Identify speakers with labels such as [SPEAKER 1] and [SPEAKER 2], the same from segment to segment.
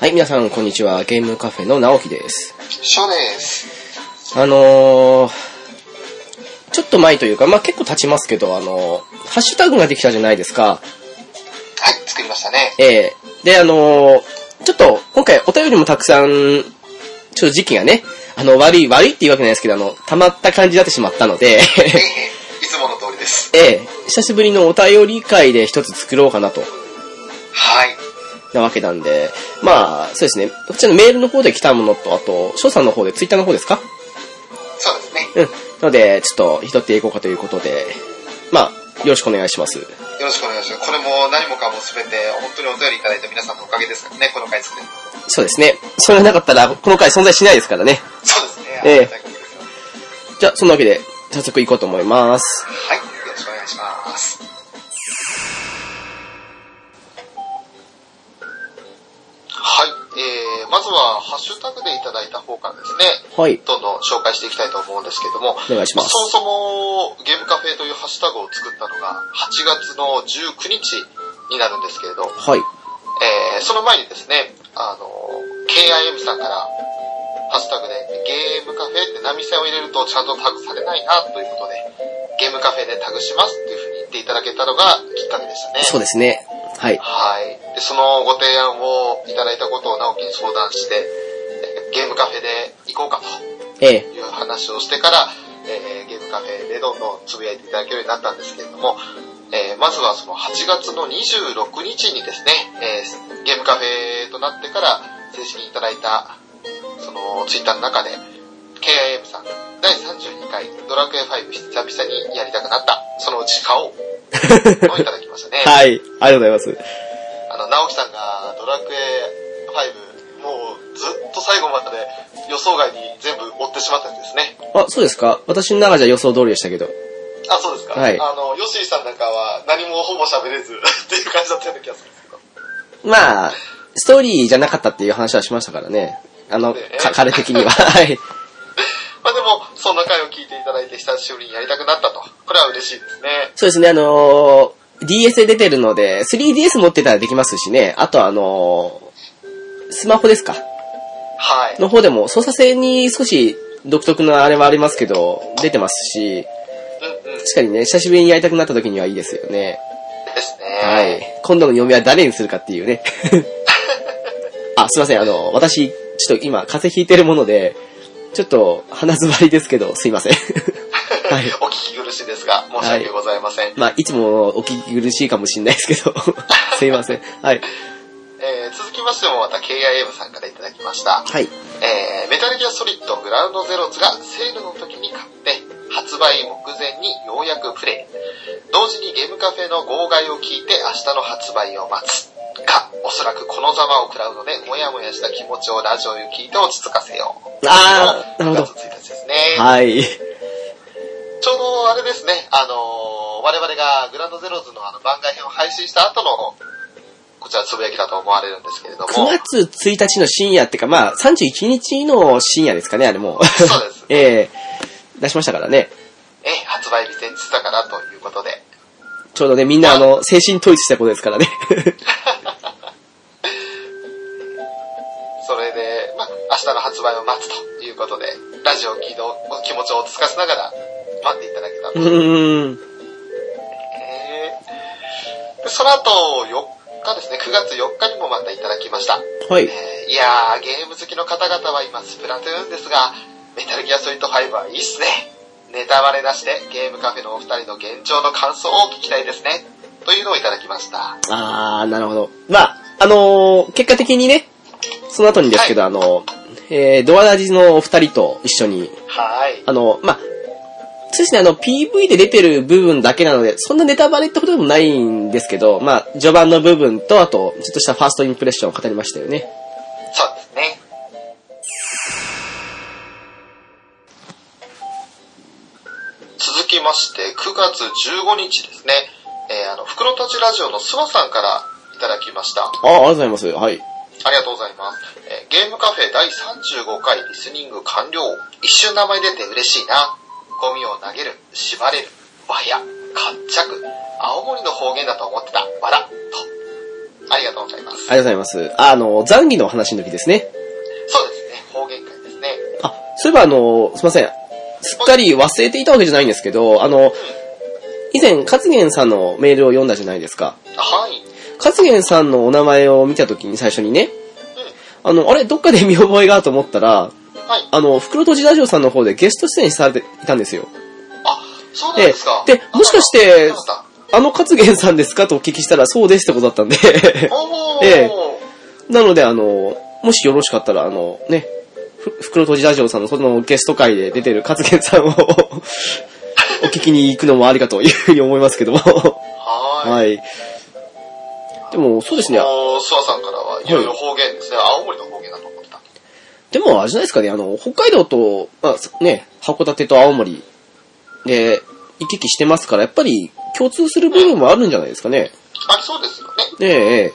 [SPEAKER 1] はい、皆さん、こんにちは。ゲームカフェの直樹です。
[SPEAKER 2] ショです。
[SPEAKER 1] あのー、ちょっと前というか、まあ、結構経ちますけど、あのーハッシュタグができたじゃないですか。
[SPEAKER 2] はい、作りましたね。
[SPEAKER 1] ええで、あのーちょっと、今回お便りもたくさん、ちょっと時期がね、あの、悪い、悪いっていうわけじゃないですけど、あの、溜まった感じになってしまったので、
[SPEAKER 2] ええいつもの通りです。
[SPEAKER 1] ええ久しぶりのお便り会で一つ作ろうかなと。
[SPEAKER 2] はい。
[SPEAKER 1] なわけなんで、まあ、そうですね。こちらのメールの方で来たものと、あと、翔さんの方で、ツイッターの方ですか
[SPEAKER 2] そうですね。
[SPEAKER 1] うん。なので、ちょっと拾っていこうかということで、まあ、よろしくお願いします。
[SPEAKER 2] よろしくお願いします。これも何もかも全て、本当にお便りいただいた皆さんのおかげですからね、この回作れるのは
[SPEAKER 1] そうですね。それがなかったら、この回存在しないですからね。
[SPEAKER 2] そうですね。
[SPEAKER 1] ええ
[SPEAKER 2] ありがたいことですよ
[SPEAKER 1] じゃあ、そんなわけで、早速行こうと思います。
[SPEAKER 2] はい、よろしくお願いします。はい、えー、まずは、ハッシュタグでいただいた方からですね、
[SPEAKER 1] はい。
[SPEAKER 2] どんどん紹介していきたいと思うんですけども、
[SPEAKER 1] お願いします。
[SPEAKER 2] そもそもゲームカフェというハッシュタグを作ったのが8月の19日になるんですけれど、
[SPEAKER 1] はい。
[SPEAKER 2] えーその前にですね、あの、KIM さんからハッシュタグでゲームカフェって波線を入れるとちゃんとタグされないなということで、ゲームカフェでタグしますっていうふうに言っていただけたのがきっかけでしたね。
[SPEAKER 1] そうですね。はい。
[SPEAKER 2] はい。で、そのご提案をいただいたことを直樹に相談して、えーゲームカフェで行こうかと。
[SPEAKER 1] ええ。
[SPEAKER 2] いう話をしてから、えーゲームカフェでどんどんつぶやいていただけるようになったんですけれども、えーまずはその8月の26日にですね、えーゲームカフェとなってから正式にいただいた、そのツイッターの中で、KIM さん、第32回ドラクエ5久々にやりたくなった、そのうち買おう、をいただきましたね。
[SPEAKER 1] はい。ありがとうございます。
[SPEAKER 2] あの、直樹さんがドラクエ5、もうずっと最後まで予想外に全部追ってしまったんですね。
[SPEAKER 1] あ、そうですか私の中じゃ予想通りでしたけど。
[SPEAKER 2] あ、そうですか。
[SPEAKER 1] はい
[SPEAKER 2] あの、ヨシイさんなんかは何もほぼ喋れず っていう感じだったような気がするんですけど。
[SPEAKER 1] まあ、ストーリーじゃなかったっていう話はしましたからね。あの、か彼的には。 はい。
[SPEAKER 2] まあでも、そんな回を聞いていただいて久しぶりにやりたくなったと。これは嬉しいですね。
[SPEAKER 1] そうですね、あのー DS で出てるので、3DS 持ってたらできますしね、あとあのースマホですか
[SPEAKER 2] はい。
[SPEAKER 1] の方でも操作性に少し独特なあれはありますけど、出てますし、
[SPEAKER 2] うんうん。で
[SPEAKER 1] 確かにね、久しぶりにやりたくなった時にはいいですよね。
[SPEAKER 2] すね。
[SPEAKER 1] はい。今度の読みは誰にするかっていうね。あ、すいません、あの、私、ちょっと今、風邪ひいてるもので、ちょっと鼻詰まりですけど、すいません。はい
[SPEAKER 2] お聞き苦しいですが、申し訳ございません。
[SPEAKER 1] まあ、いつもお聞き苦しいかもしれないですけど、すいません。はい。
[SPEAKER 2] えー続きましてもまた KIM さんからいただきました。
[SPEAKER 1] はい。
[SPEAKER 2] えーメタルギアソリッドグラウンドゼロズがセールの時に買って、発売目前にようやくプレイ。同時にゲームカフェの号外を聞いて明日の発売を待つ。か、おそらくこのざまを食らうので、もやもやした気持ちをラジオで聞いて落ち着かせよう。
[SPEAKER 1] あーなるほど
[SPEAKER 2] 9月1日ですね。
[SPEAKER 1] はい。
[SPEAKER 2] ちょうどあれですね、あのー我々がグラウンドゼロズのあの番外編を配信した後の、こちらつぶやきだと思われるんですけれども。
[SPEAKER 1] 9月1日の深夜ってか、まあ、31日の深夜ですかね、あれもう。
[SPEAKER 2] そうです
[SPEAKER 1] ええ出しましたからね。
[SPEAKER 2] え、発売日前日だからということで。
[SPEAKER 1] ちょうどね、みんなあの、精神統一したことですからね。
[SPEAKER 2] それで、まあ、明日の発売を待つということで、ラジオを聞いてお気持ちを落ち着かせながら待っていただけた
[SPEAKER 1] う
[SPEAKER 2] と。
[SPEAKER 1] ーん。
[SPEAKER 2] えーでその後、4日ですね、9月4日にもまたいただきました。
[SPEAKER 1] はい。
[SPEAKER 2] えーいやー、ゲーム好きの方々は今、スプラトゥーンですが、メタルギアソリッド5はいいっすね。ネタバレなしで、ゲームカフェのお二人の現状の感想を聞きたいですね。というのをいただきました。
[SPEAKER 1] あー、なるほど。まあ、あのー結果的にね、その後にですけど、あの、えー、ドアラジのお二人と一緒に、
[SPEAKER 2] はい。
[SPEAKER 1] あの、まあ、そうですね、あの、PV で出てる部分だけなので、そんなネタバレってことでもないんですけど、まあ、序盤の部分と、あと、ちょっとしたファーストインプレッションを語りましたよね。
[SPEAKER 2] そうですね。続きまして、9月15日ですね、えーあの、袋とじラジオの諏訪さんからいただきました。
[SPEAKER 1] ああ、ありがとうございます。はい。
[SPEAKER 2] ありがとうございます。えーゲームカフェ第35回リスニング完了。一瞬名前出て嬉しいな。ゴミを投げる、縛れる、和や、活着、青森の方言だと思ってた、わら、と。ありがとうございます。
[SPEAKER 1] ありがとうございます。あの、残儀の話の時ですね。
[SPEAKER 2] そうですね、方言会ですね。
[SPEAKER 1] あ、そういえばあの、すいません。すっかり忘れていたわけじゃないんですけど、あの、以前、勝元さんのメールを読んだじゃないですか。
[SPEAKER 2] はい。
[SPEAKER 1] 勝元さんのお名前を見た時に最初にね、あの、あれ、どっかで見覚えがと思ったら、
[SPEAKER 2] うん。はい。
[SPEAKER 1] あの、袋とじラジオさんの方でゲスト出演されていたんですよ。
[SPEAKER 2] あ、そうなんですか。
[SPEAKER 1] ででもしかして
[SPEAKER 2] あそうだ
[SPEAKER 1] あの勝元さんですかとお聞きしたら、そうですってことだったんで。
[SPEAKER 2] おー。
[SPEAKER 1] ええなので、あの、もしよろしかったら、あの、ね、ふ袋とじラジオさんのそのゲスト会で出てる勝元さんを、 お聞きに行くのもありかというふうに思いますけども。
[SPEAKER 2] はーい。
[SPEAKER 1] はい。でも、そうですね。
[SPEAKER 2] もう、諏訪さんからはいろいろ方言ですね、青森の方言だと思ってた。
[SPEAKER 1] でも、あれじゃないですかね、あの、北海道と、まあ、そね、函館と青森で行き来してますから、やっぱり共通する部分もあるんじゃないですかね。
[SPEAKER 2] ありそうですよね。
[SPEAKER 1] ねえ、ええ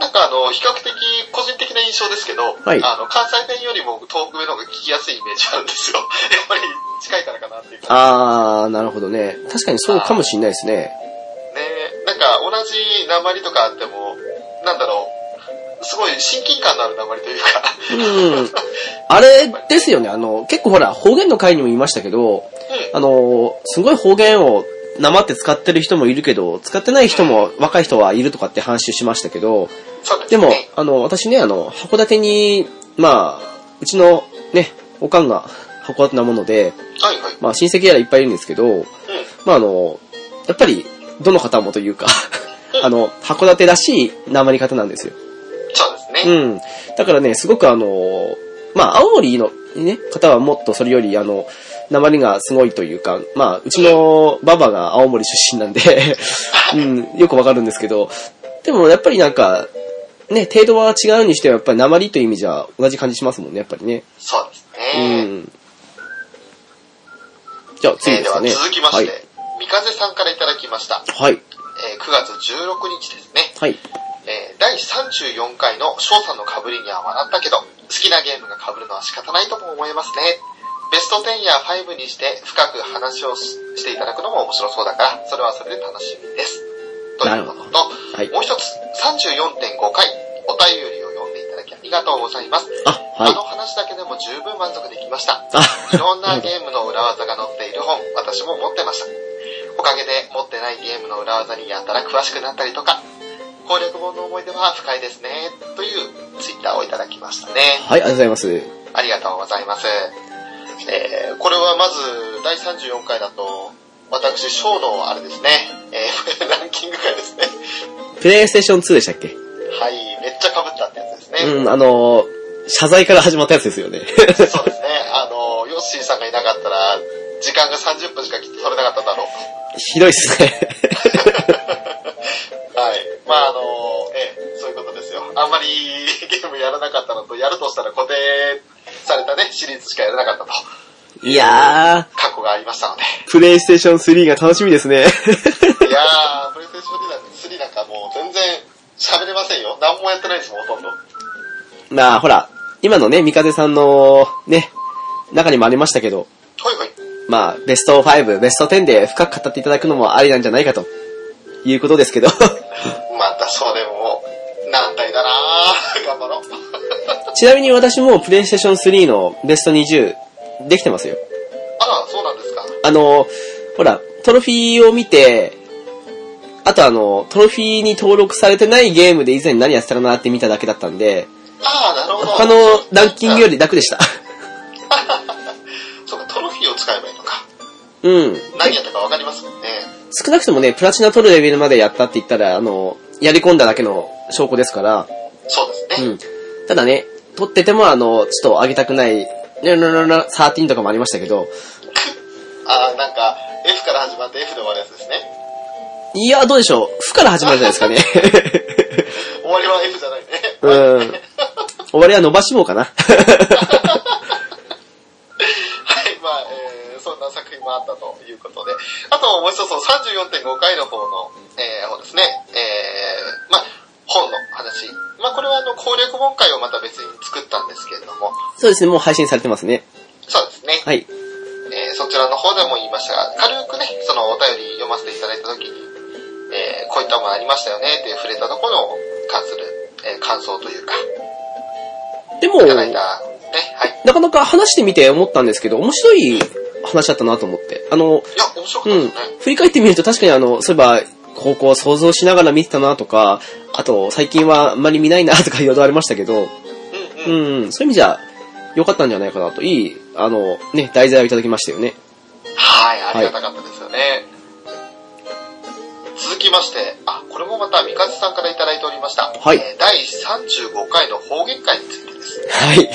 [SPEAKER 2] なんかあの、比較的個人的な印象ですけど、
[SPEAKER 1] はい
[SPEAKER 2] あの、関西弁よりも東北弁の方が聞きやすいイメージあるんですよ。や っぱり近いからかなっていうか。
[SPEAKER 1] あー、なるほどね。確かにそうかもしんないですね。
[SPEAKER 2] ねなんか同じ鉛とかあっても、なんだろう、すごい親近感のある鉛というか。
[SPEAKER 1] うん。あれですよね、あの、結構ほら、方言の回にも言いましたけど、
[SPEAKER 2] うん。
[SPEAKER 1] あの、すごい方言を、生って使ってる人もいるけど、使ってない人も、若い人はいるとかって話しましたけど、
[SPEAKER 2] そうです
[SPEAKER 1] で
[SPEAKER 2] ね。
[SPEAKER 1] も、あの、私ね、あの、函館に、まあ、うちのね、おかんが函館なもので、
[SPEAKER 2] はいはい。
[SPEAKER 1] まあ親戚やらいっぱいいるんですけど、
[SPEAKER 2] うん。
[SPEAKER 1] まああの、やっぱり、どの方もというか、 あの、函館らしいなまり方なんですよ。
[SPEAKER 2] そうですね。
[SPEAKER 1] う
[SPEAKER 2] うん。
[SPEAKER 1] ん。だからね、すごくあの、まあ青森のね、方はもっとそれより、あの、なまりがすごいというか、まあ、うちのババが青森出身なん で、うん、よくわかるんですけど、でもやっぱりなんか、ね、程度は違うにしては、やっぱり鉛という意味じゃ同じ感じしますもんね、やっぱりね。
[SPEAKER 2] そうです
[SPEAKER 1] う
[SPEAKER 2] ね。
[SPEAKER 1] ん。じゃあ次で
[SPEAKER 2] えーです
[SPEAKER 1] か
[SPEAKER 2] は
[SPEAKER 1] ね。
[SPEAKER 2] 続きまして、三風さんからいただきました。
[SPEAKER 1] はい。はい。
[SPEAKER 2] えー9月16日ですね。
[SPEAKER 1] はい。
[SPEAKER 2] えー第34回の翔さんの被りには笑ったけど、好きなゲームが被るのは仕方ないとも思いますね。ベスト10や5にして深く話をししていただくのも面白そうだから、それはそれで楽しみです。ということと、
[SPEAKER 1] はい。
[SPEAKER 2] もう一つ、34.5回、お便りを読んでいただきありがとうございます。
[SPEAKER 1] あ、
[SPEAKER 2] あの
[SPEAKER 1] は
[SPEAKER 2] 話だけでも十分満足できました。
[SPEAKER 1] い。
[SPEAKER 2] いろんな
[SPEAKER 1] あ、
[SPEAKER 2] ゲームの裏技が載っている本、私も持ってました。おかげで持ってないゲームの裏技にやたら詳しくなったりとか、攻略本の思い出は深いですね、というツイッターをいただきましたね。
[SPEAKER 1] はい、ありがとうございます。
[SPEAKER 2] ありがとうございます。えー、これはまず、第34回だと、私、小のあれですね、えー ランキングがですね、
[SPEAKER 1] プレイステーション2でしたっけ
[SPEAKER 2] はい、めっちゃ被ったってやつですね。
[SPEAKER 1] うん、あのー、謝罪から始まったやつですよね。
[SPEAKER 2] そうですね、あの、ヨッシーさんがいなかったら、時間が30分しかきっと取れなかっただろう。
[SPEAKER 1] ひどいっすね。
[SPEAKER 2] はい。まああの、ええ、そういうことですよ。あんまり ゲームやらなかったのと、やるとしたら固定されたね、シリーズしかやらなかったと、
[SPEAKER 1] いや
[SPEAKER 2] 過去がありましたので。
[SPEAKER 1] ー、プレイステーション3が楽しみですね。
[SPEAKER 2] いやー、プレイステーション3なんかもう全然喋れませんよ。何もやってないですもん、ほとんど。
[SPEAKER 1] まあ、ほら、今のね、三風さんの、ね、中にもありましたけど、
[SPEAKER 2] ほいほい。
[SPEAKER 1] まあ、ベスト5、ベスト10で深く語っていただくのもありなんじゃないかと、いうことですけど。
[SPEAKER 2] またそれも、難題だなー。 頑張ろう。
[SPEAKER 1] ちなみに私もプレイステーション3のベスト20、できてますよ。
[SPEAKER 2] あら、そうなんですか。
[SPEAKER 1] あの、ほら、トロフィーを見て、あとあの、トロフィーに登録されてないゲームで以前何やってたかなって見ただけだったんで、
[SPEAKER 2] あー、なるほど。
[SPEAKER 1] 他のランキングより楽でした。
[SPEAKER 2] そうか、トロフィーを使えばいいのか。
[SPEAKER 1] うん。
[SPEAKER 2] 何やったかわかりますもんね。
[SPEAKER 1] 少なくともね、プラチナ取るレベルまでやったって言ったら、あの、やり込んだだけの証拠ですから、
[SPEAKER 2] そうですね。
[SPEAKER 1] うん。ただね、取っててもあの、ちょっと上げたくない、ララララ13とかもありましたけど、
[SPEAKER 2] あー、なんか、F から始まって F で終わるやつですね。
[SPEAKER 1] いや、どうでしょう。負から始まるじゃないですかね。
[SPEAKER 2] 終わりは F じゃないね。
[SPEAKER 1] うん。終わりは伸ばし棒かな。
[SPEAKER 2] はい、まあ、えー、そんな作品もあったということで。あともう一つ、その34.5回の方の、えー、方ですね。えー、まあ、本の話。まあ、これはあの、攻略本会をまた別に作ったんですけれども、
[SPEAKER 1] そうですね、もう配信されてますね。
[SPEAKER 2] そうですね。
[SPEAKER 1] はい。
[SPEAKER 2] えー、そちらの方でも言いましたが、軽くね、そのお便り読ませていただいたときに、えー、こういったものありましたよねって触れたところを関する、えー感想というか、
[SPEAKER 1] でも
[SPEAKER 2] い、ただいた、ね、はい。
[SPEAKER 1] なかなか話してみて思ったんですけど、面白い話だったなと思って。あの、
[SPEAKER 2] いや、面白か
[SPEAKER 1] う
[SPEAKER 2] ったで
[SPEAKER 1] ん
[SPEAKER 2] すね。。
[SPEAKER 1] 振り返ってみると確かにあの、そういえば、高校を想像しながら見てたなとか、あと、最近はあんまり見ないなとかいろいろありましたけど、
[SPEAKER 2] うん、
[SPEAKER 1] う
[SPEAKER 2] うん、
[SPEAKER 1] ん、そういう意味じゃ、良かったんじゃないかなと。いい、あの、ね、題材をいただきましたよね。
[SPEAKER 2] はい、ありがたかったですよね。続きまして、あ、これもまた、三勝さんからいただいておりました。
[SPEAKER 1] はい
[SPEAKER 2] えー第35回の方言会についてです。
[SPEAKER 1] はい。
[SPEAKER 2] はい。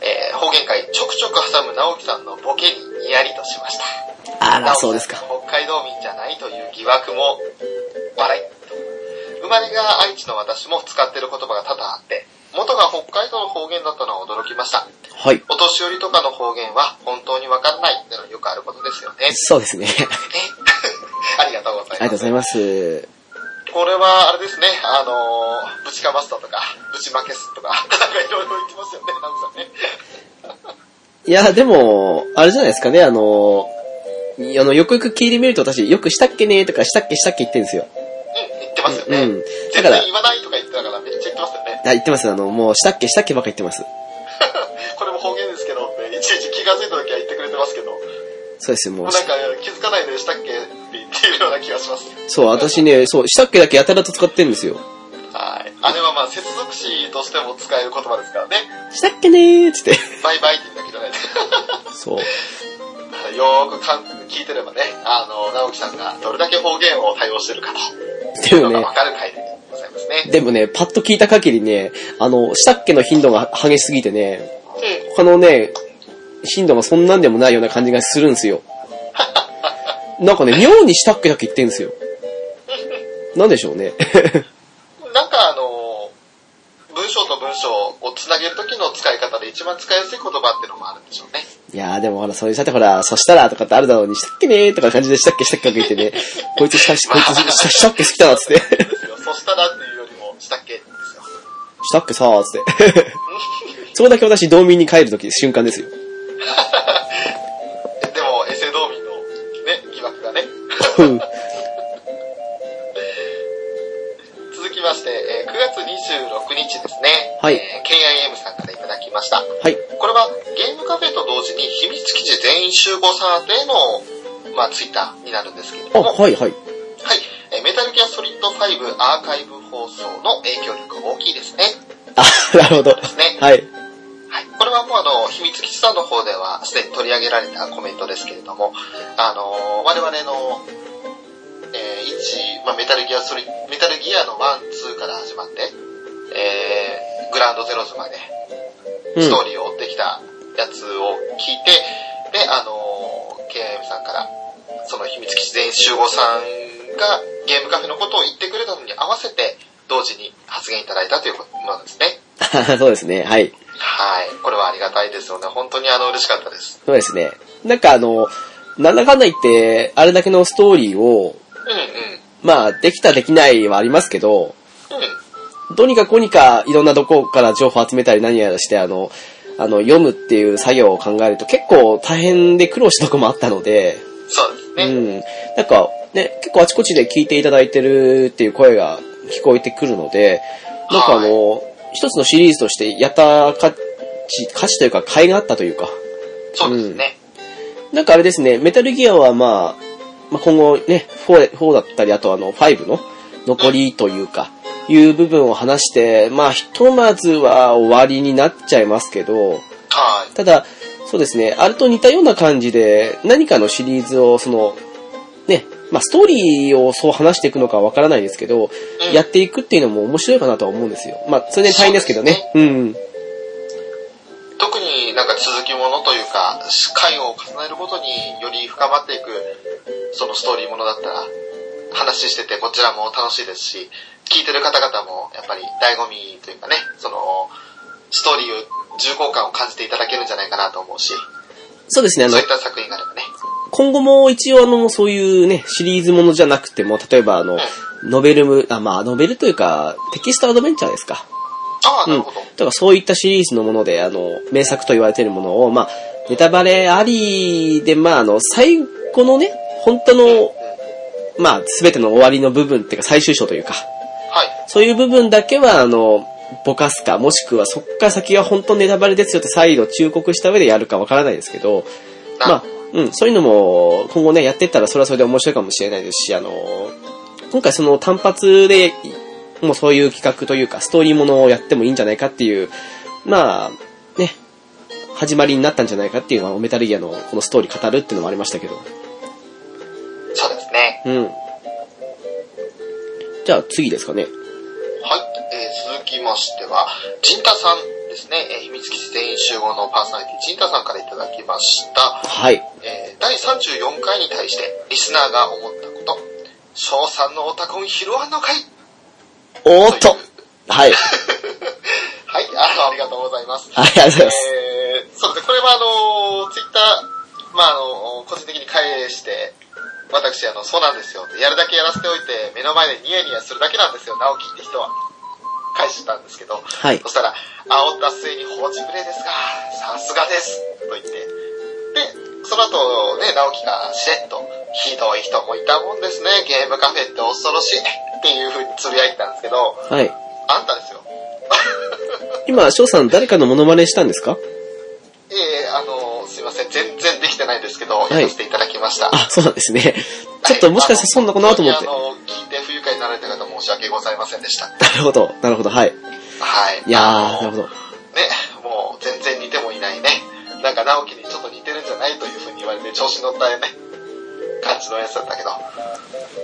[SPEAKER 2] えー方言会、ちょくちょく挟む直樹さんのボケにニヤリとしました。
[SPEAKER 1] あら、そうですか。
[SPEAKER 2] 北海道民じゃないという疑惑も、笑い。生まれが愛知の私も使ってる言葉が多々あって、元が北海道の方言だったのは驚きました。
[SPEAKER 1] はい。
[SPEAKER 2] お年寄りとかの方言は本当にわかんないってのはよくあることですよね。ね
[SPEAKER 1] そうですね。
[SPEAKER 2] ありがとうござ
[SPEAKER 1] ありがとう
[SPEAKER 2] いま
[SPEAKER 1] ご
[SPEAKER 2] す。
[SPEAKER 1] ざいます。
[SPEAKER 2] これは、あれですね、あのーぶちかますだとか、ぶちまけすとか、 なんかいろいろ言ってますよね、ナムさんね。
[SPEAKER 1] いや、でも、あれじゃないですかね、あの、いあの、よくよく聞いてみると私、よくしたっけねとか、したっけしたっけ言ってるんですよ。
[SPEAKER 2] うん、言ってますよ
[SPEAKER 1] う
[SPEAKER 2] ね。
[SPEAKER 1] ん。だ
[SPEAKER 2] 全
[SPEAKER 1] か
[SPEAKER 2] 然
[SPEAKER 1] ら、
[SPEAKER 2] 言わないとか言ってたからめっちゃ言ってますよね。
[SPEAKER 1] あ言ってます。あの、もう、したっけしたっけばっか言ってます。
[SPEAKER 2] これも方言ですけどって、いちいち気がついた時は言ってくれてますけど、もう
[SPEAKER 1] そうですよ、もう
[SPEAKER 2] なん。か気づかないでしたっけって言っているような気がします。
[SPEAKER 1] そう、私ね、そう、したっけだけやたらと使ってるんですよ。
[SPEAKER 2] はい。あれはまあ接続詞としても使える言葉ですからね。
[SPEAKER 1] したっけねーっつって。
[SPEAKER 2] バイバイって言うだけじゃないで
[SPEAKER 1] そう。
[SPEAKER 2] よーくかん聞いてればね、あの、直樹さんがどれだけ方言を対応してるかとい
[SPEAKER 1] で
[SPEAKER 2] うの
[SPEAKER 1] も
[SPEAKER 2] が
[SPEAKER 1] ね
[SPEAKER 2] わ、かる回でございますね。
[SPEAKER 1] でもね、パッと聞いた限りね、あの、したっけの頻度が激しすぎてね、
[SPEAKER 2] うん。
[SPEAKER 1] 他のね、頻度がそんなんでもないような感じがするんですよ。なんかね、妙にしたっけだけ言ってんですよ。なんでしょうね。
[SPEAKER 2] なんかあの、文章と文章をつなげる時の使い方で一番使いやすい言葉っていうのもあるんでしょうね。
[SPEAKER 1] いやーでもほら、それさてほら、そしたらとかってあるだろうに、したっけねーとか感じでしたっけしたっけとか言ってね、こいつしたっけ、こいつしたしたっけ好きだなっつって、
[SPEAKER 2] ですよそしたらっていうよりも、したっけですよ。
[SPEAKER 1] したっけさーっつって。そこだけ私、道民に帰るとき、瞬間ですよ。
[SPEAKER 2] でも、エセ道民のね、疑惑がね。
[SPEAKER 1] うん
[SPEAKER 2] 続きまして、えー9月26日ですね。
[SPEAKER 1] はい
[SPEAKER 2] えー KIM さんからいただきました。
[SPEAKER 1] はい。
[SPEAKER 2] これはゲームカフェと同時に秘密基地全員集合さん宛ての、まあ、ツイッターになるんですけれ
[SPEAKER 1] あ、
[SPEAKER 2] ども、はい、
[SPEAKER 1] はいはい。
[SPEAKER 2] えーメタルギアソリッド5アーカイブ放送の影響力が大きいですね。
[SPEAKER 1] あ、なるほど。
[SPEAKER 2] ですね。
[SPEAKER 1] はい。
[SPEAKER 2] はい。これはもうあの、秘密基地さんの方ではすでに取り上げられたコメントですけれども、あのー我々の、えー、1、まあ、メタルギアソリ、メタルギアの1、2から始まって、えー、グランドゼロズまで、
[SPEAKER 1] うん
[SPEAKER 2] ストーリーを追ってきたやつを聞いて、で、あのー、KM さんから、その秘密基地全員集合さんがゲームカフェのことを言ってくれたのに合わせて、同時に発言いただいたということなんですね。
[SPEAKER 1] あそうですね。はい。
[SPEAKER 2] はい。これはありがたいですよね。本当にあの、嬉しかったです。
[SPEAKER 1] そうですね。なんかあの、なんだかんだ言って、あれだけのストーリーを、
[SPEAKER 2] うんう
[SPEAKER 1] まあ、できたできないはありますけど、
[SPEAKER 2] ん。うん。
[SPEAKER 1] どうにかこうにかいろんなどこから情報を集めたり何やらして、あの、あの、読むっていう作業を考えると結構大変で苦労したとこもあったので、
[SPEAKER 2] そうですね。
[SPEAKER 1] うん。なんか、ね、結構あちこちで聞いていただいてるっていう声が聞こえてくるので、なんかあの、一つのシリーズとしてやった価値、価値というか、買いがあったというか、
[SPEAKER 2] そうですね。
[SPEAKER 1] なんかあれですね、メタルギアはまあ、まあ、今後ね、4, 4だったり、あとあの、5の残りというか、いう部分を話して、まあ、ひとまずは終わりになっちゃいますけど、
[SPEAKER 2] はい。
[SPEAKER 1] ただ、そうですね、あれと似たような感じで、何かのシリーズを、その、ね、まあ、ストーリーをそう話していくのかわからないですけど、
[SPEAKER 2] うん
[SPEAKER 1] やっていくっていうのも面白いかなとは思うんですよ。まあ、それで大変ですけどね。うん。
[SPEAKER 2] 特になんか続きものというか、回を重ねるごとにより深まっていく、そのストーリーものだったら、話しててこちらも楽しいですし、聞いてる方々もやっぱり醍醐味というかね、その、ストーリーを、重厚感を感じていただけるんじゃないかなと思うし、
[SPEAKER 1] そうですね、あの
[SPEAKER 2] そういっ、た作品があればね。
[SPEAKER 1] 今後も一応あの、そういうね、シリーズものじゃなくても、例えばあの、ノベルむ、あ、まあ、ノベルというか、テキストアドベンチャーですか。
[SPEAKER 2] ああ、な
[SPEAKER 1] うん。
[SPEAKER 2] るほど。
[SPEAKER 1] とか、そういったシリーズのもので、あの、名作と言われているものを、まあ、ネタバレありで、まあ、あの、最後のね、本当の
[SPEAKER 2] うん
[SPEAKER 1] まあ、すべての終わりの部分っていうか、最終章というか、
[SPEAKER 2] はい。
[SPEAKER 1] そういう部分だけは、あの、ぼかすか、もしくはそっから先は本当ネタバレですよって再度忠告した上でやるかわからないですけど、
[SPEAKER 2] な
[SPEAKER 1] まあ、うん、そういうのも今後ね、やってったらそれはそれで面白いかもしれないですし、あの、今回その単発で、もうそういう企画というか、ストーリーものをやってもいいんじゃないかっていう、まあ、ね、始まりになったんじゃないかっていうのは、メタルギアのこのストーリー語るっていうのもありましたけど。
[SPEAKER 2] そうですね。
[SPEAKER 1] うん。じゃあ次ですかね。
[SPEAKER 2] はい。えー続きましては、ジンタさんですね。えー秘密基地全員集合のパーソナリティ、ジンタさんからいただきました。
[SPEAKER 1] はい。
[SPEAKER 2] えー第34回に対して、リスナーが思ったこと、翔さんのオタコン拾わんのかい
[SPEAKER 1] おーっとはい。
[SPEAKER 2] はい、あの、ありがとうございます。
[SPEAKER 1] はい、ありがとうございます。
[SPEAKER 2] えー、そうですね、これはあの、ツイッター、まあ、あの、個人的に返して、私、あの、そうなんですよって。やるだけやらせておいて、目の前でニヤニヤするだけなんですよ、直樹って人は。返したんですけど、
[SPEAKER 1] はい
[SPEAKER 2] そ。したら、煽った末に放置プレイですか、さすがです、と言って。で、その後、ね、直樹がしれっと、ひどい人もいたもんですね、ゲームカフェって恐ろしい、っていう風に呟いてたんですけど、
[SPEAKER 1] はい。
[SPEAKER 2] あんたですよ。
[SPEAKER 1] 今、翔さん誰かのモノマネしたんですか
[SPEAKER 2] いえいえ、あの、すいません。全然できてないんですけど、や
[SPEAKER 1] い
[SPEAKER 2] らせていただきました。
[SPEAKER 1] あ、そうなんですね。ちょっともしかしてそんなこ
[SPEAKER 2] か
[SPEAKER 1] となと思って
[SPEAKER 2] あ。の、聞いて不愉快になられた方申し訳ございませんでした。は
[SPEAKER 1] なるほど、なるほど、はい。
[SPEAKER 2] い。
[SPEAKER 1] いや
[SPEAKER 2] あ
[SPEAKER 1] ー、なる
[SPEAKER 2] の
[SPEAKER 1] ほ
[SPEAKER 2] ね、
[SPEAKER 1] ど。
[SPEAKER 2] もう全然似てもいないね。なんか直樹にちょっと似てるんじゃないというふうに言われて調子乗ったね、感じのやつだったけど。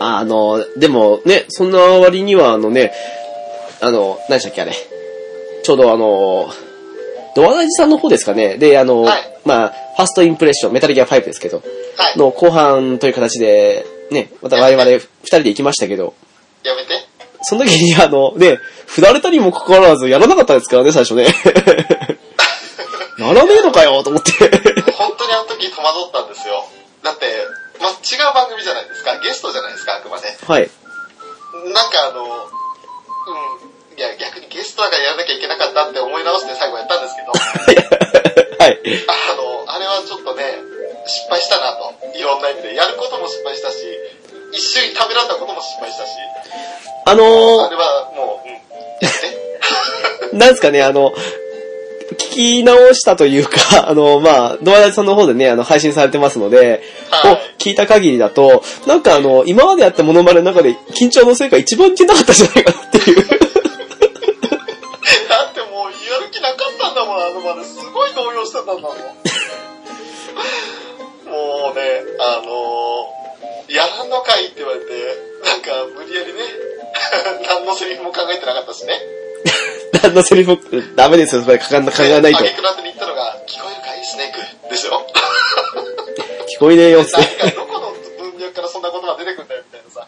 [SPEAKER 1] あの、でもね、そんな割にはあのね、あの、何でしたっけあれ。ちょうどあの、ドアラジさんの方ですかね。で、あの、
[SPEAKER 2] はい
[SPEAKER 1] まあ、ファーストインプレッション、メタルギア5ですけど、
[SPEAKER 2] はい。
[SPEAKER 1] の後半という形で、ね、また我々二人で行きましたけど、
[SPEAKER 2] やめて。
[SPEAKER 1] その時にあの、ね、振られたにもかかわらずやらなかったですからね、最 初ね。やらねえのかよ、と思って。
[SPEAKER 2] 本当にあの時戸惑ったんですよ。だって、ま、違う番組じゃないですか。ゲストじゃないですか、あくまで。
[SPEAKER 1] はい。
[SPEAKER 2] なんかあの、うん、いや、逆にゲストだからやらなきゃいけなかったって思い直して最後やったんですけど、 あ
[SPEAKER 1] はい。
[SPEAKER 2] の、あれはちょっとね、失敗したなと。いろんな意味で。やることも失敗したし、一瞬食べられたことも失敗したし、
[SPEAKER 1] あのー
[SPEAKER 2] あれはもう、うん、や って。
[SPEAKER 1] なんですかね、あの、聞き直したというか、あ の、まあ、ドアラジさんの方でね、あの、配信されてますので、
[SPEAKER 2] はい
[SPEAKER 1] を聞いた限りだと、なんかあの、今までやったモノマネの中で緊張のせいか一番聞けなかったんじゃないかなっていう。
[SPEAKER 2] だってもう、やる気なかったんだもん、あの場ですごい動揺してたんだもん。もうね、あのやらんのかいって言われて、なんか無理やりね、 何のセリフも考えてなかったしね。
[SPEAKER 1] 何のセリフも、ダメですよ、それ、かかんな、考えないと。
[SPEAKER 2] 挙句の後に言ったのが、聞こえるかいスネーク。ですよ。
[SPEAKER 1] 聞こえねえよ、つっ
[SPEAKER 2] なんか
[SPEAKER 1] て。
[SPEAKER 2] どこの文脈からそんな言葉出てくんだよ、みたいなさ。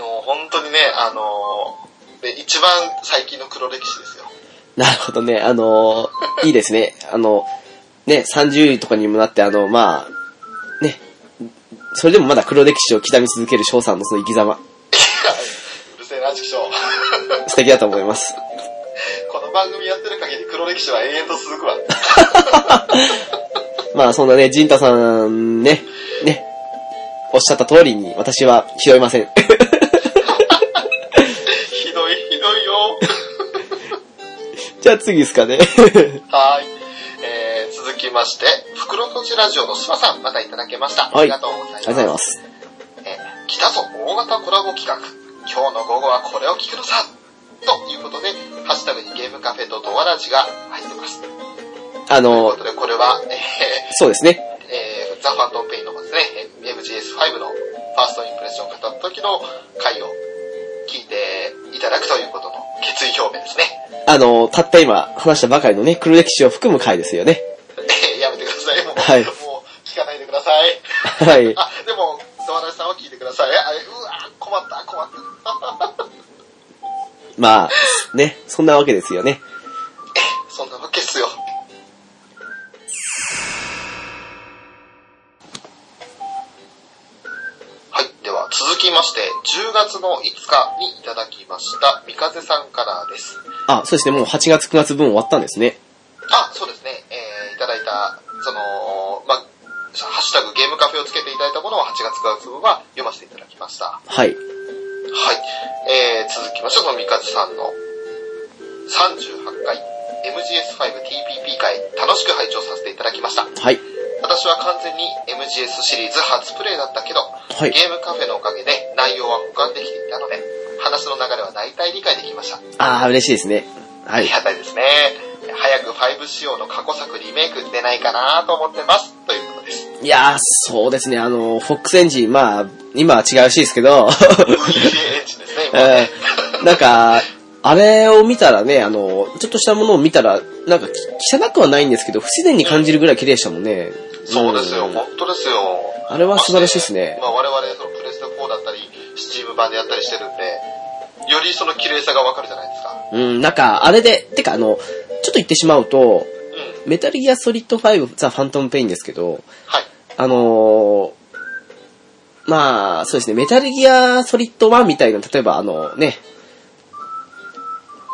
[SPEAKER 2] もう本当にね、あので一番最近の黒歴史ですよ。
[SPEAKER 1] なるほどね、あの、いいですね。あの、ね、30位とかにもなって、あの、まあ、ね、それでもまだ黒歴史を刻み続ける翔さんのその生き様、
[SPEAKER 2] うるせえな、畜生。
[SPEAKER 1] 素敵だと思います。
[SPEAKER 2] この番組やってる限り黒歴史は永遠と続くわ。
[SPEAKER 1] まあそんなね、ジンタさんね、ね、おっしゃった通りに私は拾いません。
[SPEAKER 2] ひどい、ひどいよ。
[SPEAKER 1] じゃあ次ですかね。
[SPEAKER 2] はーい。えー、続きまして、袋とじラジオのスワさん、またいただきました。
[SPEAKER 1] はい
[SPEAKER 2] ありがとうござい
[SPEAKER 1] あ
[SPEAKER 2] ま
[SPEAKER 1] りがと
[SPEAKER 2] す
[SPEAKER 1] うご。ざいます。
[SPEAKER 2] えー来たぞ大型コラボ企画今日の午後はこれを聞くのさということで、ハッシュタグにゲームカフェとドアラジが入ってます。という
[SPEAKER 1] あ
[SPEAKER 2] こ
[SPEAKER 1] の、
[SPEAKER 2] とで、これは、 え
[SPEAKER 1] そうですね。
[SPEAKER 2] ーえーザ・ファントンペインの方ですね、えー MGS5 のファーストインプレッションを語った時の回を聞いていただくということの決意表明ですね。
[SPEAKER 1] あの、たった今話したばかりのね、黒歴史を含む回ですよね。
[SPEAKER 2] えーやめてください。もう、
[SPEAKER 1] はい
[SPEAKER 2] もう聞かないでください。
[SPEAKER 1] はい。
[SPEAKER 2] あ、でも、ドアラジさんは聞いてください。あうわ困った、困った。
[SPEAKER 1] まあ、ね、そんなわけですよね。
[SPEAKER 2] そんなわけっすよ。はい。では、続きまして、10月の5日にいただきました、三風さんからです。
[SPEAKER 1] あ、そうですね、もう8月9月分終わったんですね。
[SPEAKER 2] あ、そうですね。えー、いただいた、その、ま、ハッシュタグゲームカフフェをつけていただいたものを8月9月分は読ませていただきました。
[SPEAKER 1] はい。
[SPEAKER 2] はい。えー、続きまして、そのみかずさんの38回 MGS5TPP 会楽しく拝聴させていただきました。
[SPEAKER 1] はい。
[SPEAKER 2] 私は完全に MGS シリーズ初プレイだったけど、
[SPEAKER 1] はい
[SPEAKER 2] ゲームカフェのおかげで内容は保管できていたので、話の流れは大体理解できました。
[SPEAKER 1] ああ、嬉しいですね。は
[SPEAKER 2] あ
[SPEAKER 1] い
[SPEAKER 2] り。がたいですね。早く5仕様の過去作リメイク出ないかなと思ってます。ということです。
[SPEAKER 1] いやー、そうですね。あの、フォックスエンジン、まあ、今は違うらしいですけど、
[SPEAKER 2] エンジンですね、今
[SPEAKER 1] え
[SPEAKER 2] ね。
[SPEAKER 1] ーなんか、あれを見たらね、あの、ちょっとしたものを見たら、なんかき、汚くはないんですけど、不自然に感じるぐらい綺麗でしたもんね。
[SPEAKER 2] そうですよ、
[SPEAKER 1] ん
[SPEAKER 2] 本当ですよ。
[SPEAKER 1] あれは素晴らしいですね。
[SPEAKER 2] まあ我々、そのプレステ4だったり、スチーム版でやったりしてるんで、よりその綺麗さがわかるじゃないですか。
[SPEAKER 1] うん、なんか、あれで、てかあの、ちょっと言ってしまうと、
[SPEAKER 2] うん。
[SPEAKER 1] メタルギアソリッド5、ザ・ファントム・ペインですけど、
[SPEAKER 2] はい。
[SPEAKER 1] あのーまあ、そうですね、メタルギアソリッド1みたいな、例えばあのね、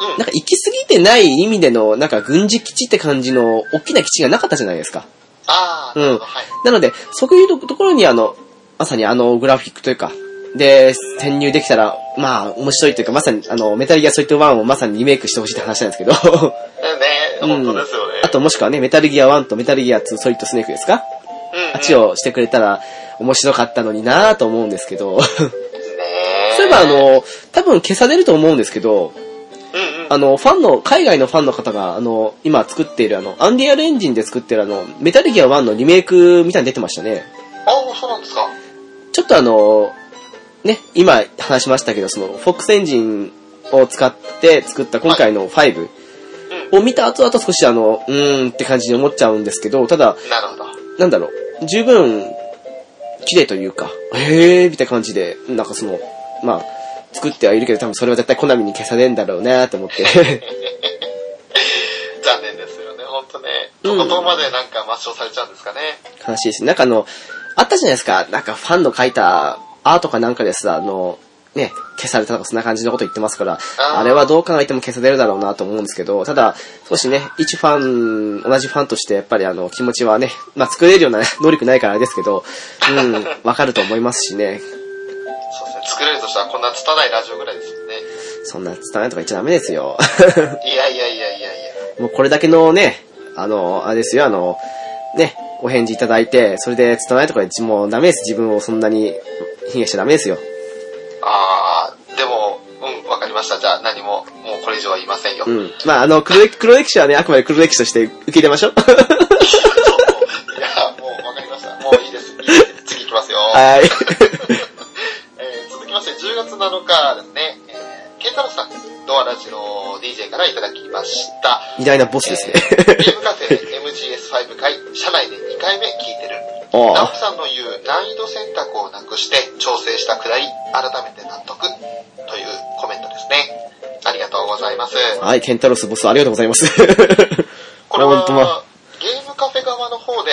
[SPEAKER 2] うん。
[SPEAKER 1] なんか行き過ぎてない意味での、なんか軍事基地って感じの大きな基地がなかったじゃないですか。
[SPEAKER 2] あー、なるほど、はい。
[SPEAKER 1] なので、そういうところにあの、まさにあのグラフィックというか、で、潜入できたら、まあ、面白いというか、まさに、あの、メタルギアソリッド1をまさにリメイクしてほしいって話なんですけど、
[SPEAKER 2] ね、
[SPEAKER 1] うん
[SPEAKER 2] 本当ですよね。
[SPEAKER 1] あともしくはね、メタルギア1とメタルギア2ソリッドスネークですか
[SPEAKER 2] うん、うん。
[SPEAKER 1] あっちをしてくれたら面白かったのになぁと思うんですけど、 そう
[SPEAKER 2] ですね。
[SPEAKER 1] いえばあ、の、多分消されると思うんですけど、
[SPEAKER 2] うんうん。
[SPEAKER 1] あの、ファンの、海外のファンの方が、あの、今作っているあの、アンディアルエンジンで作ってるあの、メタルギア1のリメイクみたいに出てましたね。
[SPEAKER 2] あー、そうなんですか。
[SPEAKER 1] ちょっとあの、ね、今話しましたけど、その、フォックスエンジンを使って作った今回の5
[SPEAKER 2] う
[SPEAKER 1] を見た後だと少しあの、うーんって感じに思っちゃうんですけど、ただ、
[SPEAKER 2] ん。なるほど。
[SPEAKER 1] なんだろう、十分、綺麗というか、へーみたいな感じで、なんかその、まあ、作ってはいるけど、多分それは絶対コナミに消さねえんだろうなと思って。
[SPEAKER 2] 残念ですよね、本当ね。とことんまでなんか抹消されちゃうんですかね。
[SPEAKER 1] 悲しいです。なんかあの、あったじゃないですか、なんかファンの書いたアートかなんかですあの、ね、消されたとかそんな感じのこと言ってますから、
[SPEAKER 2] あー
[SPEAKER 1] あれはどう考えても消されるだろうなと思うんですけど、ただ、少しね、一ファン、同じファンとしてやっぱりあの、気持ちはね、まあ作れるような 能力ないからあれですけど、うん、わかると思いますしね、
[SPEAKER 2] そうですね、作れるとしたらこんな拙いラジオぐらいですよね。
[SPEAKER 1] そんな拙いとか言っちゃダメですよ。
[SPEAKER 2] いやいやいやいやいや。
[SPEAKER 1] もうこれだけのね、あの、あれですよ、あの、ね、お返事いただいて、それで拙いとか言ってもうダメです。自分をそんなに、卑下しちゃダメですよ。
[SPEAKER 2] あー、でも、うん、わかりました。じゃあ何も、もうこれ以上は言いませんよ。
[SPEAKER 1] う。
[SPEAKER 2] もうん
[SPEAKER 1] まあ、あの、黒歴、黒歴史はね、あくまで黒歴史として受け入れま しょう。
[SPEAKER 2] いや、もうわかりました。もういいです。いいです次行きますよ。
[SPEAKER 1] はい。
[SPEAKER 2] えー続きまして、10月7日ですね、えー、ケンタロウさん、ドアラジの DJ からいただきました。
[SPEAKER 1] 偉大なボスですね。
[SPEAKER 2] えーゲームカフェ MGS5 回、社内で2回目聞いてる。
[SPEAKER 1] お
[SPEAKER 2] ナオ
[SPEAKER 1] ー
[SPEAKER 2] キさんの言う難易度選択をなくして調整したくらい、改めて納得というコメントですね。ありがとうございます。
[SPEAKER 1] はい、ケンタロスボス、ありがとうございます。
[SPEAKER 2] これ
[SPEAKER 1] 本当だ
[SPEAKER 2] は、ゲームカフェ側の方で、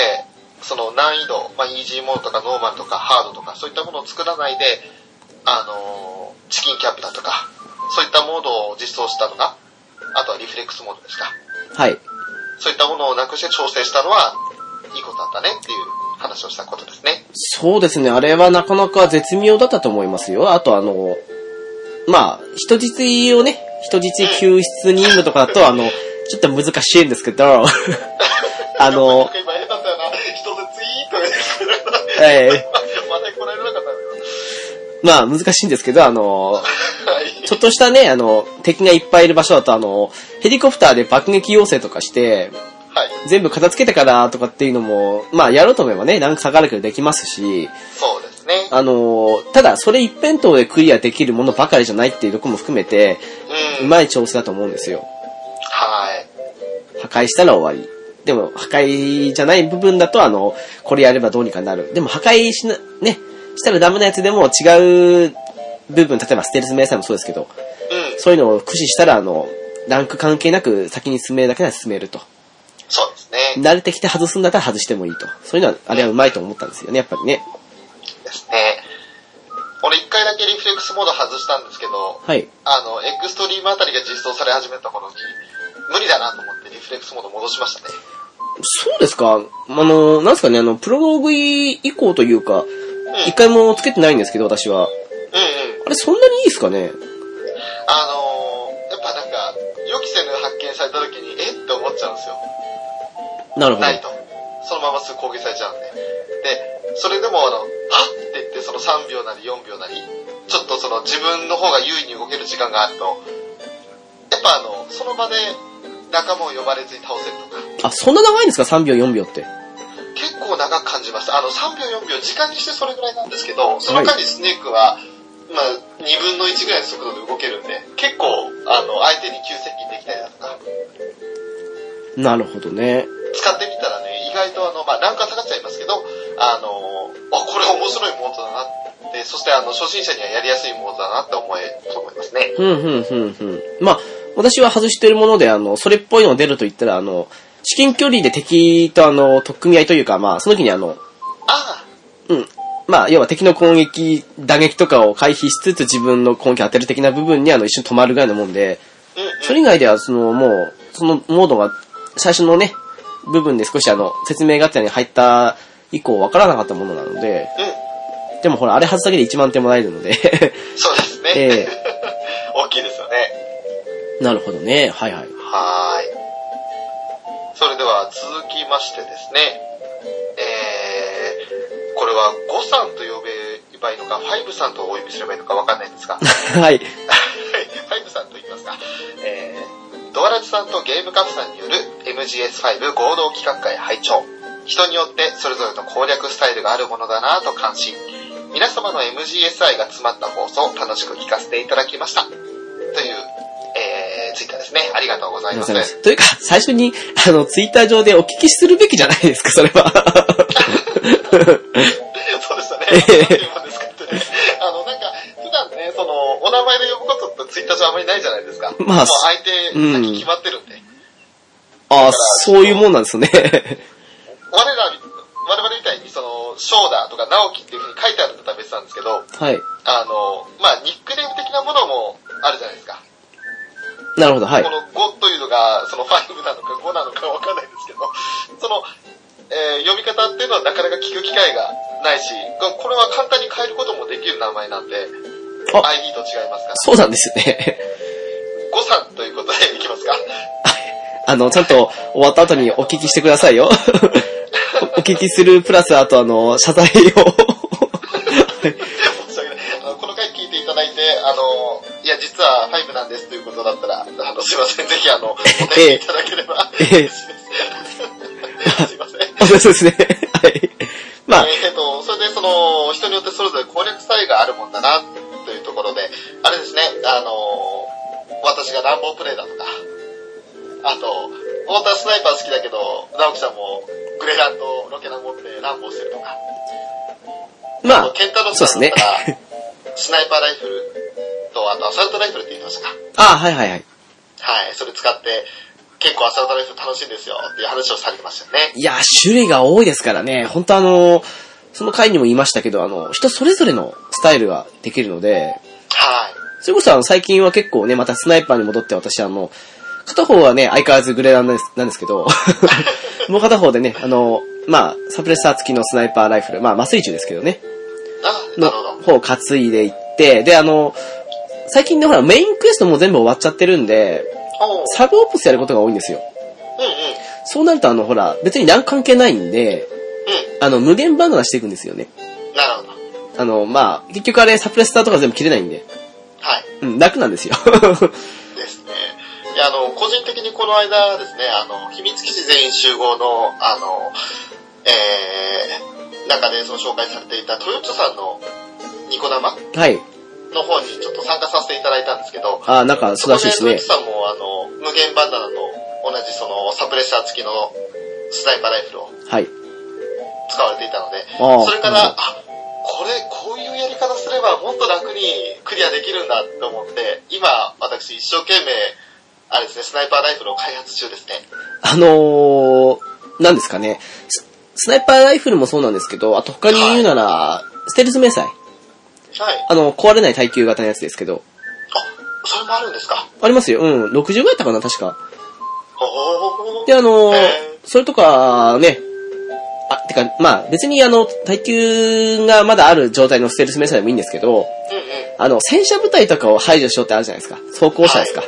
[SPEAKER 2] その難易度、まあ、イージーモードとかノーマルとかハードとか、そういったものを作らないで、あのーチキンキャップだとか、そういったモードを実装したのが、あとはリフレックスモードですか。
[SPEAKER 1] はい。
[SPEAKER 2] そういったものをなくして調整したのは、いいことだったねっていう話をしたことですね。
[SPEAKER 1] そうですね、あれはなかなか絶妙だったと思いますよ。あとあの、まあ、人質をね、人質救出任務とかだと、あの、ちょっと難しいんですけ ど、あ
[SPEAKER 2] なん
[SPEAKER 1] の
[SPEAKER 2] か、今下手だったよな。人でツイートです。
[SPEAKER 1] ええ
[SPEAKER 2] 話題来られなかったんだけ
[SPEAKER 1] まあ難しいんですけど、あの、
[SPEAKER 2] ど。はい。
[SPEAKER 1] ちょっとしたね、あの、敵がいっぱいいる場所だと、あの、ヘリコプターで爆撃要請とかして、
[SPEAKER 2] はい。
[SPEAKER 1] 全部片付けてからとかっていうのも、まあやろうと思えばね、ランク下がるけどできますし、
[SPEAKER 2] そうですね。
[SPEAKER 1] あのーただそれ一辺倒でクリアできるものばかりじゃないっていうとこも含めて、
[SPEAKER 2] う。
[SPEAKER 1] うんまい調整だと思うんですよ。
[SPEAKER 2] はい。
[SPEAKER 1] 破壊したら終わり。でも破壊じゃない部分だと、あの、これやればどうにかなる。でも破壊しな、ね、したらダメなやつでも違う部分、例えばステルス迷彩もそうですけど、
[SPEAKER 2] うん。
[SPEAKER 1] そういうのを駆使したら、あの、ランク関係なく先に進めるだけなら進めると。
[SPEAKER 2] そうですね。
[SPEAKER 1] 慣れてきて外すんだったら外してもいいと。そういうのは、あれはうまいと思ったんですよね、やっぱりね。
[SPEAKER 2] ですね。俺一回だけリフレックスモード外したんですけど、
[SPEAKER 1] はい。
[SPEAKER 2] あの、エクストリームあたりが実装され始めた頃に、無理だなと思ってリフレックスモード戻しましたね。
[SPEAKER 1] そうですか。あの、なんですかね、あの、プロローグ以降というか、
[SPEAKER 2] うん。うん
[SPEAKER 1] 一回もつけてないんですけど、私は。
[SPEAKER 2] うん。
[SPEAKER 1] あれ、そんなにいいですかね
[SPEAKER 2] あのー、やっぱなんか、予期せぬ発見された時に、えって思っちゃうんですよ。
[SPEAKER 1] なるほど。
[SPEAKER 2] ないと。そのまますぐ攻撃されちゃうんで。で、それでもあの、はっって言ってその3秒なり4秒なり、ちょっとその自分の方が優位に動ける時間があると、やっぱあの、その場で仲間を呼ばれずに倒せるとか、
[SPEAKER 1] あ、そんな長いんですか ?3 秒、4秒って。
[SPEAKER 2] 結構長く感じました。あの、3秒4秒時間にしてそれぐらいなんですけど、その間にスネークは、まあ、2分の1ぐらいの速度で動けるんで、結構、あの、相手に急接近できたりだとか、
[SPEAKER 1] なるほどね。
[SPEAKER 2] 使ってみたらね、意外とあの、まあ、ランクは下がっちゃいますけど、あの、あ、これ面白いモードだなって、そしてあの、初心者にはやりやすいモードだなって思え、と思いますね。
[SPEAKER 1] ふんふんふんふん。まあ、私は外してるもので、あの、それっぽいの出ると言ったら、あの、至近距離で敵とあの、取っ組み合いというか、まあ、その時にあの、
[SPEAKER 2] ああ、
[SPEAKER 1] うん。まあ、要は敵の攻撃、打撃とかを回避しつつ自分の攻撃を当てる的な部分にあの、一瞬止まるぐらいのもんで、
[SPEAKER 2] うん、うん。
[SPEAKER 1] それ以外では、その、もう、そのモードが、最初のね、部分で少しあの、説明がてらに入った以降、わからなかったものなので、
[SPEAKER 2] う
[SPEAKER 1] でもほら、あれ外すだけで1万点もらえる ので、
[SPEAKER 2] ん。そうですね。
[SPEAKER 1] ええ
[SPEAKER 2] 大きいですよね。
[SPEAKER 1] なるほどね。はいはい。
[SPEAKER 2] はーい。それでは続きましてですね、えー、これは5さんと呼べばいいのか、5さんとお呼びすればいいのかわかんないん ですが、
[SPEAKER 1] はい。
[SPEAKER 2] ファイブさんと言いますか、えー、ドアラジさんとゲームカフェさんによる MGS5 合同企画会拝聴人によってそれぞれの攻略スタイルがあるものだなぁと感心。皆様の MGSI が詰まった放送を楽しく聞かせていただきました。という、えー、ツイッターですね。ありがとうござ
[SPEAKER 1] あ
[SPEAKER 2] い
[SPEAKER 1] りがとうござ
[SPEAKER 2] ます。
[SPEAKER 1] います。というか、最初に、あの、ツイッター上でお聞きするべきじゃないですか、それは。
[SPEAKER 2] そうで
[SPEAKER 1] ええ
[SPEAKER 2] したね。なんて言うんですかってねあの、なんか、普段ね、その、お名前で呼ぶことってツイッター上あんまりないじゃないですか。
[SPEAKER 1] まあ
[SPEAKER 2] もう相手、
[SPEAKER 1] うん
[SPEAKER 2] 先決まってるんで。
[SPEAKER 1] ああ、そういうもんなんです ね。
[SPEAKER 2] 我ら、我々みたいにその、ショーダーとか直樹っていう風に書いてあるのとは別なんですけ
[SPEAKER 1] は
[SPEAKER 2] ど、
[SPEAKER 1] い。
[SPEAKER 2] あの、まあ、ニックネーム的なものもあるじゃないですか。
[SPEAKER 1] なるほど、はい
[SPEAKER 2] こ。の5というのが、その5なのか5なのかわかんないですけど、その、えー読み方っていうのはなかなか聞く機会がないし、これは簡単に変えることもできる名前なんで、
[SPEAKER 1] あ
[SPEAKER 2] ID と違いますから。
[SPEAKER 1] そうなんですね。
[SPEAKER 2] 5さんということでいきますか。
[SPEAKER 1] あの、ちゃんと終わった後にお聞きしてくださいよ。お聞きするプラス、あとあの、謝罪を。
[SPEAKER 2] 申し訳ない。あの、この回聞いていただいて、あの、いや、実は5なんですということだったら、あの、すいません。ぜひ、あの、お便りいただければ。
[SPEAKER 1] え え
[SPEAKER 2] すいません。
[SPEAKER 1] あそうですね。はい。まあ、
[SPEAKER 2] えっ、と、それでその、人によってそれぞれ攻略スタイルがあるもんだな、というところで、あれですね、あの、私が乱暴プレイだとか、あと、ウォータースナイパー好きだけど、直樹さんもグレランとロケラン持って乱暴してるとか、
[SPEAKER 1] ま
[SPEAKER 2] あの
[SPEAKER 1] あ、
[SPEAKER 2] ケンタロウさんだったら、スナイパーライフルと、あとアサルトライフルって言いましたか。
[SPEAKER 1] ああ、はいはいはい。
[SPEAKER 2] はい、それ使って、結構アサルトライフル楽しいんですよっていう話をされてましたよね。
[SPEAKER 1] いや、種類が多いですからね。本当あの、その回にも言いましたけど、あの、人それぞれのスタイルができるので、
[SPEAKER 2] はい。
[SPEAKER 1] それこそあの、最近は結構ね、またスナイパーに戻って私あの、片方はね、相変わらずグレーランなんですなんですけど、もう片方でね、あの、まあ、サプレッサー付きのスナイパーライフル、まあ、麻酔銃ですけどね、
[SPEAKER 2] あ、
[SPEAKER 1] の
[SPEAKER 2] なるほど。
[SPEAKER 1] 方を担いでいって、で、あの、最近ね、ほら、メインクエストも全部終わっちゃってるんで、
[SPEAKER 2] おう
[SPEAKER 1] サブオプスやることが多いんですよ。
[SPEAKER 2] うんうん。
[SPEAKER 1] そうなるとあの、ほら、別に何関係ないんで、
[SPEAKER 2] う
[SPEAKER 1] あの、無限バナナしていくんですよね。
[SPEAKER 2] ん。なるほど。
[SPEAKER 1] あの、まあ、結局あれ、サプレッサーとか全部切れないんで、
[SPEAKER 2] はい。
[SPEAKER 1] うん、楽なんですよ。
[SPEAKER 2] ですね。で、あの、個人的にこの間ですね、あの、秘密基地全員集合の、あの、えー、中でその紹介されていたトヨッチョさんのニコ生
[SPEAKER 1] はい。
[SPEAKER 2] の方にちょっと参加させていただいたんですけど、
[SPEAKER 1] あー、なんか、素
[SPEAKER 2] そ
[SPEAKER 1] 晴
[SPEAKER 2] こ
[SPEAKER 1] らしい
[SPEAKER 2] で
[SPEAKER 1] です
[SPEAKER 2] トヨッ
[SPEAKER 1] ね
[SPEAKER 2] チョ。さんもあの、無限バナナの同じそのサプレッサー付きのスナイパーライフルを
[SPEAKER 1] はい。
[SPEAKER 2] 使われていたので、
[SPEAKER 1] ああ
[SPEAKER 2] それから、
[SPEAKER 1] うん
[SPEAKER 2] あ、これ、こういうやり方すればもっと楽にクリアできるんだって思って、今、私一生懸命、あれですね、スナイパーライフルを開発中ですね。
[SPEAKER 1] あのー、なんですかね。ススナイパーライフルもそうなんですけど、あと他に言うなら、ステルス迷彩。
[SPEAKER 2] はい。
[SPEAKER 1] あの、壊れない耐久型のやつですけど。
[SPEAKER 2] あ、それもあるんですか。
[SPEAKER 1] ありますよ。うん。60ぐらいだったかな、確か。
[SPEAKER 2] おー。
[SPEAKER 1] で、あのー
[SPEAKER 2] えー
[SPEAKER 1] それとか、ね、あ、てか、まあ、別にあの、耐久がまだある状態のステルスメッサーでもいいんですけど、
[SPEAKER 2] うんうん。
[SPEAKER 1] あの、戦車部隊とかを排除しようってあるじゃないですか。装甲車ですか。
[SPEAKER 2] は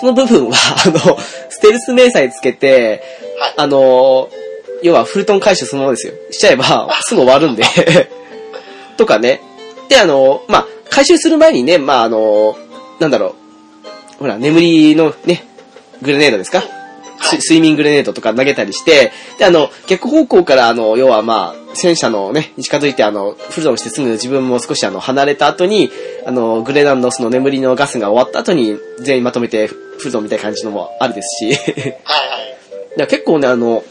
[SPEAKER 1] その部分は、あの、ステルス迷彩つけて、
[SPEAKER 2] はい。
[SPEAKER 1] あの、要はフルトン回収そのままですよ。しちゃえば、すぐ終わるんで。 とかね。で、あの、まあ、回収する前にね、まあ、あの、なんだろう。ほら、眠りのね、グレネードですかススイミンググレネードとか投げたりして、で、あの、逆方向から、あの、要はまあ、戦車のね、に近づいて、あの、フルゾンしてすぐ自分も少しあの、離れた後に、あの、グレナンのその眠りのガスが終わった後に、全員まとめて、フルゾンみたいな感じのもあるですし。
[SPEAKER 2] はいはい。
[SPEAKER 1] だから結構ね、あの、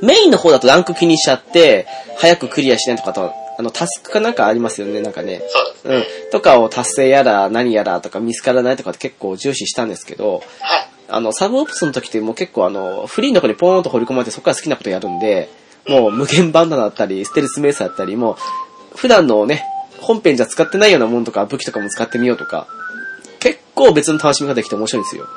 [SPEAKER 1] メインの方だとランク気にしちゃって、早くクリアしないとかと、あの、タスクかなんかありますよね、なんかね。
[SPEAKER 2] そうですね。
[SPEAKER 1] うん。とかを達成やら何やらとか見つからないとかって結構重視したんですけど、
[SPEAKER 2] はい。
[SPEAKER 1] あの、サブオプスの時ってもう結構あの、フリーの中にポーンと掘り込まれてそこから好きなことやるんで、もう無限バンダナだったり、ステルスメーサーだったり、もう、普段のね、本編じゃ使ってないようなものとか武器とかも使ってみようとか、結構別の楽しみ方できて面白いんですよ。
[SPEAKER 2] なる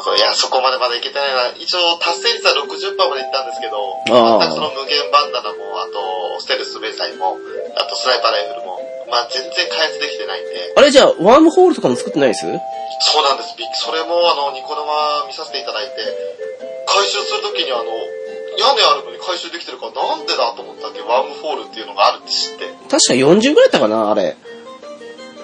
[SPEAKER 2] ほど。いや、そこまでまだいけてないな。一応、達成率は60%までいったんですけど、
[SPEAKER 1] あー
[SPEAKER 2] 全くその無限バンダナも、あと、ステルス迷彩も、あと、スナイパーライフルも、まあ、全然開発できてないんで、
[SPEAKER 1] あれじゃあ、ワームホールとかも作ってないです
[SPEAKER 2] そうなんです。びっそれも、あの、ニコ生見させていただいて、回収するときにあの、屋根あるのに回収できてるからなんでだと思ったっけワームホールっていうのがあるって知って。
[SPEAKER 1] 確か40ぐらいだったかな、あれ。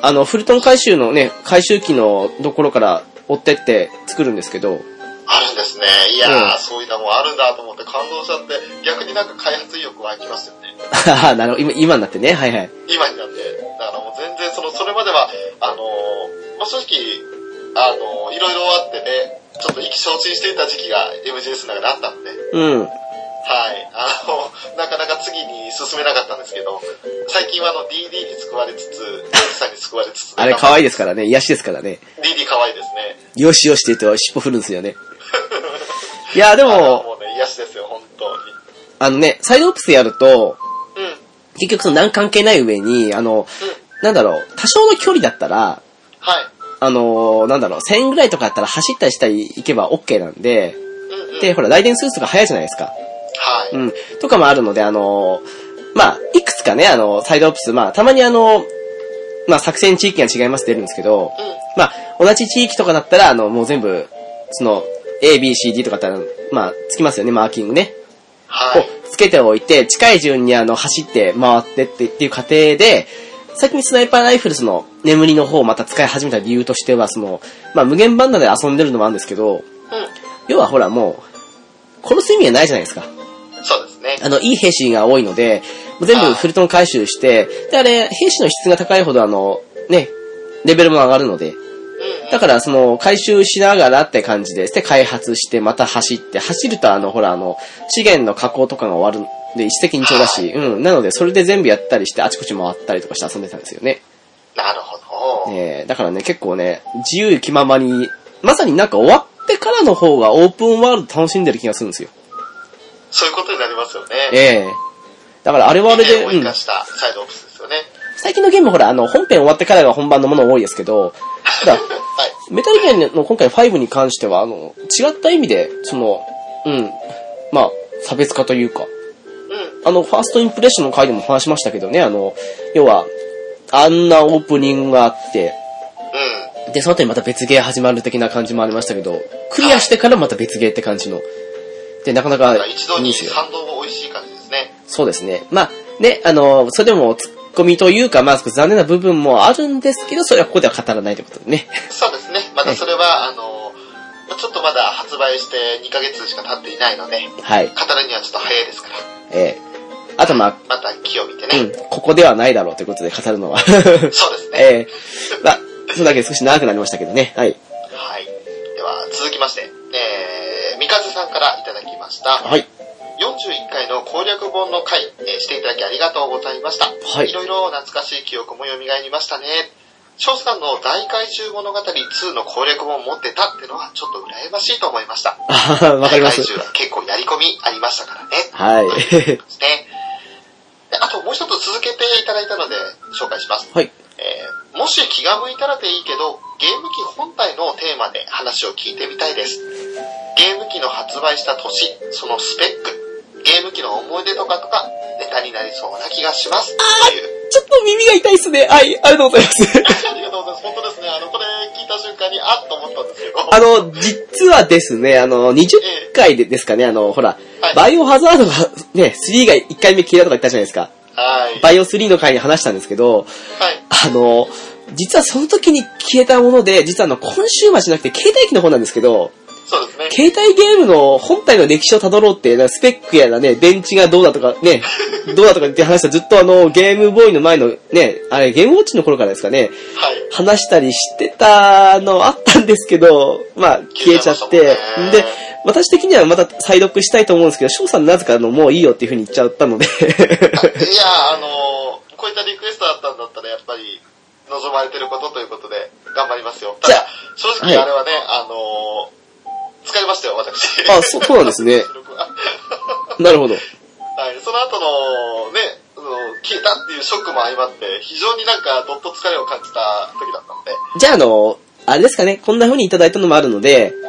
[SPEAKER 1] あの、フルトン回収のね、回収機のところから追ってって作るんですけど、
[SPEAKER 2] あるんですね。いやー、
[SPEAKER 1] うん
[SPEAKER 2] そういうのもあるんだと思って感動しちゃって、逆になんか開発意欲湧きますよね。
[SPEAKER 1] ああ、なるほど、今、今になってね、はいはい。
[SPEAKER 2] 今になって。だからもう全然その、それまでは、あのー、まあ、正直、あのー、いろいろあってね、ちょっと意気消沈していた時期が MGS の中であったんで、
[SPEAKER 1] うん。
[SPEAKER 2] はい。あの、なかなか次に進めなかったんですけど、最近はあの DD に救われつつ、ヨシさんに救われつつ、
[SPEAKER 1] あれ可愛いですからね、癒しですからね。
[SPEAKER 2] DD 可愛いですね。
[SPEAKER 1] よしよしって言うと尻尾振るんですよね。いや、で
[SPEAKER 2] あの
[SPEAKER 1] も、
[SPEAKER 2] もうね、癒しですよ、本当に。
[SPEAKER 1] あのね、サイドオプスやると、
[SPEAKER 2] うん。うん。
[SPEAKER 1] 結局その何関係ない上に、あの、なんだろう、多少の距離だったら、
[SPEAKER 2] はい。
[SPEAKER 1] あのーなんだろう、1000ぐらいとかだったら走ったりしたり行けば OK なんで、
[SPEAKER 2] うん、うん。
[SPEAKER 1] で、ほら、ライデンスーツが早いじゃないですか。
[SPEAKER 2] はい。うん。
[SPEAKER 1] うん。とかもあるので、あのーまあ、いくつかね、あのサイドオプス、まあ、たまにあのまあ、作戦地域が違いますって出るんですけど、まあ、同じ地域とかだったら、あの、もう全部、その、A, B, C, D とかだったら、まあ、つきますよね、マーキングね。
[SPEAKER 2] はい。
[SPEAKER 1] をつけておいて、近い順にあの、走って回ってってっていう過程で、先にスナイパーライフルその、眠りの方をまた使い始めた理由としては、その、まあ、無限バンダで遊んでるのもあるんですけど、要はほらもう、殺す意味はないじゃないですか。
[SPEAKER 2] うん。そうですね。
[SPEAKER 1] あの、いい兵士が多いので、もう全部フルトン回収して、で、あれ、兵士の質が高いほどあの、ね、レベルも上がるので、
[SPEAKER 2] うん。
[SPEAKER 1] だからその、回収しながらって感じで、で、開発して、また走って、走るとあの、ほらあの、資源の加工とかが終わるんで、一石二鳥だし、うん、なので、それで全部やったりして、あちこち回ったりとかして遊んでたんですよね。
[SPEAKER 2] なるほど。
[SPEAKER 1] えー、だからね、結構ね、自由気ままに、まさになんか終わってからの方がオープンワールド楽しんでる気がするんですよ。
[SPEAKER 2] そういうことになりますよね。
[SPEAKER 1] ええだからあれはあれで、
[SPEAKER 2] を
[SPEAKER 1] う
[SPEAKER 2] 生
[SPEAKER 1] ん
[SPEAKER 2] か。したサイドオプスですよね。
[SPEAKER 1] 最近のゲームほら、あの、本編終わってからが本番のもの多いですけど、ただ、
[SPEAKER 2] はい。
[SPEAKER 1] メタルギアの今回5に関しては、あの、違った意味で、その、うん、まあ、差別化というか、
[SPEAKER 2] うん。
[SPEAKER 1] あの、ファーストインプレッションの回でも話しましたけどね、あの、要は、あんなオープニングがあって、
[SPEAKER 2] うん。
[SPEAKER 1] で、その後にまた別ゲー始まる的な感じもありましたけど、クリアしてからまた別ゲーって感じの。で、なかなか
[SPEAKER 2] だから一度
[SPEAKER 1] いいん
[SPEAKER 2] に
[SPEAKER 1] ですよ。
[SPEAKER 2] 感動も美味しい感じですね。
[SPEAKER 1] そうですね。まあ、ね、あの、それでも、ツッコミというか、まあ、少し残念な部分もあるんですけど、それはここでは語らないということでね。
[SPEAKER 2] そうですね。まだそれは、あの、まあちょっとまだ発売して2ヶ月しか経っていないので、
[SPEAKER 1] はい。
[SPEAKER 2] 語るにはちょっと早いですから、
[SPEAKER 1] えー、あと、まあ、
[SPEAKER 2] また木を見て
[SPEAKER 1] うん
[SPEAKER 2] ね。、
[SPEAKER 1] ここではないだろうということで語るのは。
[SPEAKER 2] そうですね。
[SPEAKER 1] えー、まあ、それだけで少し長くなりましたけどね。はい。
[SPEAKER 2] はい。では、続きまして、えー、三風さんからいただきました。
[SPEAKER 1] はい。
[SPEAKER 2] 41回の攻略本の回、えーしていただきありがとうございました。
[SPEAKER 1] はい
[SPEAKER 2] ろいろ懐かしい記憶も蘇りましたね。翔さんの大回収物語2の攻略本を持ってたってのはちょっと羨ましいと思いました。
[SPEAKER 1] あははわかります
[SPEAKER 2] 大。回収は結構やり込みありましたからね。
[SPEAKER 1] はい。
[SPEAKER 2] ですね。であともう一つ続けていただいたので紹介します。
[SPEAKER 1] はい。
[SPEAKER 2] えーもし気が向いたらでいいけど、ゲーム機本体のテーマで話を聞いてみたいです。ゲーム機の発売した年、そのスペック、ゲーム機の思い出とかとか、ネタになりそうな気がします。という。
[SPEAKER 1] ちょっと耳が痛いっすね。はい、ありがとうございます。
[SPEAKER 2] ありがとうございます。本当ですね。あの、これ聞いた瞬間に、あっと思ったんですけど。
[SPEAKER 1] あの、実はですね、あの、20回でですかね、あの、ほら、
[SPEAKER 2] はい
[SPEAKER 1] バイオハザードがね、3が1回目消えたとか言ったじゃないですか。
[SPEAKER 2] はい。
[SPEAKER 1] バイオ3の回に話したんですけど、
[SPEAKER 2] はい。
[SPEAKER 1] あの、実はその時に消えたもので、実はあの、今週末じゃなくて携帯機の方なんですけど、
[SPEAKER 2] そうですね。
[SPEAKER 1] 携帯ゲームの本体の歴史を辿ろうって、なんかスペックやらね、電池がどうだとかね、どうだとかって話はずっとあの、ゲームボーイの前のね、あれ、ゲームウォッチの頃からですかね、
[SPEAKER 2] はい。
[SPEAKER 1] 話したりしてたのあったんですけど、まあ、消えちゃって、
[SPEAKER 2] 消え
[SPEAKER 1] で
[SPEAKER 2] ちゃいましたもんね、
[SPEAKER 1] 私的にはまた再読したいと思うんですけど、翔さんなぜかあの、もういいよっていう風に言っちゃったので、
[SPEAKER 2] いや、あのこういったリクエストだったんだったら、やっぱり、望まれてることということで、頑張りますよ。た
[SPEAKER 1] じゃ
[SPEAKER 2] だ、正直
[SPEAKER 1] はい
[SPEAKER 2] あれはね、あの疲れましたよ、私。
[SPEAKER 1] あ そうそうなんですね
[SPEAKER 2] 収録は
[SPEAKER 1] なるほど。
[SPEAKER 2] はい、その後の、ね、その消えたっていうショックも相まって、非常になんか、どっと疲れを感じた時だったので、は
[SPEAKER 1] じゃああの、あれですかね、こんな風にいただいたのもあるので、
[SPEAKER 2] い、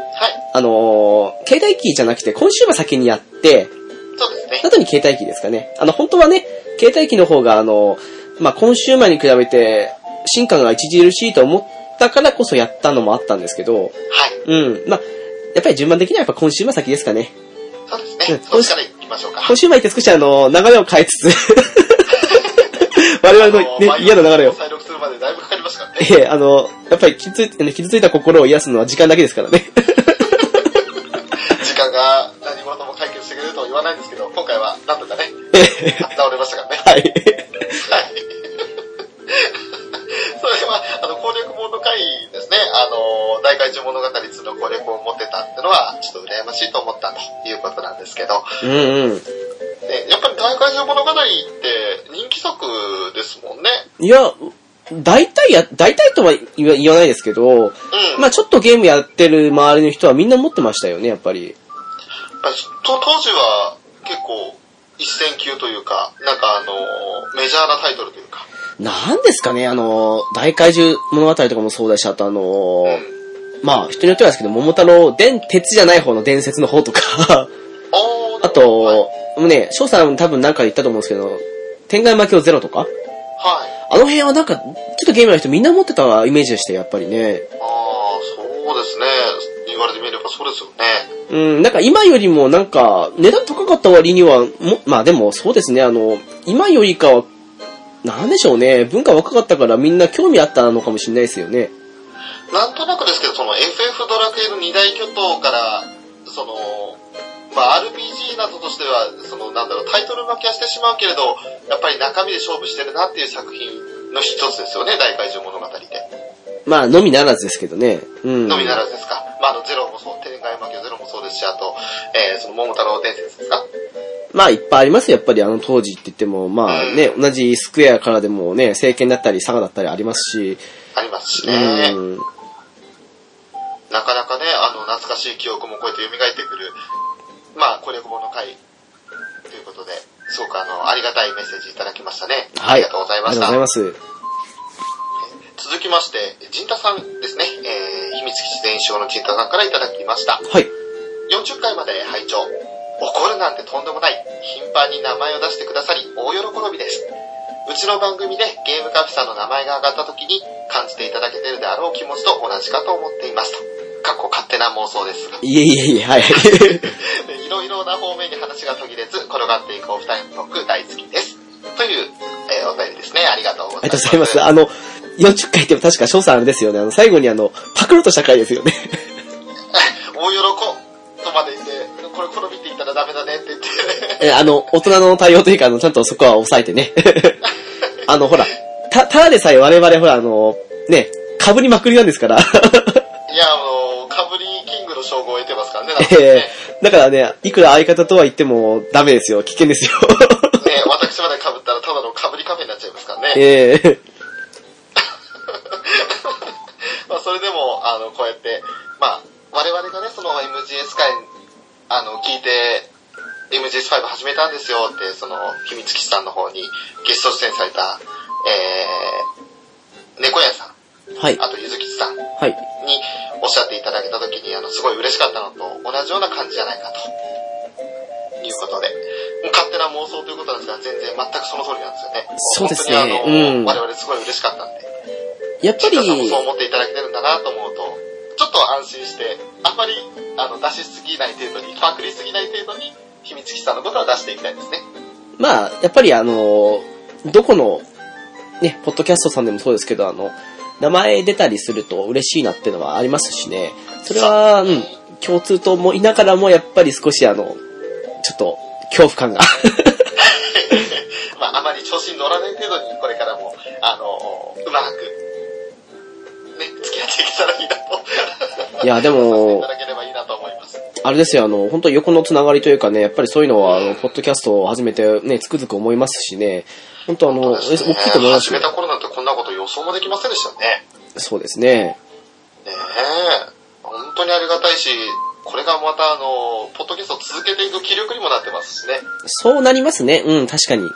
[SPEAKER 1] あの、携帯機じゃなくて、今週は先にやって、
[SPEAKER 2] そうですね。
[SPEAKER 1] 後に携帯機ですかね。あの、本当はね、携帯機の方が、あの、まあ、今週前に比べて、進化が著しいと思ったからこそやったのもあったんですけど、
[SPEAKER 2] はい、
[SPEAKER 1] うん。まあ、やっぱり順番的にはやっぱ今週末先ですかね。
[SPEAKER 2] そうで
[SPEAKER 1] う
[SPEAKER 2] すね
[SPEAKER 1] ん。
[SPEAKER 2] そっちから行きましょうか。
[SPEAKER 1] 今週末って少しあの、流れを変えつ つ、我々の、
[SPEAKER 2] あ
[SPEAKER 1] ね、嫌な流れを。
[SPEAKER 2] 再録するまでだいぶかかりましたからね。
[SPEAKER 1] ええ、あの、やっぱり傷ついてね傷ついた心を癒すのは時間だけですからね。
[SPEAKER 2] 時間が何事も解決してくれるとは言わないんですけど、今回はなんとかね、
[SPEAKER 1] ええ
[SPEAKER 2] 立ち直れましたからね。はい。
[SPEAKER 1] はい。
[SPEAKER 2] それでは、あの、攻略本の回ですね、あの、大怪獣物語2の攻略本を持ってたってのは、ちょっと羨ましいと思ったということなんですけど、
[SPEAKER 1] うんうん。
[SPEAKER 2] ね、やっぱり大怪獣物語って人気作ですもんね。
[SPEAKER 1] いや、大体や、大体とは言わ言わないですけど、
[SPEAKER 2] うん。
[SPEAKER 1] まあちょっとゲームやってる周りの人はみんな持ってましたよね、やっぱり。
[SPEAKER 2] まあと当時は結構一戦級というか、なんかあの、メジャーなタイトルというか、
[SPEAKER 1] なんですかね、あの、大怪獣物語とかもそうだし、あとあの、
[SPEAKER 2] うん。
[SPEAKER 1] まあ人によってはですけど、桃太郎、伝、鉄じゃない方の伝説の方とか、
[SPEAKER 2] おー
[SPEAKER 1] あ
[SPEAKER 2] はい
[SPEAKER 1] と、もうね、翔さんも多分なんか言ったと思うんですけど、天外魔境ゼロとか
[SPEAKER 2] はい。
[SPEAKER 1] あの辺はなんか、ちょっとゲームの人みんな持ってたイメージでしたよ、やっぱりね。
[SPEAKER 2] ああ、そうですね。言われてみればそうですよね。
[SPEAKER 1] うん、なんか今よりもなんか、値段高かった割には、もまあでもそうですね、あの、今よりかは、なんでしょうね、文化若かったからみんな興味あったのかもしれないですよね。
[SPEAKER 2] なんとなくですけど、その FF ドラクエの二大巨頭から、その、まあ RPG などとしては、その、なんだろう、タイトル負けはしてしまうけれど、やっぱり中身で勝負してるなっていう作品の一つですよね、大怪獣物語で。
[SPEAKER 1] まあ、のみならずですけどね。うん。
[SPEAKER 2] のみならずですか。まあ、あの、ゼロもそう、天外魔境ゼロもそうですし、あと、えー、その、桃太郎伝説ですか。
[SPEAKER 1] まあ、いっぱいありますよ、やっぱりあの当時って言っても、まあね、同じスクエアからでもね、政権だったり、佐賀だったりありますし、
[SPEAKER 2] ありますし
[SPEAKER 1] う
[SPEAKER 2] ね。
[SPEAKER 1] ん。
[SPEAKER 2] なかなかね、あの、懐かしい記憶もこうやって蘇ってくる、まあ、攻略本の回、ということで、すごくあの、ありがたいメッセージいただきましたね。
[SPEAKER 1] はい。
[SPEAKER 2] ありがとうございました。
[SPEAKER 1] ありがとうございます。
[SPEAKER 2] 続きまして、陣田さんですね、えー、秘密基地全焼の陣田さんからいただきまし
[SPEAKER 1] は
[SPEAKER 2] た。
[SPEAKER 1] い。
[SPEAKER 2] 40回まで拝聴怒るなんてとんでもない。頻繁に名前を出してくださり、大喜びです。うちの番組でゲームカフェさんの名前が上がった時に感じていただけてるであろう気持ちと同じかと思っていますと。かっこ勝手な妄想ですが。
[SPEAKER 1] いえいえいえ、はい。
[SPEAKER 2] いろいろな方面に話が途切れず、転がっていくお二人のトーク大好きです。という、えーお便りですね。ありがとうござ
[SPEAKER 1] あり
[SPEAKER 2] い
[SPEAKER 1] がとうご
[SPEAKER 2] ます。
[SPEAKER 1] ざいます。あの、40回って確か翔さんあれですよね。あの、最後にあの、パクロとした回ですよね。
[SPEAKER 2] 大喜とまで言って、これ転びていたらダメだねって 言って、
[SPEAKER 1] えあの、大人の対応というか、あの、ちゃんとそこは抑えてね。 あの、ほら、た、ただでさえ我々ほら、あの、ね、被りまくりなんです から。
[SPEAKER 2] いや、もう、かぶりキングの称号を得てますからね、だって
[SPEAKER 1] え
[SPEAKER 2] ね。
[SPEAKER 1] ーだからね、いくら相方とは言ってもダメですよ。危険ですよ。
[SPEAKER 2] ね私までかぶったらただのかぶりカフェになっちゃいますからね。
[SPEAKER 1] えー
[SPEAKER 2] まあ、それでも、あの、こうやって、まあ、我々がね、その MGS 会、あの、聞いて、MGS5 始めたんですよって、その、秘密基地さんの方にゲスト出演された、えー、猫屋さん
[SPEAKER 1] はい。
[SPEAKER 2] あとゆずきちさんに
[SPEAKER 1] はい。
[SPEAKER 2] おっしゃっていただけた時に、あの、すごい嬉しかったのと同じような感じじゃないかと。いうことで。勝手な妄想ということなんですが、全然全くその通りなんです
[SPEAKER 1] そ
[SPEAKER 2] よね。
[SPEAKER 1] うですね
[SPEAKER 2] 本当にあの、
[SPEAKER 1] うん
[SPEAKER 2] 我々すごい嬉しかったんで。
[SPEAKER 1] やっぱり、
[SPEAKER 2] さんもそう思っていただけてるんだなと思うと、ちょっと安心して、あんまりあの出しすぎない程度に、パクリすぎない程度に、秘密基地さんのことは出していきたいですね。
[SPEAKER 1] まあ、やっぱりあの、どこの、ね、ポッドキャストさんでもそうですけど、あの、名前出たりすると嬉しいなってのはありますしね。それは、うん、共通と思いながらも、やっぱり少しあの、ちょっと、恐怖感が。
[SPEAKER 2] まあ、あまり調子に乗らない程度に、これからも、あの、うまく、ね、付き合っていけたらいいな と、
[SPEAKER 1] いや、で
[SPEAKER 2] させてい
[SPEAKER 1] も
[SPEAKER 2] た、だければいいなと思います。
[SPEAKER 1] あれですよ、あの、本当横のつながりというかね、やっぱりそういうのは、あの、ポッドキャストを始めてね、つくづく思いますしね、本当あの、え
[SPEAKER 2] そうで
[SPEAKER 1] 大
[SPEAKER 2] すね
[SPEAKER 1] きいと思います
[SPEAKER 2] 始
[SPEAKER 1] よ
[SPEAKER 2] め。た頃なんてこんなこと予想もできませんでしたね。
[SPEAKER 1] そうですね。
[SPEAKER 2] ねえ、本当にありがたいし、これがまたあの、ポッドキャストを続けていく気力にもなってますしね。
[SPEAKER 1] そうなりますね、うん、確かに。
[SPEAKER 2] ねえ、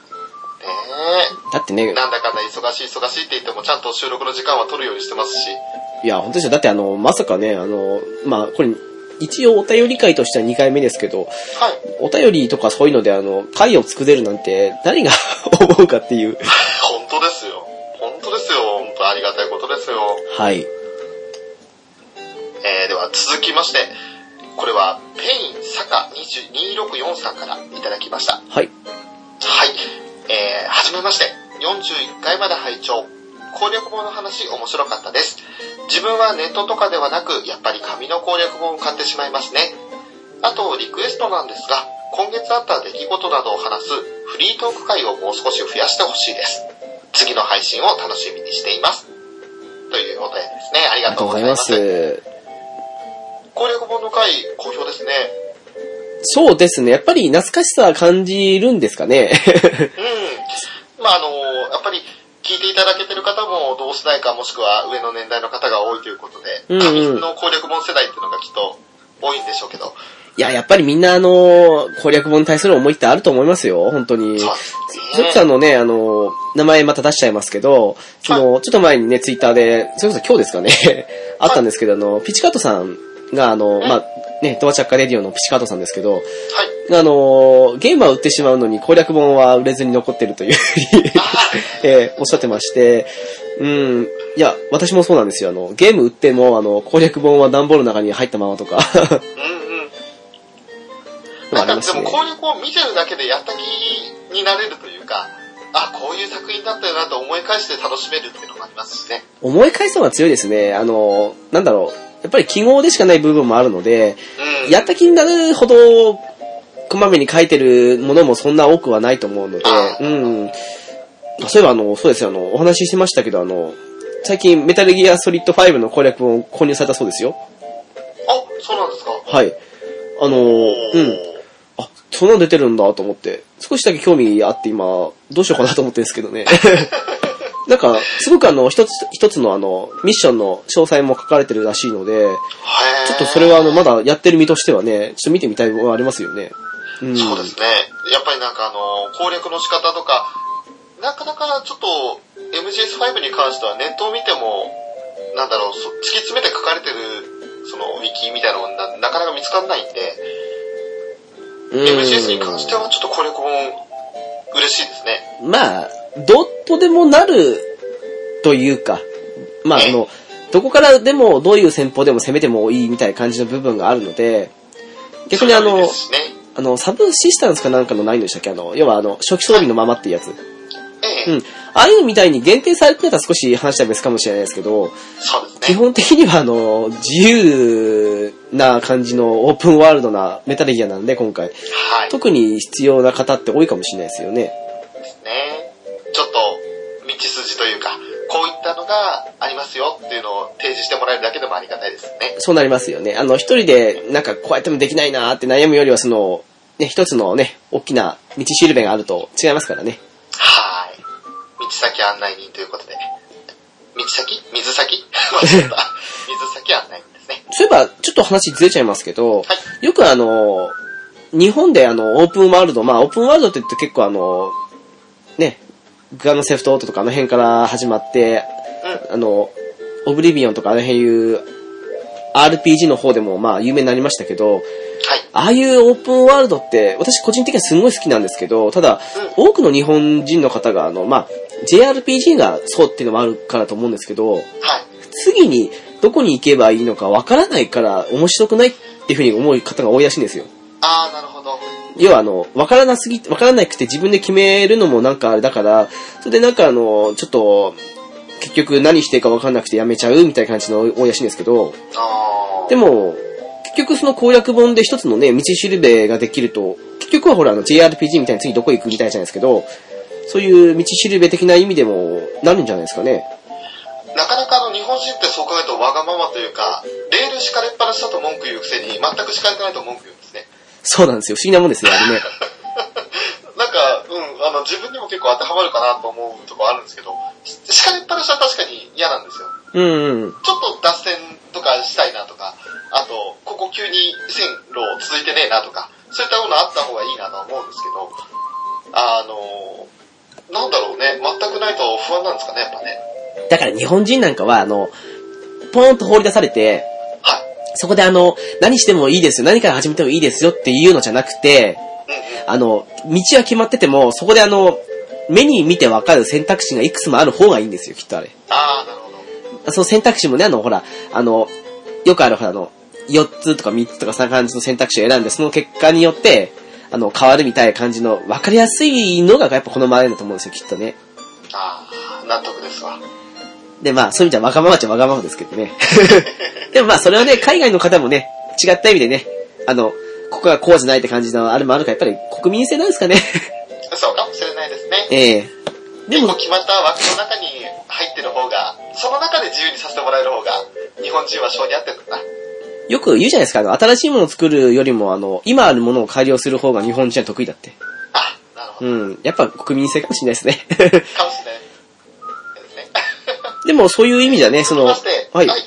[SPEAKER 1] だってね、
[SPEAKER 2] なんだかんだ忙しい忙しいって言ってもちゃんと収録の時間は取るようにしてますし、
[SPEAKER 1] いや、本当ですよ。だってあの、まさかね、あの、まあ、これ、一応お便り会としては2回目ですけど、
[SPEAKER 2] はい。
[SPEAKER 1] お便りとかそういうのであの、会を作れるなんて何が 思うかっていう。
[SPEAKER 2] 本当ですよ。本当ですよ。本当ありがたいことですよ。
[SPEAKER 1] はい。
[SPEAKER 2] えー、では続きまして、これはペインサカ264さんからいただきました。
[SPEAKER 1] はい。
[SPEAKER 2] はい。えー、はじめまして。41回まで拝聴。攻略本の話面白かったです。自分はネットとかではなく、やっぱり紙の攻略本を買ってしまいますね。あと、リクエストなんですが、今月あった出来事などを話すフリートーク会をもう少し増やしてほしいです。次の配信を楽しみにしています。というお便りですね。あり
[SPEAKER 1] あり
[SPEAKER 2] が
[SPEAKER 1] が
[SPEAKER 2] と
[SPEAKER 1] と
[SPEAKER 2] う
[SPEAKER 1] う
[SPEAKER 2] ご
[SPEAKER 1] ご
[SPEAKER 2] ざ
[SPEAKER 1] ざ
[SPEAKER 2] い
[SPEAKER 1] い
[SPEAKER 2] ま。
[SPEAKER 1] ますす。
[SPEAKER 2] 攻略本の会、好評ですね。
[SPEAKER 1] そうですね。やっぱり懐かしさは感じるんですかね。
[SPEAKER 2] うん。まあ、あの、やっぱり、聞いていただけてる方も同世代かもしくは上の年代の方が多いということで、
[SPEAKER 1] うんうん
[SPEAKER 2] 紙の攻略本世代っていうのがきっと多いんでしょうけど、
[SPEAKER 1] いや、やっぱりみんなあの、攻略本に対する思いってあると思いますよ、本当に。
[SPEAKER 2] そう
[SPEAKER 1] それ
[SPEAKER 2] で
[SPEAKER 1] こ
[SPEAKER 2] す
[SPEAKER 1] そ
[SPEAKER 2] ね。
[SPEAKER 1] あのね、あの、名前また出しちゃいますけど、その、ちょっと前にね、ツイッターで、それこそ今日ですかね、 あったんですけど、あの、ピチカートさんが、あの、
[SPEAKER 2] ん
[SPEAKER 1] まあ、ね、ドアチャッカレディオのピチカートさんですけど、
[SPEAKER 2] はい。
[SPEAKER 1] あの、ゲームは売ってしまうのに攻略本は売れずに残ってるというふ うに、えーおっしゃってまして、うん、いや、私もそうなんですよ、あの、ゲーム売っても、あの、攻略本は段ボールの中に入ったままと か、
[SPEAKER 2] うんうん。
[SPEAKER 1] のありま
[SPEAKER 2] なんか
[SPEAKER 1] す
[SPEAKER 2] で
[SPEAKER 1] ね
[SPEAKER 2] も攻略を見てるだけでやった気になれるというか、あ、こういう作品だったよなと思い返して楽しめるっていうのもありますしね。
[SPEAKER 1] 思い返すのが強いですね。あの、なんだろう。やっぱり記号でしかない部分もあるので、
[SPEAKER 2] うん。
[SPEAKER 1] やった気になるほど、こまめに書いてるものもそんな多くはないと思うので、
[SPEAKER 2] あ
[SPEAKER 1] うん。そういえば、あの、そうですよ、あの、お話ししてましたけど、あの、最近、メタルギアソリッド5の攻略本を購入されたそうですよ。
[SPEAKER 2] あ、そうなんですか。
[SPEAKER 1] はい。あの、うん。あ、そんなの出てるんだと思って、少しだけ興味あって今、どうしようかなと思ってるんですけどね。 なんか、すごくあの、一つ、一つのあの、ミッションの詳細も書かれてるらしいので、
[SPEAKER 2] へー
[SPEAKER 1] ちょっとそれはあの、まだやってる身としてはね、ちょっと見てみたいものはありますよね。うん。
[SPEAKER 2] そうですね。やっぱりなんかあの、攻略の仕方とか、なかなかちょっと MGS5 に関してはネットを見ても、なんだろう、そ突き詰めて書かれてる、その、ウィキみたいなのがななかなか見つかんないんで、
[SPEAKER 1] うん
[SPEAKER 2] MGS に関してはちょっと攻略本、嬉しいですね。
[SPEAKER 1] まあ、どうとでもなるというか、まああの、どこからでもどういう戦法でも攻めてもいいみたいな感じの部分があるので、逆にあ
[SPEAKER 2] それはいい
[SPEAKER 1] の
[SPEAKER 2] で、すしね。
[SPEAKER 1] あの、サブシスタンスかなんかのないんでしたっけあの、要はあの、初期装備のままっていうやつ。う
[SPEAKER 2] ええ、
[SPEAKER 1] ん。ああいうみたいに限定されてたら少し話は別かもしれないですけど、
[SPEAKER 2] そうです
[SPEAKER 1] 基
[SPEAKER 2] ね。
[SPEAKER 1] 本的にはあの、自由な感じのオープンワールドなメタルギアなんで今回、
[SPEAKER 2] はい。
[SPEAKER 1] 特に必要な方って多いかもしれないですよね。
[SPEAKER 2] ですね。ちょっと、道筋というか、こういったのがありますよっていうのを提示してもらえるだけでもありがたいですね。
[SPEAKER 1] そうなりますよね。あの、一人でなんかこうやってもできないなーって悩むよりはその、ね、一つのね、大きな道しるべがあると違いますからね。
[SPEAKER 2] はい。道先案内人ということで。道先水先 間違えた。水先案内人ですね。
[SPEAKER 1] そういえば、ちょっと話ずれちゃいますけど、
[SPEAKER 2] はい。
[SPEAKER 1] よくあの、日本であの、オープンワールド、まあ、オープンワールドって言って結構あの、ね、グランドセフトオートとかあの辺から始まって、
[SPEAKER 2] う
[SPEAKER 1] あの、オブリビオンとかあの辺いう RPG の方でもまあ有名になりましたけど、
[SPEAKER 2] はい。
[SPEAKER 1] ああいうオープンワールドって、私個人的にはすごい好きなんですけど、ただ、多くの日本人の方が、あの、まあ、JRPG がそうっていうのもあるからと思うんですけど、
[SPEAKER 2] はい。
[SPEAKER 1] 次にどこに行けばいいのかわからないから面白くないっていうふうに思う方が多いらしいんですよ。
[SPEAKER 2] ああ、なるほど。
[SPEAKER 1] 要はあの、わからなすぎ、わからなくて自分で決めるのもなんかあれだから、それでなんかあの、ちょっと、結局何していいかわからなくてやめちゃうみたいな感じの多いらしいんですけど、
[SPEAKER 2] ああ。
[SPEAKER 1] でも、結局その攻略本で一つのね、道しるべができると、結局はほらあの JRPG みたいに次どこ行くみたいじゃないですけど、そういう道しるべ的な意味でもなるんじゃないですかね。
[SPEAKER 2] なかなかあの日本人ってそう考えるとわがままというか、レール敷かれっぱなしだと文句言うくせに、全く敷かれてないと文句言うんですね。
[SPEAKER 1] そうなんですよ。不思議なもんですよ、あれね。
[SPEAKER 2] なんか、うん、あの、自分にも結構当てはまるかなと思うとこあるんですけど、し敷かれっぱなしは確かに嫌なんですよ。
[SPEAKER 1] うんうん。
[SPEAKER 2] ちょっと脱線とかしたいなとか、あと、ここ急に線路続いてねえなとか、そういったものあった方がいいなとは思うんですけど、あの、なんだろうね、全くないと不安なんですかね、やっぱね。
[SPEAKER 1] だから日本人なんかは、あの、ポーンと放り出されて、
[SPEAKER 2] はい。
[SPEAKER 1] そこであの、何してもいいですよ、何から始めてもいいですよっていうのじゃなくて、
[SPEAKER 2] うんうん。
[SPEAKER 1] あの、道は決まってても、そこであの、目に見てわかる選択肢がいくつもある方がいいんですよ、きっとあれ。
[SPEAKER 2] ああ、なるほど。
[SPEAKER 1] その選択肢もね、あの、ほら、あの、よくあるほら、あの、4つとか3つとかそんな感じの選択肢を選んで、その結果によって、あの、変わるみたいな感じの、わかりやすいのがやっぱこのままだと思うんですよ、きっとね。
[SPEAKER 2] ああ、納得ですわ。
[SPEAKER 1] で、まあ、そういう意味ではわがままっちゃわがままですけどね。 でもまあ、それはね、海外の方もね、違った意味でね、あの、ここがこうじゃないって感じのあれもあるから、やっぱり国民性なんですかね。
[SPEAKER 2] そうかもしれないですね。
[SPEAKER 1] ええで
[SPEAKER 2] でも
[SPEAKER 1] も、
[SPEAKER 2] 決まった枠の中に入ってる方が、その中で自由にさせてもらえる方が、日本人は性に合ってるんだな。
[SPEAKER 1] よく言うじゃないですか、あの、新しいものを作るよりも、あの、今あるものを改良する方が日本人は得意だって。
[SPEAKER 2] あ、なるほ
[SPEAKER 1] う
[SPEAKER 2] ど。
[SPEAKER 1] ん。やっぱ国民性かもしれないですね。
[SPEAKER 2] かもしれないですね。
[SPEAKER 1] でも、そういう意味じゃね、その、
[SPEAKER 2] ま
[SPEAKER 1] は
[SPEAKER 2] して、
[SPEAKER 1] い。そういう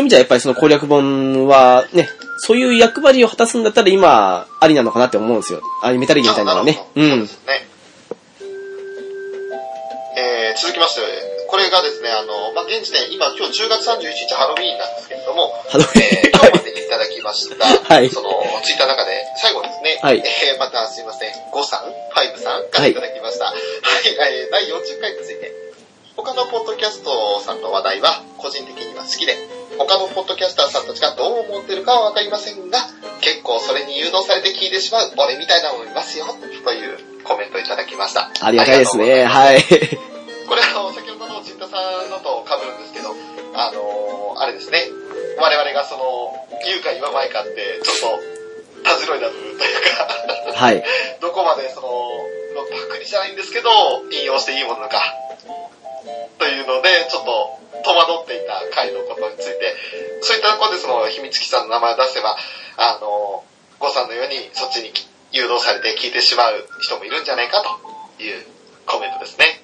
[SPEAKER 1] 意味じゃやっぱりその攻略本はね、そういう役割を果たすんだったら今、ありなのかなって思うんですよ。アニメタリーみたいなのはね
[SPEAKER 2] あ。
[SPEAKER 1] う
[SPEAKER 2] なるほど
[SPEAKER 1] ん
[SPEAKER 2] そ。うですねえー続きまして、これがですね、あの、まあ、現時点、今、今日10月31日ハロウィーンなんですけれども、
[SPEAKER 1] ハロウィーン
[SPEAKER 2] えー今日までにいただきました、
[SPEAKER 1] はい
[SPEAKER 2] その、ツイッターの中で、最後ですね、
[SPEAKER 1] はい
[SPEAKER 2] えーまたすいません、5さん、5さんからいただきました。はい、えー第40回について、他のポッドキャストさんの話題は個人的には好きで、他のポッドキャスターさんたちがどう思ってるかはわかりませんが、結構それに誘導されて聞いてしまう俺みたいなのもいますよ、というコメントをいただきました。
[SPEAKER 1] ありがたいですね。
[SPEAKER 2] あ
[SPEAKER 1] はい。
[SPEAKER 2] りがとうございます。これは先ほどの陣田さんのと被るんですけど、あのーあれですね、我々がその、言うか言わないかって、ちょっと、たじろいな部分というか、
[SPEAKER 1] はい。
[SPEAKER 2] どこまでその、のパクリじゃないんですけど、引用していいものなのか、というので、ちょっと戸惑っていた回のことについて、そういったところでその、秘密基地さんの名前を出せば、あの、ごさんのようにそっちに誘導されて聞いてしまう人もいるんじゃないかというコメントですね。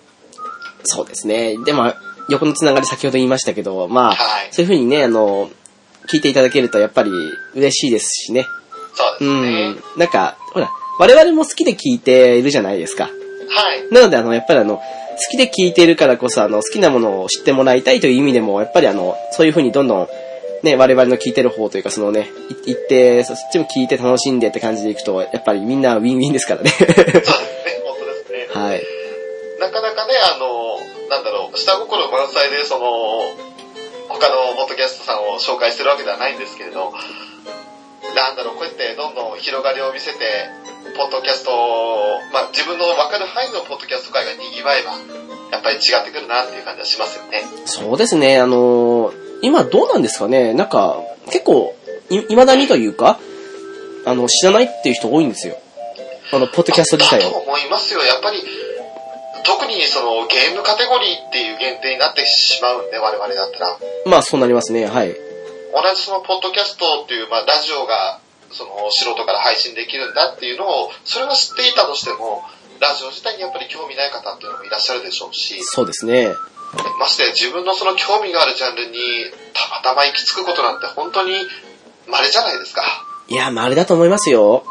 [SPEAKER 1] そうですね。でも、横のつながり先ほど言いましたけど、まあ、
[SPEAKER 2] はい。
[SPEAKER 1] そういうふうにね、あの、聞いていただけるとやっぱり嬉しいですしね。
[SPEAKER 2] そうで
[SPEAKER 1] う
[SPEAKER 2] すね
[SPEAKER 1] ん。。なんか、ほら、我々も好きで聞いているじゃないですか。
[SPEAKER 2] はい。
[SPEAKER 1] なので、あの、やっぱりあの、好きで聞いているからこそ、あの、好きなものを知ってもらいたいという意味でも、やっぱりあの、そういう風にどんどん、ね、我々の聞いてる方というか、そのね、い行って、そっちも聞いて楽しんでって感じでいくと、やっぱりみんなウィンウィンですから ね。
[SPEAKER 2] そうですね。本当ですね。
[SPEAKER 1] はい。
[SPEAKER 2] なかなかね、あの、なんだろう、下心満載で、その、他のポッドキャストさんを紹介してるわけではないんですけれど、なんだろう、こうやってどんどん広がりを見せて、ポッドキャストを、まあ、自分の分かる範囲のポッドキャスト界が賑わえば、やっぱり違ってくるなっていう感じはしますよね。
[SPEAKER 1] そうですね、あのー今どうなんですかね、なんか、結構、い、未だにというか、あの、知らないっていう人多いんですよ。あの、ポッドキャスト自体
[SPEAKER 2] だと
[SPEAKER 1] を。
[SPEAKER 2] 思いますよ。やっぱり、特にそのゲームカテゴリーっていう限定になってしまうんで、我々だったら。
[SPEAKER 1] まあ、そうなりますね、はい。
[SPEAKER 2] 同じそのポッドキャストっていう、まあ、ラジオがその素人から配信できるんだっていうのをそれは知っていたとしてもラジオ自体にやっぱり興味ない方っていうのもいらっしゃるでしょうし
[SPEAKER 1] そうですね。
[SPEAKER 2] まして自分のその興味があるジャンルにたまたま行き着くことなんて本当に稀じゃないですか
[SPEAKER 1] いや、まあ、あれだと思いますよ。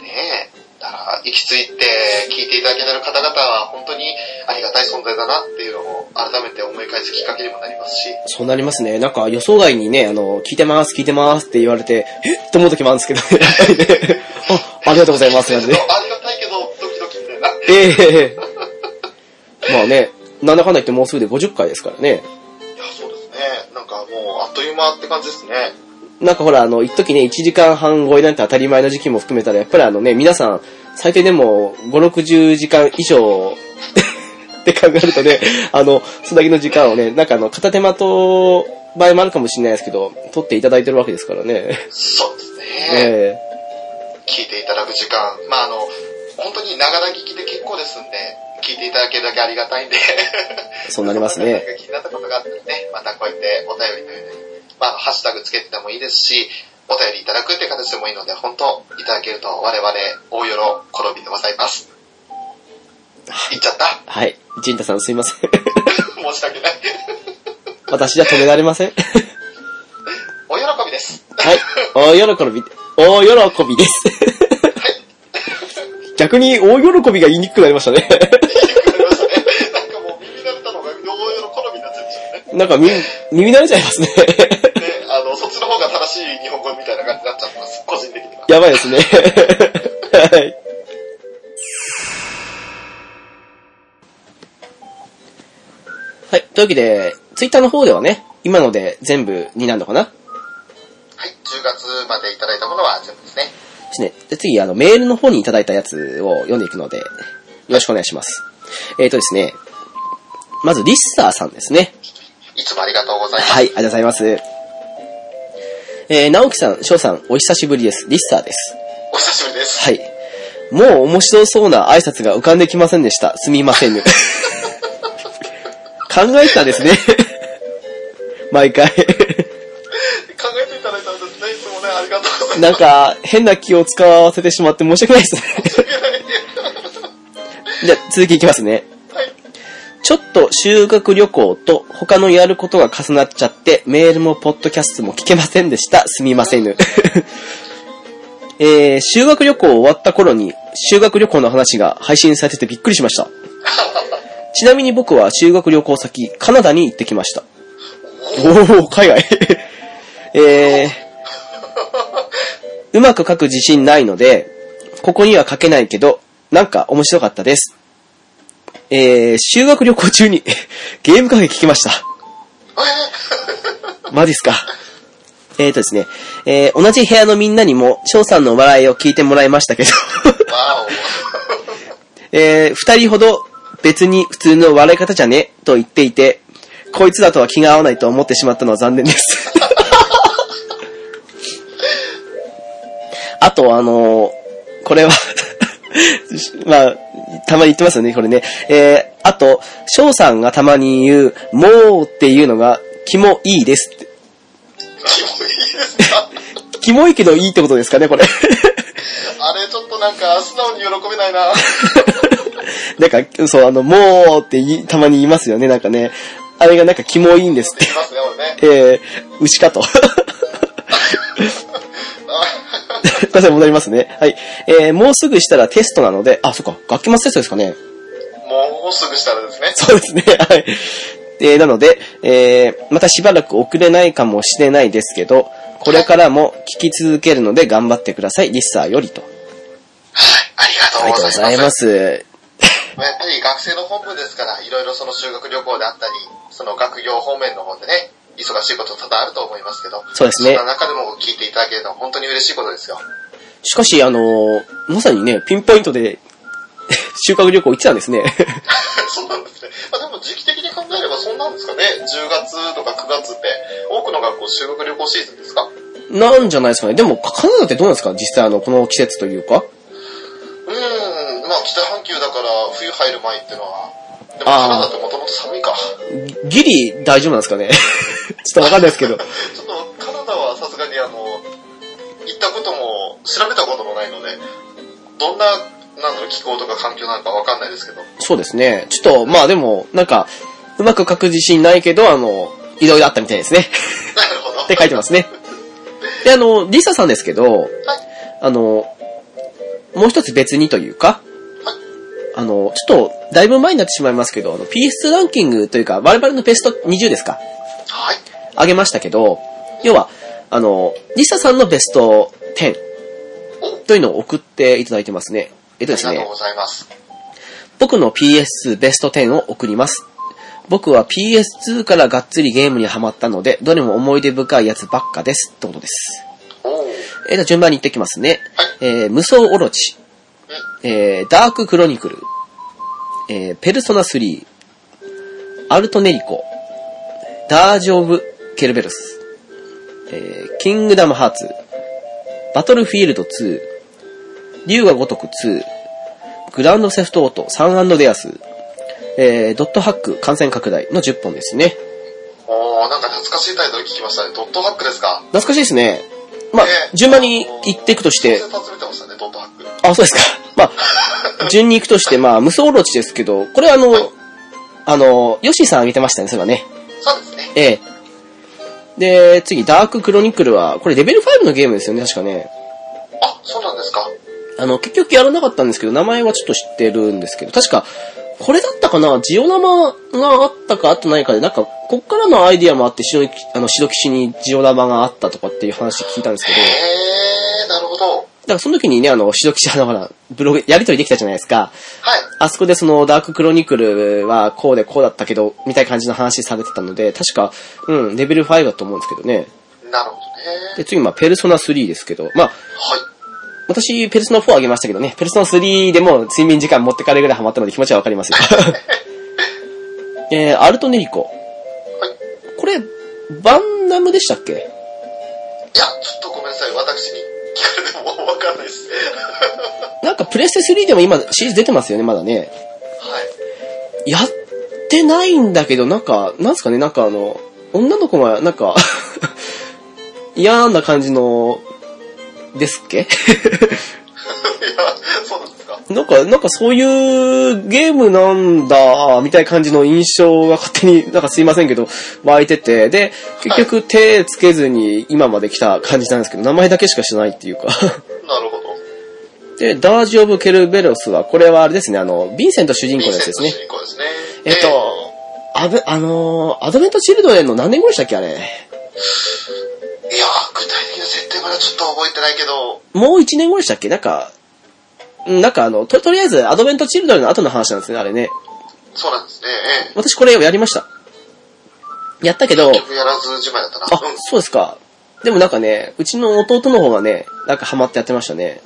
[SPEAKER 2] ねえだから行き着いて聞いていただけてる方々は本当にありがたい存在だなっていうのを改めて思い返すきっかけにもなりますし、
[SPEAKER 1] そうなりますね。なんか予想外にね、あの、聞いてます、聞いてますって言われて、えっと思う時もあるんですけど、やっぱりね、 あ、ありがとうございます、なんでね。
[SPEAKER 2] ありがたいけど、ドキドキみたいな。
[SPEAKER 1] ええまあね、なんだかんだ言ってもうすぐで50回ですからね。
[SPEAKER 2] いや、そうですね。なんかもう、あっという間って感じですね。
[SPEAKER 1] なんかほら、あの、一時ね、1時間半超えなんて当たり前の時期も含めたら、やっぱりあのね、皆さん、最低でも5、60時間以上 って考えるとね、あの、それだけの時間をね、なんかあの、片手間と、場合もあるかもしれないですけど、撮っていただいてるわけですからね。
[SPEAKER 2] そうですね。
[SPEAKER 1] え
[SPEAKER 2] 聞いていただく時間。まあ、あの、本当に長ら聞きで結構ですんで、聞いていただけるだけありがたいんで。
[SPEAKER 1] え そうなりますね。
[SPEAKER 2] 何か気に なったことがあったらね、またこうやってお便りのように、まあ、あのハッシュタグつけてでもいいですし、お便りいただくって形でもいいので、本当、いただけると我々、大喜びでございます。言っちゃった
[SPEAKER 1] はい。陣太さんすいません。
[SPEAKER 2] 申し訳ない。
[SPEAKER 1] 私じゃ止められません。
[SPEAKER 2] お喜びです。
[SPEAKER 1] はい。大喜び、大喜びです。逆に大喜びが言いにくくなりましたね。
[SPEAKER 2] なんかもう耳慣れたのが両喜びになっちゃいましたね。
[SPEAKER 1] なんか耳、耳慣れちゃいますね。
[SPEAKER 2] で、あの、そっちの方が正しい日本語みたいな感じになっちゃってます。個人的には。
[SPEAKER 1] やばいですね。 はい。はい。というわけで、ツイッターの方ではね、今ので全部になるのかな
[SPEAKER 2] はい、10月までいただいたものは全部ですね。
[SPEAKER 1] ですね。で、次、あの、メールの方にいただいたやつを読んでいくので、よろしくお願いします。えーとですね、まず、リッサーさんですね。
[SPEAKER 2] いつもありがとうございます。
[SPEAKER 1] はい、ありがとうございます。えー、直樹さん、翔さん、お久しぶりです。リッサーです。
[SPEAKER 2] お久しぶりです。
[SPEAKER 1] はい。もう面白そうな挨拶が浮かんできませんでした。すみません ぬ。考えてたんですね。毎回。
[SPEAKER 2] 考えていただいたんですね。いつもね、ありがとうございます。
[SPEAKER 1] なんか、変な気を使わせてしまって申し訳ないですね。じゃあ、続きいきますね。
[SPEAKER 2] はい。
[SPEAKER 1] ちょっと修学旅行と他のやることが重なっちゃって、メールもポッドキャストも聞けませんでした。すみませんぬ。 えー、修学旅行終わった頃に修学旅行の話が配信されててびっくりしました。ちなみに僕は修学旅行先、カナダに行ってきました。おお海外。 えー、うまく書く自信ないので、ここには書けないけど、なんか面白かったです。えー、修学旅行中に ゲームカフェ聞きました。マジっすか。えーとですね、えー、同じ部屋のみんなにも、翔さんの笑いを聞いてもらいましたけど、
[SPEAKER 2] わ
[SPEAKER 1] えー、二人ほど別に普通の笑い方じゃねと言っていて、こいつらとは気が合わないと思ってしまったのは残念です。 あと、あのーこれは、 まあ、たまに言ってますよね、これね。えー、あと、翔さんがたまに言う、もうっていうのが、気もいいですって。
[SPEAKER 2] お、気もいいですか
[SPEAKER 1] キモいけどいいってことですかね、これ。
[SPEAKER 2] あれ、ちょっとなんか、素直に喜べないな。
[SPEAKER 1] なんか、そう、あの、もうっていたまに言いますよね、なんかね。あれがなんかキモいんですって
[SPEAKER 2] い。ますね、俺
[SPEAKER 1] えー、
[SPEAKER 2] ね。
[SPEAKER 1] 牛かと。
[SPEAKER 2] あ
[SPEAKER 1] なぜ戻りますね。はい。えー、もうすぐしたらテストなので、あ、そっか、学期末テストですかね。
[SPEAKER 2] もうすぐしたらですね。
[SPEAKER 1] そうですね、 はい。えー、なので、えー、またしばらく遅れないかもしれないですけど、これからも聞き続けるので頑張ってください。リッサーよりと。
[SPEAKER 2] ありが
[SPEAKER 1] あ
[SPEAKER 2] と
[SPEAKER 1] りが
[SPEAKER 2] うご
[SPEAKER 1] とう
[SPEAKER 2] ざ
[SPEAKER 1] ご
[SPEAKER 2] い
[SPEAKER 1] ざい
[SPEAKER 2] ます。
[SPEAKER 1] ます。
[SPEAKER 2] まあやっぱり学生の本部ですから、いろいろその修学旅行であったり、その学業方面の方でね、忙しいこと多々あると思いますけど、
[SPEAKER 1] そうですね
[SPEAKER 2] そんな中でも聞いていただけるのは本当に嬉しいことですよ。
[SPEAKER 1] しかし、あのーまさにね、ピンポイントで、 修学旅行行ってたんですね。
[SPEAKER 2] そうなんですね。まあ、でも時期的に考えればそうなんですかね。10月とか9月って、多くの学校修学旅行シーズンですか
[SPEAKER 1] なんじゃないですかね。でも、カナダってどうなんですか実際、あの、この季節というか。
[SPEAKER 2] うーん、まあ北半球だから冬入る前ってのは、でも
[SPEAKER 1] あー
[SPEAKER 2] カナダってもともと寒いか。
[SPEAKER 1] ギリ大丈夫なんですかね ちょっとわかんないですけど。
[SPEAKER 2] ちょっとカナダはさすがにあの、行ったことも調べたこともないので、どんな、なんだろう、気候とか環境なのかわかんないです けど、
[SPEAKER 1] そうですね。ちょっと、まあでも、なんか、うまく書く自信ないけど、あの、いろいろあったみたいですね。
[SPEAKER 2] なるほど。
[SPEAKER 1] って書いてますね。で、あの、リサさんですけど、
[SPEAKER 2] はい。
[SPEAKER 1] あの、もう一つ別にというか、あの、ちょっと、だいぶ前になってしまいますけど、あの、PS2 ランキングというか、我々のベスト20ですか、
[SPEAKER 2] はい。
[SPEAKER 1] 上げましたけど、要は、あの、リサさんのベスト10というのを送っていただいてますね。えっとです
[SPEAKER 2] ありが
[SPEAKER 1] ね
[SPEAKER 2] とう、ございます。
[SPEAKER 1] 僕の PS ベスト10を送ります。僕は PS2 からがっつりゲームにハマったので、どれも思い出深いやつばっかです。ってことです。
[SPEAKER 2] おお。
[SPEAKER 1] えー、じゃあ順番に言ってきますね。えー、無双オロチ。えー、ダーククロニクル。えー、ペルソナ3。アルトネリコ。ダージオブ・ケルベロス。えー、キングダムハーツ。バトルフィールド2。竜が如く2。グランドセフトオート、サンアンドデアス。えー、ドットハック、感染拡大の10本ですね。
[SPEAKER 2] おおなんか懐かしいタイトル聞きましたね。ドットハックですか
[SPEAKER 1] 懐かしいですね。まあ
[SPEAKER 2] ね、
[SPEAKER 1] 順番に言っていくとして、
[SPEAKER 2] 小説集めてましたね、ドットハック。
[SPEAKER 1] あ、そうですか。まあ、順に行くとして、まあ、無双オロチですけど、これはあの、
[SPEAKER 2] はい
[SPEAKER 1] あの、ヨッシーさんあげてましたね、それはね。
[SPEAKER 2] そうですね。
[SPEAKER 1] ええ。で、次、ダーククロニクルは、これレベル5のゲームですよね、確かね。
[SPEAKER 2] あ、そうなんですか。
[SPEAKER 1] あの、結局やらなかったんですけど、名前はちょっと知ってるんですけど、確か、これだったかなジオ生があったかあってないかで、なんか、こっからのアイディアもあって、白いあの、白騎士にジオ生があったとかっていう話聞いたんですけど、だ
[SPEAKER 2] へえ、なるほど。はい。
[SPEAKER 1] からその時にね、あの、白騎士、あの、ほら、ブログ、やりとりできたじゃないですか。あそこでそのダーククロニクルはこうでこうだったけど、みたいな感じの話されてたので、確か、うん、レベル5だと思うんですけどね。
[SPEAKER 2] なるほどね。
[SPEAKER 1] で、次、まあ、ペルソナ3ですけど、まあ、
[SPEAKER 2] はい。
[SPEAKER 1] 私、ペルソナ4あげましたけどね、ペルソナ3でも睡眠時間持ってかれるぐらいハマったので気持ちはわかりますよ。えー、アルトネリコ。
[SPEAKER 2] はい。
[SPEAKER 1] これ、バンナムでしたっけ
[SPEAKER 2] いや、ちょっとごめんなさい。私に聞かれてもわかんないです。は
[SPEAKER 1] なんか、プレステ3でも今、シリーズ出てますよね、まだね。
[SPEAKER 2] い。
[SPEAKER 1] やってないんだけど、なんか、なんすかね、なんかあの、女の子が、なんか、 嫌な感じの、ですっけ
[SPEAKER 2] いや、そうなんですか。
[SPEAKER 1] なんか、なんかそういうゲームなんだ、みたいな感じの印象が勝手に、なんかすいませんけど、湧いてて、で、結局手つけずに今まで来た感じなんですけど、名前だけしか知らないっていうか。
[SPEAKER 2] なるほど。
[SPEAKER 1] で、ダージオブ・ケルベロスは、これはあれですね、あの、ヴィンセント主人公のやつですね。
[SPEAKER 2] 主人公ですね。
[SPEAKER 1] えっと
[SPEAKER 2] で
[SPEAKER 1] あぶ、あのーアドベント・チルドレンの何年後でしたっけ、あれ。
[SPEAKER 2] いや、具体的な設定まだちょっと覚えてないけど、
[SPEAKER 1] もう一年後でしたっけなんか、うんなんかあの、と、とりあえず、アドベントチルドレンの後の話なんですね、あれね。
[SPEAKER 2] そうなんですね。ええ
[SPEAKER 1] 私これをやりました。やったけど、
[SPEAKER 2] 結局やらずじまいだったな。
[SPEAKER 1] あ
[SPEAKER 2] うん。、
[SPEAKER 1] そうですか。でもなんかね、うちの弟の方がね、なんかハマってやってましたね。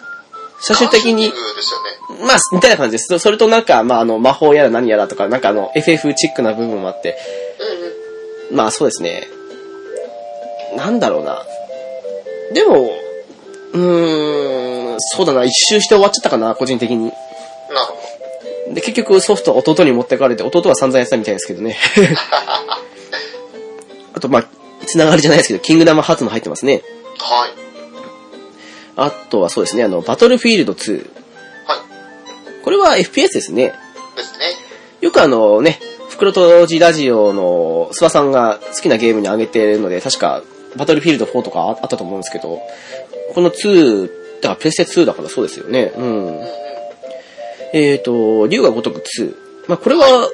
[SPEAKER 1] 最終的
[SPEAKER 2] ダンシン
[SPEAKER 1] に、
[SPEAKER 2] グですよね。
[SPEAKER 1] まあ、みたいな感じです。そそれとなんか、まあ、あの、魔法やら何やらとか、なんかあの、FF チックな部分もあって、
[SPEAKER 2] うんうん。
[SPEAKER 1] まあそうですね。なんだろうな。でも、うーん、そうだな、一周して終わっちゃったかな、個人的に。
[SPEAKER 2] なるほど。
[SPEAKER 1] で、結局ソフトは弟に持ってかれて、弟は散々やってたみたいですけどね。あと、まあ、つながりじゃないですけど、キングダムハーツも入ってますね。
[SPEAKER 2] はい。
[SPEAKER 1] あとはそうですね、あの、バトルフィールド2。
[SPEAKER 2] は
[SPEAKER 1] これは FPS ですね。
[SPEAKER 2] い。ですね。
[SPEAKER 1] よくあのね、袋とじラジオの諏訪さんが好きなゲームに挙げてるので、確かバトルフィールド4とかああったと思うんですけど、この2、だからプレステ2だからそうですよね。うん。えっ、ー、と、竜が如く2。まあ、これは、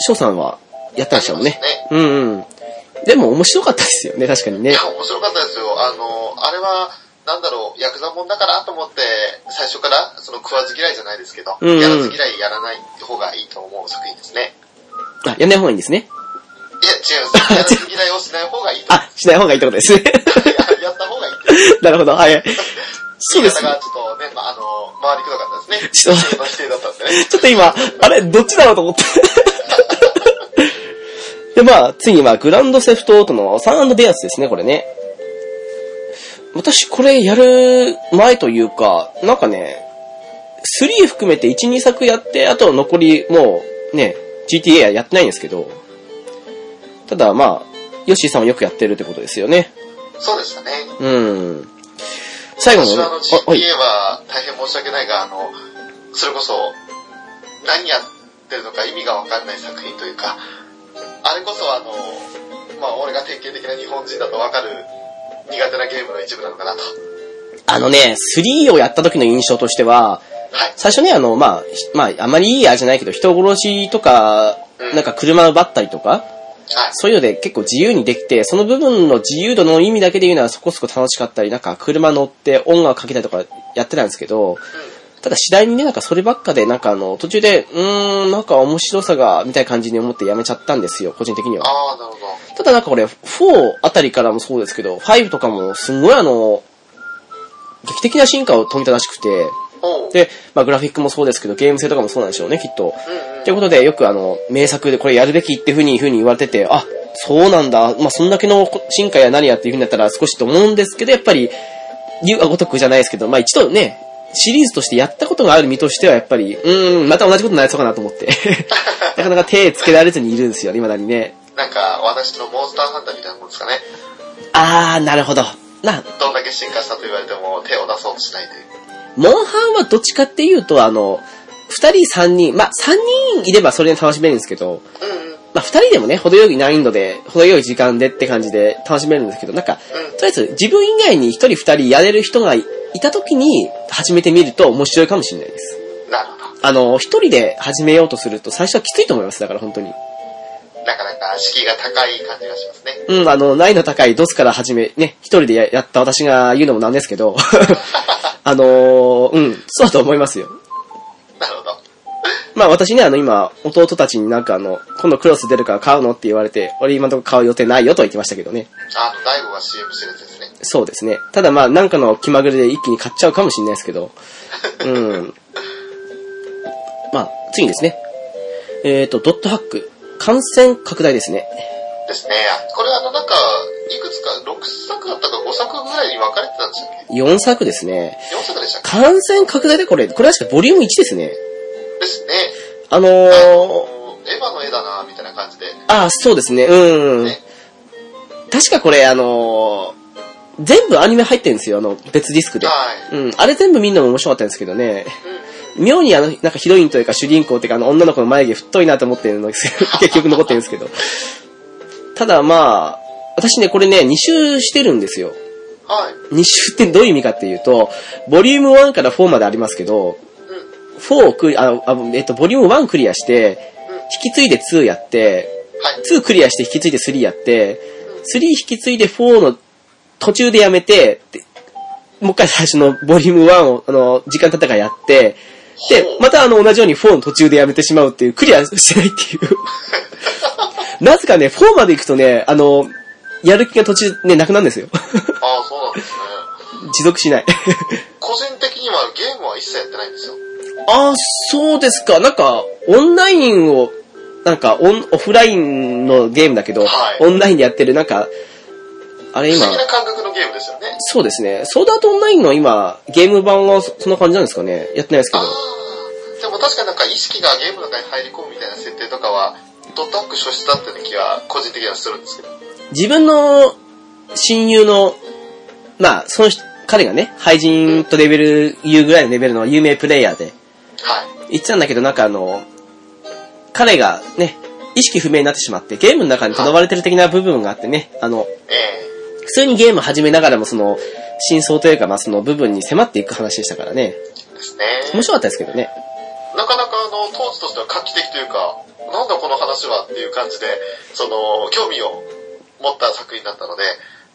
[SPEAKER 1] 翔さんはやってましたもんね
[SPEAKER 2] やって。
[SPEAKER 1] うんうん。でも面白かったですよね、確かに
[SPEAKER 2] い
[SPEAKER 1] ね
[SPEAKER 2] や。、面白かったですよ。あの、あれは、なんだろう、ヤクザもんだからと思って、最初から、その食わず嫌いじゃないですけど、
[SPEAKER 1] うんうん
[SPEAKER 2] やらず嫌いやらない方がいいと思う作品ですね。
[SPEAKER 1] あ、やんない方がいいんですね。
[SPEAKER 2] いや、違います。やらず嫌いをしない方がいいと。
[SPEAKER 1] あ、しない方がいいってことですね。
[SPEAKER 2] やった方がいいと。
[SPEAKER 1] なるほど、はい。そうです
[SPEAKER 2] 言い
[SPEAKER 1] ね
[SPEAKER 2] 方。がちょっとね、まあ、あの、回りくどかったですね。
[SPEAKER 1] ちょっと
[SPEAKER 2] ちょっと否定だったんでね。
[SPEAKER 1] ちょっと今、あれ、どっちだろうと思って。 で、まあ、次は、グランドセフトオートのサンデアスですね、これね。私、これやる前というか、なんかね、3含めて1、2作やって、あと残り、もう、ね、GTA ややってないんですけど、ただ、まあ、ヨッシーさんはよくやってるってことですよね。
[SPEAKER 2] そうでしたね。
[SPEAKER 1] うん。最後のね
[SPEAKER 2] 私はあの、
[SPEAKER 1] あはい
[SPEAKER 2] GTA は大変申し訳ないが、あの、それこそ、何やってるのか意味がわかんない作品というか、あれこそあの、まあ、俺が典型的な日本人だとわかる苦手なゲームの一部なのかなと。
[SPEAKER 1] あのね、3をやった時の印象としては、最初ね、あの、まあ、ひまあ、あまりいい味じゃないけど、人殺しとか、なんか車奪ったりとか、
[SPEAKER 2] はい。
[SPEAKER 1] そういうので結構自由にできて、その部分の自由度の意味だけで言うのはそこそこ楽しかったり、なんか車乗って音楽かけたりとかやってたんですけど、ただ次第にね、なんかそればっかで、なんかあの、途中で、うーん、なんか面白さが、みたいな感じに思ってやめちゃったんですよ、個人的には。
[SPEAKER 2] ああ、なるほど。
[SPEAKER 1] ただなんかこれ、4あたりからもそうですけど、5とかもすごいあの、劇的な進化を遂げたらしくて、
[SPEAKER 2] おう。
[SPEAKER 1] で、まあグラフィックもそうですけど、ゲーム性とかもそうなんでしょうね、きっと。
[SPEAKER 2] うんうん。
[SPEAKER 1] ということで、よくあの、名作でこれやるべきっていうふうに、ふうに言われてて、あ、そうなんだ。まあ、そんだけの進化や何やっていうふうになったら少しと思うんですけど、やっぱり、言うがごとくじゃないですけど、まあ、一度ね、シリーズとしてやったことがある身としては、やっぱり、うーん、また同じことになりそうかなと思って。 なかなか手つけられずにいるんですよ、未だにね。
[SPEAKER 2] なんか、私のモンスターハンターみたいなもんですかね。
[SPEAKER 1] あー、なるほど。な、
[SPEAKER 2] どんだけ進化したと言われても手を出そうとしないという。
[SPEAKER 1] モンハンはどっちかっていうと、あの、二人三人、まあ、三人いればそれで楽しめるんですけど、
[SPEAKER 2] うんうん。
[SPEAKER 1] まあ、二人でもね、程よい難易度で、程よい時間でって感じで楽しめるんですけど、なんか、とりあえず自分以外に一人二人やれる人がいた時に始めてみると面白いかもしれないです。
[SPEAKER 2] うん。なるほ
[SPEAKER 1] あの、一人で始めようとすると最初はきついと思います、だから本当に。
[SPEAKER 2] ど。なかなか敷居が高い感じがしますね。
[SPEAKER 1] うん、あの、難易度高いドスから始め、ね、一人でややった私が言うのもなんですけど、 あのーうん、そうだと思いますよ。
[SPEAKER 2] なるほど。
[SPEAKER 1] まあ私ね、あの今、弟たちになんかあの、今度クロス出るから買うのって言われて、俺今のとこ買う予定ないよとは言ってましたけどね。
[SPEAKER 2] あと、大悟が CM してるやつですね。
[SPEAKER 1] そうですね。ただまあ、なんかの気まぐれで一気に買っちゃうかもしれないですけど。うん。まあ、次ですね。えっ、ー、と、ドットハック。感染拡大ですね。
[SPEAKER 2] ですね。これあの、なんか、いくつか、6作だったか5作ぐらいに分かれてたんですよね。
[SPEAKER 1] 4作ですね。
[SPEAKER 2] 4作でしたっけ
[SPEAKER 1] 感染拡大でこれ、これ確かボリューム1ですね。
[SPEAKER 2] ですね。
[SPEAKER 1] あの
[SPEAKER 2] あ
[SPEAKER 1] ー、
[SPEAKER 2] の、エヴァの絵だな、みたいな感じで。
[SPEAKER 1] ああ、そうですね。うん。
[SPEAKER 2] ね。
[SPEAKER 1] 確かこれ、あのー、全部アニメ入ってるんですよ、あの、別ディスクで。
[SPEAKER 2] はい。
[SPEAKER 1] うん、あれ全部みんなも面白かったんですけどね。妙にあの、なんかヒロインというか主人公というかあの女の子の眉毛太いな と思ってるのですけど結局残ってるんですけど。ただまあ、私ね、これね、2周してるんですよ。
[SPEAKER 2] はい。
[SPEAKER 1] 2周ってどういう意味かっていうと、ボリューム1から4までありますけど、
[SPEAKER 2] うん。
[SPEAKER 1] 4をクリあ、あえっと、ボリューム1クリアして、引き継いで2やって、
[SPEAKER 2] はい。
[SPEAKER 1] 2クリアして引き継いで3やって、3引き継いで4の途中でやめて、でもう一回最初のボリューム1を、あの、時間経ったからやって、で
[SPEAKER 2] ほう、
[SPEAKER 1] またあの、同じように4の途中でやめてしまうっていう、クリアしてないっていう。 なぜかね、4まで行くとね、あの、やる気が途中ね、なくなるんですよ。
[SPEAKER 2] ああ、そうなんですね。
[SPEAKER 1] 持続しない。
[SPEAKER 2] 個人的にはゲームは一切やってないんですよ。
[SPEAKER 1] ああ、そうですか。なんか、オンラインを、なんかオン、オフラインのゲームだけど、
[SPEAKER 2] はい
[SPEAKER 1] オンラインでやってる、なんか、あれ
[SPEAKER 2] 不
[SPEAKER 1] 今
[SPEAKER 2] 思議、な感覚のゲームですよね。
[SPEAKER 1] そうですね。ソードアートオンラインの今、ゲーム版はそそんな感じなんですかね。やってないですけ
[SPEAKER 2] あ
[SPEAKER 1] ど。
[SPEAKER 2] あ。でも確かになんか意識がゲームの中に入り込むみたいな設定とかは、ドットアック初出だったような気は個人的にはするんですけど。はい。
[SPEAKER 1] 自分の親友の、まあ、その人彼がね、廃人とレベル、言うぐらいのレベルの有名プレイヤーで、言ってたんだけど、なんかあの、彼がね、意識不明になってしまって、ゲームの中にとどまれてる的な部分があってね、あの、
[SPEAKER 2] ええ
[SPEAKER 1] 普通にゲーム始めながらもその、真相というか、まあその部分に迫っていく話でしたからね。
[SPEAKER 2] ですね。
[SPEAKER 1] 面白かったですけどね。
[SPEAKER 2] なかなかあの、当時としては画期的というか、なんだこの話はっていう感じで、その、興味を持った作品だったので、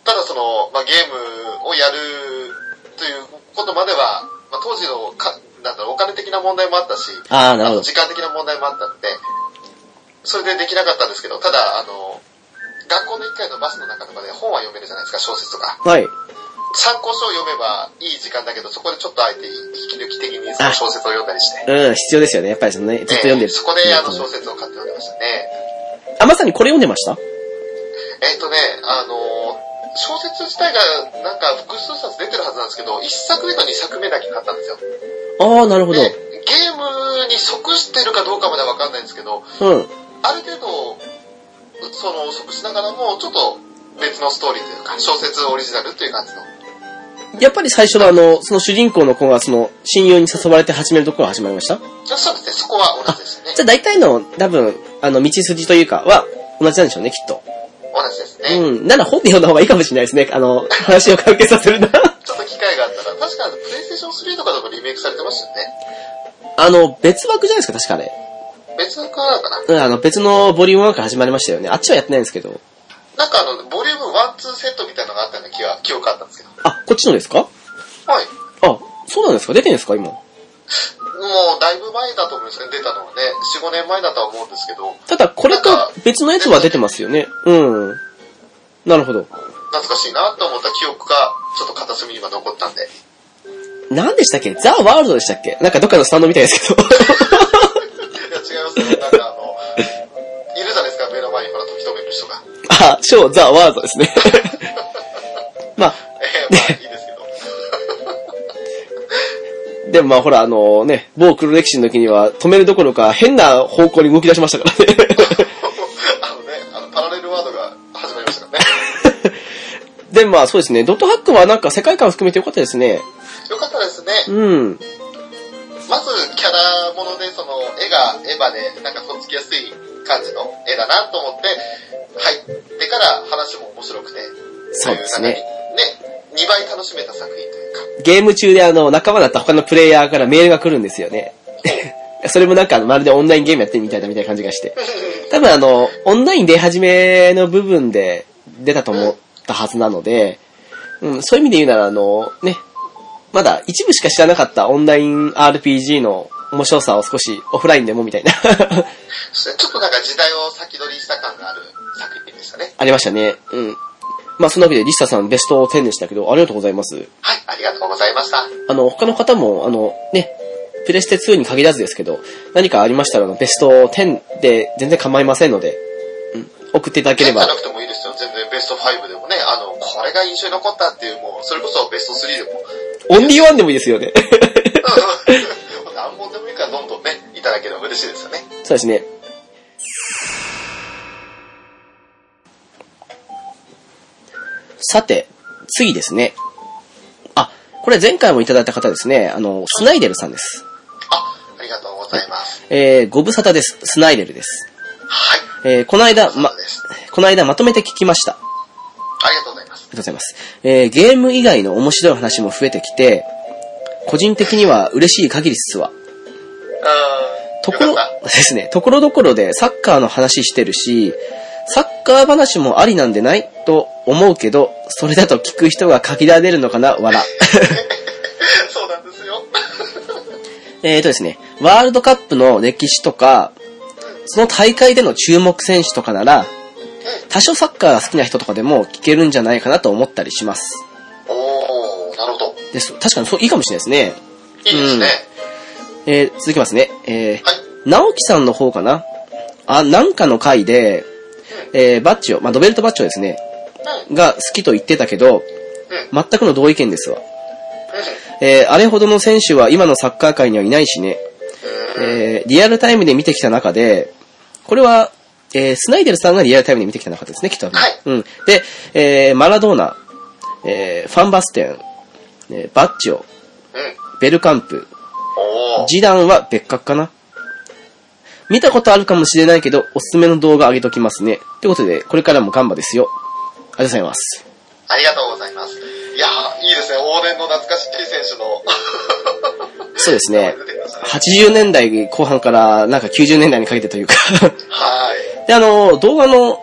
[SPEAKER 2] ただその、まあ、ゲームをやるということまでは、まあ、当時のか、なんだろう、お金的な問題もあったし、
[SPEAKER 1] ああ、なるほど。
[SPEAKER 2] 時間的な問題もあったので、それでできなかったんですけど、ただ、あの、学校の一回のバスの中とかで本は読めるじゃないですか、小説とか。
[SPEAKER 1] はい。
[SPEAKER 2] 参考書を読めばいい時間だけど、そこでちょっとあえて引き抜き的にその小説を読んだりして。
[SPEAKER 1] うん、必要ですよね。やっぱりそのね、ずっと読んで
[SPEAKER 2] え
[SPEAKER 1] る。
[SPEAKER 2] ーそこであの小説を買って読んでましたね。
[SPEAKER 1] あ、まさにこれ読んでました
[SPEAKER 2] えっ、とね、あのー小説自体がなんか複数冊出てるはずなんですけど、1作目と2作目だけ買ったんですよ。で、
[SPEAKER 1] ああ、なるほ
[SPEAKER 2] ゲ
[SPEAKER 1] ど。
[SPEAKER 2] ームに即してるかどうかまではわかんないんですけ
[SPEAKER 1] う
[SPEAKER 2] ど、
[SPEAKER 1] ん。
[SPEAKER 2] ある程度、その、即しながらも、ちょっと別のストーリーというか、小説オリジナルという感じの。
[SPEAKER 1] やっぱり最初はあの、その主人公の子がその、親友に誘われて始めるところが始まりましたじ
[SPEAKER 2] そうですね、そこは同じでしたね
[SPEAKER 1] ゃ。あ大体の、多分、あの、道筋というかは、同じなんでしょうね、きっと。
[SPEAKER 2] 同じです ね。
[SPEAKER 1] うん。なら本で読んだ方がいいかもしれないですね。あの、話を関係させるな。
[SPEAKER 2] ちょっときっ会があったら、確かプレイステーション3とかでもリメイクされてましたよね。
[SPEAKER 1] あの、別枠じゃないですか、確かあれ。
[SPEAKER 2] 別のなのかな
[SPEAKER 1] うん、あの、別のボリューム1から始まりましたよね。あっちはやってないんですけど。
[SPEAKER 2] なんかあの、ボリューム1、2セットみたいなのがあったような気は、記憶あったんですけど。
[SPEAKER 1] あ、こっちのですか
[SPEAKER 2] はい。
[SPEAKER 1] あ、そうなんですか出てんですか今。
[SPEAKER 2] もうだいぶ前だと思うんですね、出たのはね。4、5年前だとは思うんですけど、
[SPEAKER 1] ただ、これと別のやつは出てますよね。うん。なるほど。
[SPEAKER 2] 懐かしいなと思った記憶が、ちょっと片隅に今残ったんで。
[SPEAKER 1] 何でしたっけザ・ワールドでしたっけなんかどっかのスタンドみたいですけど。
[SPEAKER 2] いや、違いますよ。なんかあの、 いるじゃないですか、目の前にほら、時止める人 が。
[SPEAKER 1] あ、ショー・ザ・ワールドですね。 まあ、
[SPEAKER 2] えー、まあいいですけど。
[SPEAKER 1] でもまあほら、あのね、某黒歴史の時には止めるどころか変な方向に動き出しましたからね。
[SPEAKER 2] あのね、あの、パラレルワードが始まりましたからね。
[SPEAKER 1] で、まあそうですね、ドットハックはなんか世界観含めてよかったですね。
[SPEAKER 2] よかったですね。
[SPEAKER 1] うん。
[SPEAKER 2] まず、キャラもので、その、絵が、エヴァで、なんか、とっつきやすい感じの絵だなと思って、入ってから話も面白くて。
[SPEAKER 1] そうですね
[SPEAKER 2] という中にね、2倍楽しめた作品というか。
[SPEAKER 1] ゲーム中であの、仲間だった他のプレイヤーからメールが来るんですよね。 それもなんかまるでオンラインゲームやってるみたいだみたいな感じがして。多分あの、オンライン出始めの部分で出たと思ったはずなので、うん、そういう意味で言うならあの、ね、まだ一部しか知らなかったオンライン RPG の面白さを少しオフラインでもみたいな、
[SPEAKER 2] そしてちょっとなんか時代を先取りした感がある作品でしたね。
[SPEAKER 1] ありましたね。うん。まあそんなわけでリスタさんベスト10でしたけど、ありがとうございます。
[SPEAKER 2] はい、ありがとうございました。
[SPEAKER 1] あの、他の方も、あの、ね、プレステ2に限らずですけど、何かありましたら、あの、ベスト10で全然構いませんので、うん、送っていただければ
[SPEAKER 2] じゃな、くてもいいですよ。全然ベスト5でもね、あの、これが印象に残ったっていう、もう、それこそベスト3でも、
[SPEAKER 1] オ ンリーワンでもいいですよね。
[SPEAKER 2] うん何本でもいいからどんどんね、いただければ嬉しいですよね。
[SPEAKER 1] そうですね。さて、次ですね。あ、これ前回もいただいた方ですね。あの、スナイデルさんです。
[SPEAKER 2] あ、ありがとうございます。
[SPEAKER 1] えー、ご無沙汰です。スナイデルです。
[SPEAKER 2] はい。
[SPEAKER 1] えー、この間、ま
[SPEAKER 2] そうです、
[SPEAKER 1] この間まとめて聞きました。
[SPEAKER 2] ありがとうございます
[SPEAKER 1] ありがとう。ございます。えー、ゲーム以外の面白い話も増えてきて、個人的には嬉しい限りっすわ。と
[SPEAKER 2] う
[SPEAKER 1] こ
[SPEAKER 2] ん。
[SPEAKER 1] ろ
[SPEAKER 2] よかっ、
[SPEAKER 1] ですね、ところどころでサッカーの話してるし、サッカー話もありなんでないと思うけど、それだと聞く人が限られるのかな笑。
[SPEAKER 2] た。 そうなんですよ。
[SPEAKER 1] えーとですね、ワールドカップの歴史とか、その大会での注目選手とかなら、多少サッカーが好きな人とかでも聞けるんじゃないかなと思ったりします。
[SPEAKER 2] おー、なるほど。
[SPEAKER 1] です。確かにそう、いいかもしれないですね。
[SPEAKER 2] いいですね。
[SPEAKER 1] えー続きますね。え
[SPEAKER 2] はい。
[SPEAKER 1] ー、直樹さんの方かなあ、なんかの回で、えー、バッチョ、まあ、ドベルトバッチョですね、
[SPEAKER 2] う
[SPEAKER 1] が好きと言ってたけど、
[SPEAKER 2] うん。
[SPEAKER 1] 全くの同意見ですわ。
[SPEAKER 2] う
[SPEAKER 1] えー、あれほどの選手は今のサッカー界にはいないしね、
[SPEAKER 2] ん。うん。
[SPEAKER 1] えー、リアルタイムで見てきた中で、これは、えー、スナイデルさんがリアルタイムで見てきた中ですね、きっと。
[SPEAKER 2] はい
[SPEAKER 1] うん。で、えー、マラドーナ、えー、ファンバステン、えーバッチョ、
[SPEAKER 2] うん。
[SPEAKER 1] ベルカンプ、
[SPEAKER 2] おー。
[SPEAKER 1] 示談は別格かな。見たことあるかもしれないけど、おすすめの動画上げときますね。ということで、これからもガンバですよ。ありがとうございます。
[SPEAKER 2] ありがとうございます。いやー、いいですね。往年の懐かしい選手の。
[SPEAKER 1] そうですね
[SPEAKER 2] 出てきましたね。
[SPEAKER 1] 80年代後半から、なんか90年代にかけてというか。
[SPEAKER 2] はい。
[SPEAKER 1] で、あの、動画の、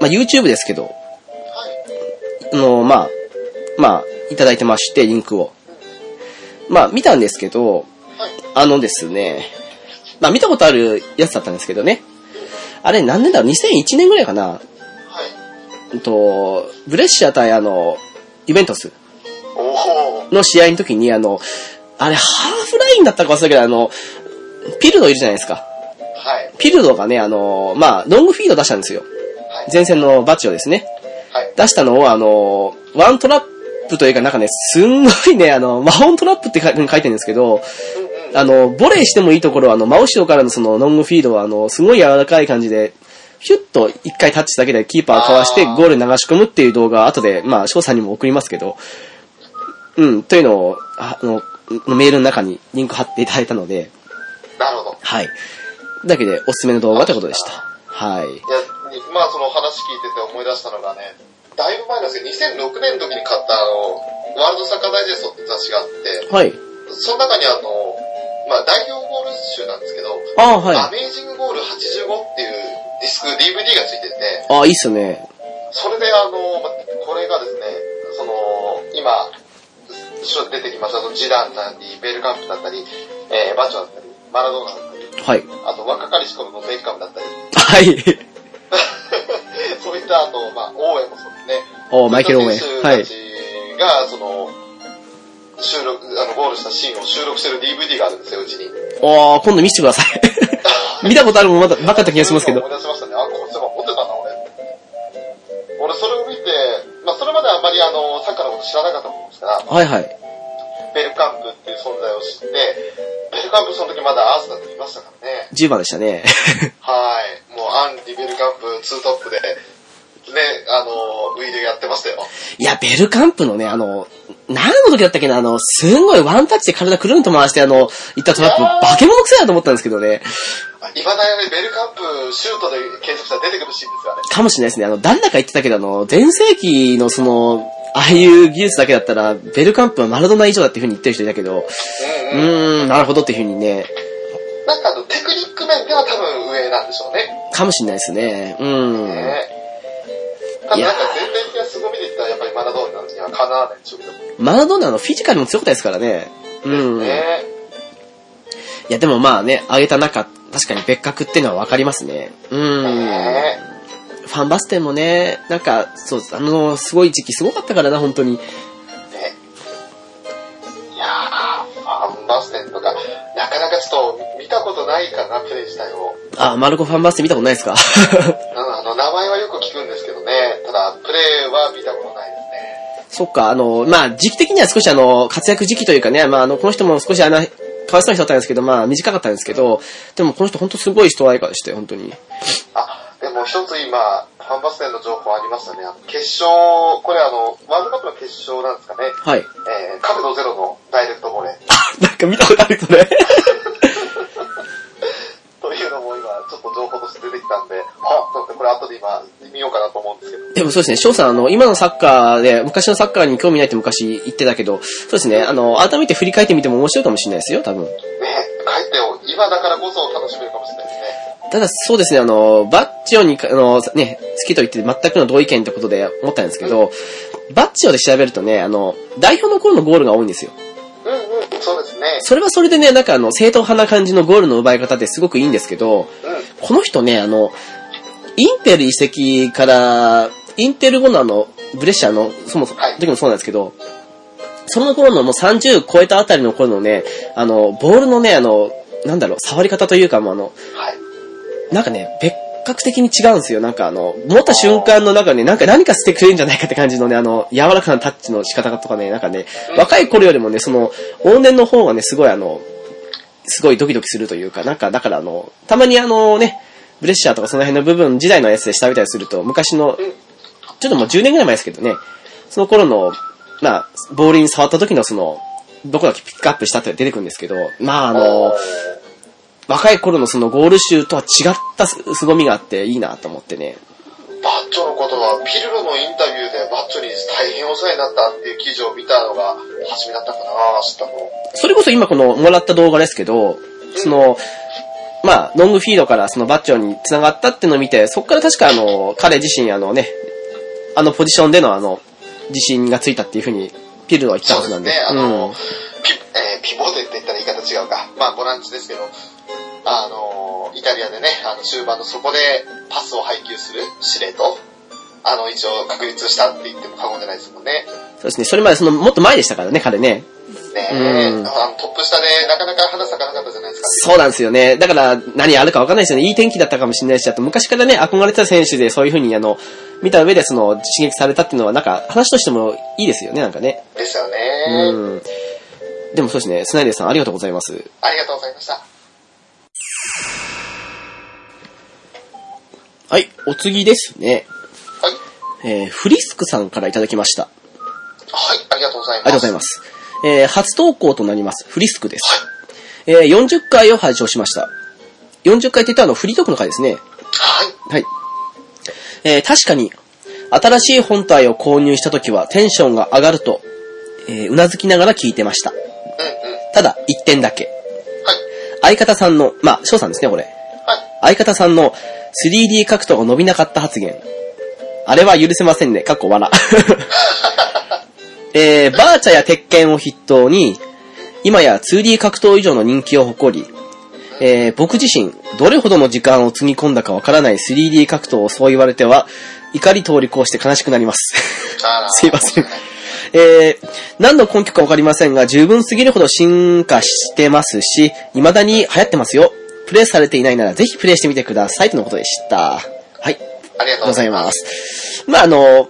[SPEAKER 1] まあ、YouTube ですけど、
[SPEAKER 2] はい。
[SPEAKER 1] あの、まあ、まあ、いただいてまして、リンクを。まあ、見たんですけど、
[SPEAKER 2] はい。
[SPEAKER 1] あのですね、まあ、見たことあるやつだったんですけどね。あれ、何年だろう ?2001 年ぐらいかな
[SPEAKER 2] はい。
[SPEAKER 1] うんと、ブレッシア対あの、ユベントス
[SPEAKER 2] おー。
[SPEAKER 1] の試合の時にあの、あれ、ハーフラインだったか忘れたけど、あの、ピルドいるじゃないですか。
[SPEAKER 2] はい。
[SPEAKER 1] ピルドがね、あの、まあ、ロングフィード出したんですよ。
[SPEAKER 2] はい。
[SPEAKER 1] 前線のバチをですね。
[SPEAKER 2] はい。
[SPEAKER 1] 出したのをあの、ワントラップというかなんかね、すんごいね、あの、マホントラップって書い書いてるんですけど、
[SPEAKER 2] うんうん。
[SPEAKER 1] あの、ボレーしてもいいところは、あの、真後ろからのその、ロングフィードは、あの、すごい柔らかい感じで、ヒュッと一回タッチだけでキーパーかわして
[SPEAKER 2] あー
[SPEAKER 1] ゴールに流し込むっていう動画、後で、まあ、翔さんにも送りますけど、うん、というのを、ああの、メールの中にリンク貼っていただいたので、
[SPEAKER 2] なるほど。
[SPEAKER 1] はい。だけで、おすすめの動画ということでした。はい。
[SPEAKER 2] いや、まあその話聞いてて思い出したのがね、だいぶ前なんですけど、2006年の時に買ったあの、ワールドサッカーダイジェストって雑誌があって、
[SPEAKER 1] はい。
[SPEAKER 2] その中にあの、まあ、代表ゴール集なんですけど、
[SPEAKER 1] ああ、はい。
[SPEAKER 2] アメージングゴール85っていうディスク DVD がついてて、
[SPEAKER 1] ああ、いいっすね。
[SPEAKER 2] それであの、まこれがですね、その、今、後ろで出てきました、そのジダンだったり、ベルカンプだったり、えーバチョだったり、マラドーナだったり、
[SPEAKER 1] はい。
[SPEAKER 2] あと若かりし頃のベッカムだったり、
[SPEAKER 1] はい。
[SPEAKER 2] そういったあと、まあ、オーウェンもそうですね、
[SPEAKER 1] おーマイケル・オーウェン。は
[SPEAKER 2] 選
[SPEAKER 1] い。
[SPEAKER 2] 手たちが、その、収録、あの、ゴールしたシーンを収録してる DVD があるんですよ、うちに。
[SPEAKER 1] おー、今度見せてください。 見たことあるもんまだ、なかった気がしますけ
[SPEAKER 2] 思
[SPEAKER 1] ど。
[SPEAKER 2] い出しましたね。あ、こっちも持ってたな、俺。俺、それを見て、まあ、それまであんまりあの、サッカーのこと知らなかったもんですから、
[SPEAKER 1] はいはい。
[SPEAKER 2] ベルカンプっていう存在を知って、ベルカンプその時まだアースだっていましたからね。
[SPEAKER 1] 10番でしたね。
[SPEAKER 2] はい。もう、アンリ・ベルカンプ、ツートップで、ね、あの、ウィールやってましたよ。
[SPEAKER 1] いや、ベルカンプのね、あの、何の時だったっけな、あの、すんごいワンタッチで体くるんと回して、あの、行ったトラップ、化け物くせえなと思ったんですけどね。
[SPEAKER 2] いまだにベルカンプ、シュートで検索したら出てくるシーンですよね。
[SPEAKER 1] かもしれないですね。あの、誰だか言ってたけど、あの、前世紀のその、ああいう技術だけだったら、ベルカンプはマラドーナ以上だっていう風に言ってる人いたけど、う
[SPEAKER 2] うんうん。
[SPEAKER 1] ーん、なるほどっていう風にね、
[SPEAKER 2] なんかあの、テクニック面では多分上なんでしょうね。
[SPEAKER 1] かもしれないですね。うーん。
[SPEAKER 2] ねただ
[SPEAKER 1] いや
[SPEAKER 2] なんか全体的な凄みで言ったらやっぱりマラドーナにはかなわないんでしょうけど。ね
[SPEAKER 1] マラドーナのフィジカルも強かったですからね。うん。いや、でもまあね、上げた中、確かに別格っていうのはわかりますね。うん。
[SPEAKER 2] ね
[SPEAKER 1] ファンバステンもね、なんか、そうです。あの、すごい時期すごかったからな、本当に。
[SPEAKER 2] ねいやー、ファンバステンとか、なかなかちょっと見たことないかな、プレイ自体を。
[SPEAKER 1] あ、マルコファンバステン見たことないですか
[SPEAKER 2] うんあの、名前はよく聞くんですけどね、ただ、プレイは見たことないですね。
[SPEAKER 1] そっか、あの、まあ、時期的には少しあの、活躍時期というかね、まあ、あの、この人も少しあの、かわいそうな人だったんですけど、まあ、短かったんですけど、でもこの人本当すごい人合いからして、本当に。
[SPEAKER 2] あ、でも一つ今、ファンバステンの情報ありましたね。あの決勝、これあの、ワールドカップの決勝なんですかね。
[SPEAKER 1] はい。
[SPEAKER 2] えー、角度ゼロのダイレクトボレー。
[SPEAKER 1] あ、なんか見たことあるそれ。
[SPEAKER 2] というのも今、ちょっと情報として出てきたんで、あ、と思ってこれ後で今、見ようかなと思うんですけど。
[SPEAKER 1] でもそうですね、翔さん、あの、今のサッカーで、昔のサッカーに興味ないって昔言ってたけど、そうですね、あの、改めて振り返ってみても面白いかもしれないですよ、多分。
[SPEAKER 2] ね、帰ってよ、今だからこそ楽しめるかもしれないですね。
[SPEAKER 1] ただ、そうですね、あの、バッチオに、あの、ね、好きと言って全くの同意見ってことで思ったんですけど、バッチオで調べるとね、あの、代表の頃のゴールが多いんですよ。
[SPEAKER 2] うんうん、そうですね。
[SPEAKER 1] それはそれでね、なんかあの、正当派な感じのゴールの奪い方ですごくいいんですけど、
[SPEAKER 2] う
[SPEAKER 1] この人ね、あの、インテル移籍から、インテル後のあの、ブレッシャーの、そもそも、
[SPEAKER 2] はい
[SPEAKER 1] 時もそうなんですけど、その頃のもう30超えたあたりの頃のね、あの、ボールのね、あの、なんだろう、触り方というか、もうあの、
[SPEAKER 2] ん。はい。
[SPEAKER 1] なんかね、別格的に違うんですよ。なんかあの、持った瞬間の中ね、なんか何かしてくれるんじゃないかって感じのね、あの、柔らかなタッチの仕方とかね、なんかね、若い頃よりもね、その、往年の方がね、すごいあの、すごいドキドキするというか、なんか、だからあの、たまにあのね、ブレッシャーとかその辺の部分時代のやつで調べたりすると、昔の、ちょっともう10年ぐらい前ですけどね、その頃の、まあ、ボールに触った時のその、どこだっけピックアップしたって出てくるんですけど、まああの、若い頃のそのゴール集とは違ったす凄みがあっていいなと思ってね。
[SPEAKER 2] バッチョのことは、ピルロのインタビューでバッチョに大変お世話になったっていう記事を見たのが初めだったかな、知ったの。
[SPEAKER 1] それこそ今このもらった動画ですけど、その、まあ、ロングフィードからそのバッチョに繋がったってのを見て、そっから確かあの、彼自身あのね、あのポジションでのあの、自信がついたっていうふうに、ピルロは言ったはずなんで。
[SPEAKER 2] そうですねあの
[SPEAKER 1] うん。
[SPEAKER 2] ピ,、えーピボテって言ったら言い方違うか。まあ、ボランチですけど、あのー、イタリアでね、あの、終盤のそこでパスを配給する司令と、あの、一応確立したって言っても過言じゃないですもんね。
[SPEAKER 1] そうですね。それまでその、もっと前でしたからね、彼ね。
[SPEAKER 2] ねえ、
[SPEAKER 1] うん
[SPEAKER 2] あのトップ下でなかなか花咲かなかったじゃないですか。
[SPEAKER 1] そうなんですよね。だから、何あるかわかんないですよね。いい天気だったかもしれないし、あと昔からね、憧れてた選手でそういう風に、あの、見た上でその、刺激されたっていうのは、なんか、話としてもいいですよね、なんかね。
[SPEAKER 2] ですよ
[SPEAKER 1] う
[SPEAKER 2] ね、
[SPEAKER 1] ん。でもそうですね、スナイデーさんありがとうございます。
[SPEAKER 2] ありがとうございました。
[SPEAKER 1] はい、お次ですね。
[SPEAKER 2] はい。
[SPEAKER 1] えー、フリスクさんからいただきました。
[SPEAKER 2] はい、ありがとうございま
[SPEAKER 1] あり
[SPEAKER 2] す。
[SPEAKER 1] がとうございます。えー、初投稿となります。フリスクです。えー、40回を拝聴しました。40回って言ったらあの、フリートークの回ですね。
[SPEAKER 2] はい。
[SPEAKER 1] はい。えー確かに、新しい本体を購入した時はテンションが上がると、えーうなずきながら聞いてました。
[SPEAKER 2] うんうん。はい。
[SPEAKER 1] ただ、一点だけ。相方さんの、まあ、翔さんですね、これ。
[SPEAKER 2] はい。
[SPEAKER 1] 相方さんの 3D 格闘が伸びなかった発言。あれは許せませんね。かっこ笑。 えー、バーチャや鉄拳を筆頭に、今や 2D 格闘以上の人気を誇り、えー、僕自身、どれほどの時間をつぎ込んだかわからない 3D 格闘をそう言われては、怒り通り越して悲しくなります。
[SPEAKER 2] あら
[SPEAKER 1] すいません
[SPEAKER 2] はい。
[SPEAKER 1] えー、何の根拠かわかりませんが、十分すぎるほど進化してますし、未だに流行ってますよ。プレイされていないならぜひプレイしてみてください、とのことでした。はい、
[SPEAKER 2] ありがとう
[SPEAKER 1] ござ
[SPEAKER 2] ござ
[SPEAKER 1] い
[SPEAKER 2] い
[SPEAKER 1] ま
[SPEAKER 2] ます。
[SPEAKER 1] す。まあ、あの、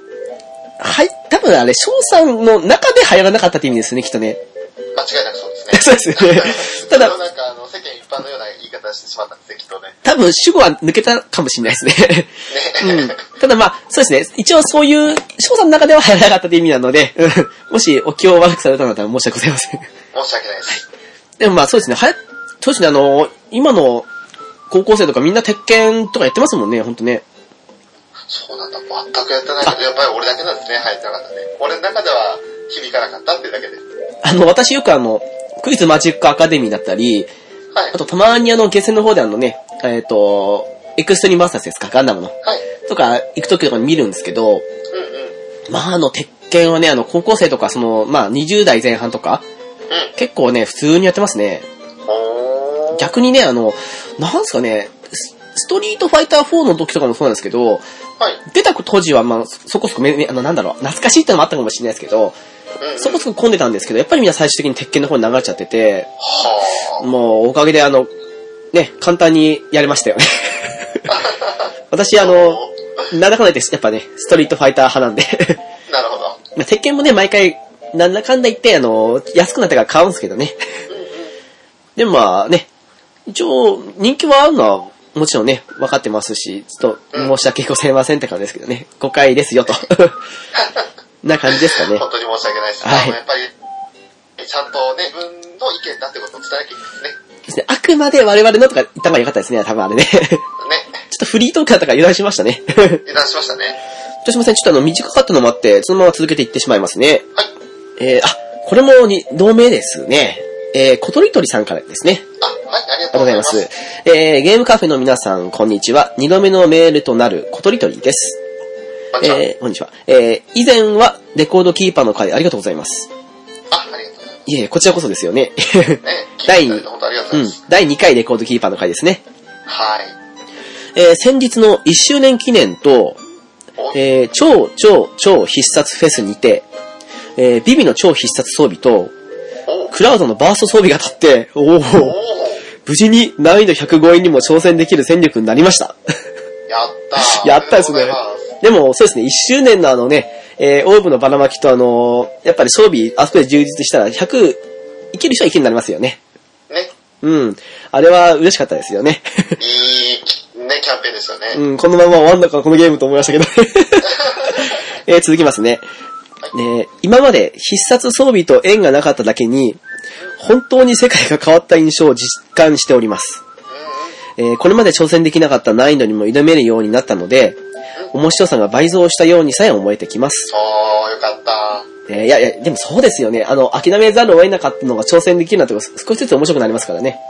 [SPEAKER 1] はい、多分あれ、翔さんの中で流行らなかったって意味ですね、きっとね。。
[SPEAKER 2] 間違いなくそうです ね
[SPEAKER 1] そうですね ただ
[SPEAKER 2] それをなんかあの、世間一般のような言い方してしまったんですね、きっとね。
[SPEAKER 1] 多分、主語は抜けたかもしれないですね。 うん
[SPEAKER 2] ね。
[SPEAKER 1] ただまあ、そうですね。一応そういう、翔さんの中では流行らなかったという意味なので、うんもしお気を悪くされたなら申し訳ございません。
[SPEAKER 2] 申し訳ないです。
[SPEAKER 1] でもまあそうですね、はや、そうですね、あの、今の高校生とかみんな鉄拳とかやってますもんね、ほんとね。
[SPEAKER 2] そうなんだ。全くやってないけど、やっぱり俺だけなんですね、入ってなかったね。俺の中では響かなかったっていうだけで。
[SPEAKER 1] あの、私よくあの、クイズマジックアカデミーだったり、
[SPEAKER 2] はい
[SPEAKER 1] あ。とたまにあの、ゲセの方であのね、えっ、と、エクストリームバーサスですか、ガンダムの。
[SPEAKER 2] はい。
[SPEAKER 1] とか、行く時とかに見るんですけど、
[SPEAKER 2] うんうん。
[SPEAKER 1] まああの、鉄拳はね、あの、高校生とか、その、まあ20代前半とか、
[SPEAKER 2] う
[SPEAKER 1] 結構ね、普通にやってますね。
[SPEAKER 2] ん。おー。
[SPEAKER 1] 逆にね、あの、なんすかね、スストリートファイター4の時とかもそうなんですけど、
[SPEAKER 2] はい。
[SPEAKER 1] 出た当時は、まあ、そそこそこめ、めあの、なんだろう、懐かしいってのもあったかもしれないですけど、
[SPEAKER 2] うんうん。
[SPEAKER 1] そこそこ混んでたんですけど、やっぱりみんな最終的に鉄拳の方に流れちゃってて、
[SPEAKER 2] は
[SPEAKER 1] もう、おかげであの、ね、簡単にやれましたよね。私、あの、なんだかんだ言って、やっぱね、ストリートファイター派なんで、
[SPEAKER 2] ー。なるほど。
[SPEAKER 1] まあ鉄拳もね、毎回、なんだかんだ言って、あの、安くなったから買うんですけどね。でもまあね、一応、人気はあるのは、もちろんね、分かってますし、ちょっと申し訳ございませんって感じですけどね、誤解です よと。な感じです かね。
[SPEAKER 2] 本当に申し訳ないです。
[SPEAKER 1] はい
[SPEAKER 2] あのやっぱり、ちゃんとね、自分の意見だってことを伝えなきゃいけないです
[SPEAKER 1] ですねあくまで我々のとか言った方が良かったですね、多分あれね。ちょ っ
[SPEAKER 2] ね。ね。
[SPEAKER 1] とフリートークだったから油断しましたね。
[SPEAKER 2] 油断しましたね。
[SPEAKER 1] すいません、ちょっとあの、短かったのもあって、そのまま続けていってしまいますね。
[SPEAKER 2] はい。
[SPEAKER 1] えー、あ、これもに、同名ですね。えー、小鳥鳥さんからですね。
[SPEAKER 2] あ、はい、ありが
[SPEAKER 1] あ
[SPEAKER 2] とう
[SPEAKER 1] りがとうござ
[SPEAKER 2] ござ
[SPEAKER 1] い
[SPEAKER 2] い
[SPEAKER 1] ま
[SPEAKER 2] ます。
[SPEAKER 1] す。えー、ゲームカフェの皆さん、こんにちは。二度目のメールとなる、小鳥鳥です。
[SPEAKER 2] こんにちは
[SPEAKER 1] えー、こんにちは。えー、以前は、レコードキーパーの会、ありがとうございます。
[SPEAKER 2] あ、ありがとうございま
[SPEAKER 1] いえいえ、こちらこそですよね。
[SPEAKER 2] す。ね、聞い
[SPEAKER 1] 第
[SPEAKER 2] ていただいて本当ありがと
[SPEAKER 1] う
[SPEAKER 2] うござい
[SPEAKER 1] ん
[SPEAKER 2] ます。。
[SPEAKER 1] 第2回レコードキーパーの会ですね。
[SPEAKER 2] はい。
[SPEAKER 1] えー、先日の1周年記念と、
[SPEAKER 2] お
[SPEAKER 1] えー、超超超必殺フェスにて、えー、ビビの超必殺装備と、
[SPEAKER 2] お
[SPEAKER 1] クラウドのバースト装備が立って、お
[SPEAKER 2] お
[SPEAKER 1] お無事に難易度105位にも挑戦できる戦力になりました。
[SPEAKER 2] やったー。
[SPEAKER 1] やったですね
[SPEAKER 2] ありがとうございます
[SPEAKER 1] でも、そうですね、1周年のあのね、えー、オーブのばらまきとあのーやっぱり装備、あそこで充実したら100、いける人はいけになりますよね。
[SPEAKER 2] ね。
[SPEAKER 1] うん。あれは嬉しかったですよね。
[SPEAKER 2] いいき、ね、キャンペーンですよね。
[SPEAKER 1] うん、このまま終わんだからこのゲームと思いましたけど、 えー続きますね。ね今まで必殺装備と縁がなかっただけに、本当に世界が変わった印象を実感しております。えーこれまで挑戦できなかった難易度にも挑めるようになったので、面白さが倍増したようにさえ思えてきます。
[SPEAKER 2] おー、よかった。
[SPEAKER 1] えーいやいや、でもそうですよね。あの、諦めざるを得なかったのが挑戦できるなってこと少しずつ面白くなりますからね。
[SPEAKER 2] ね、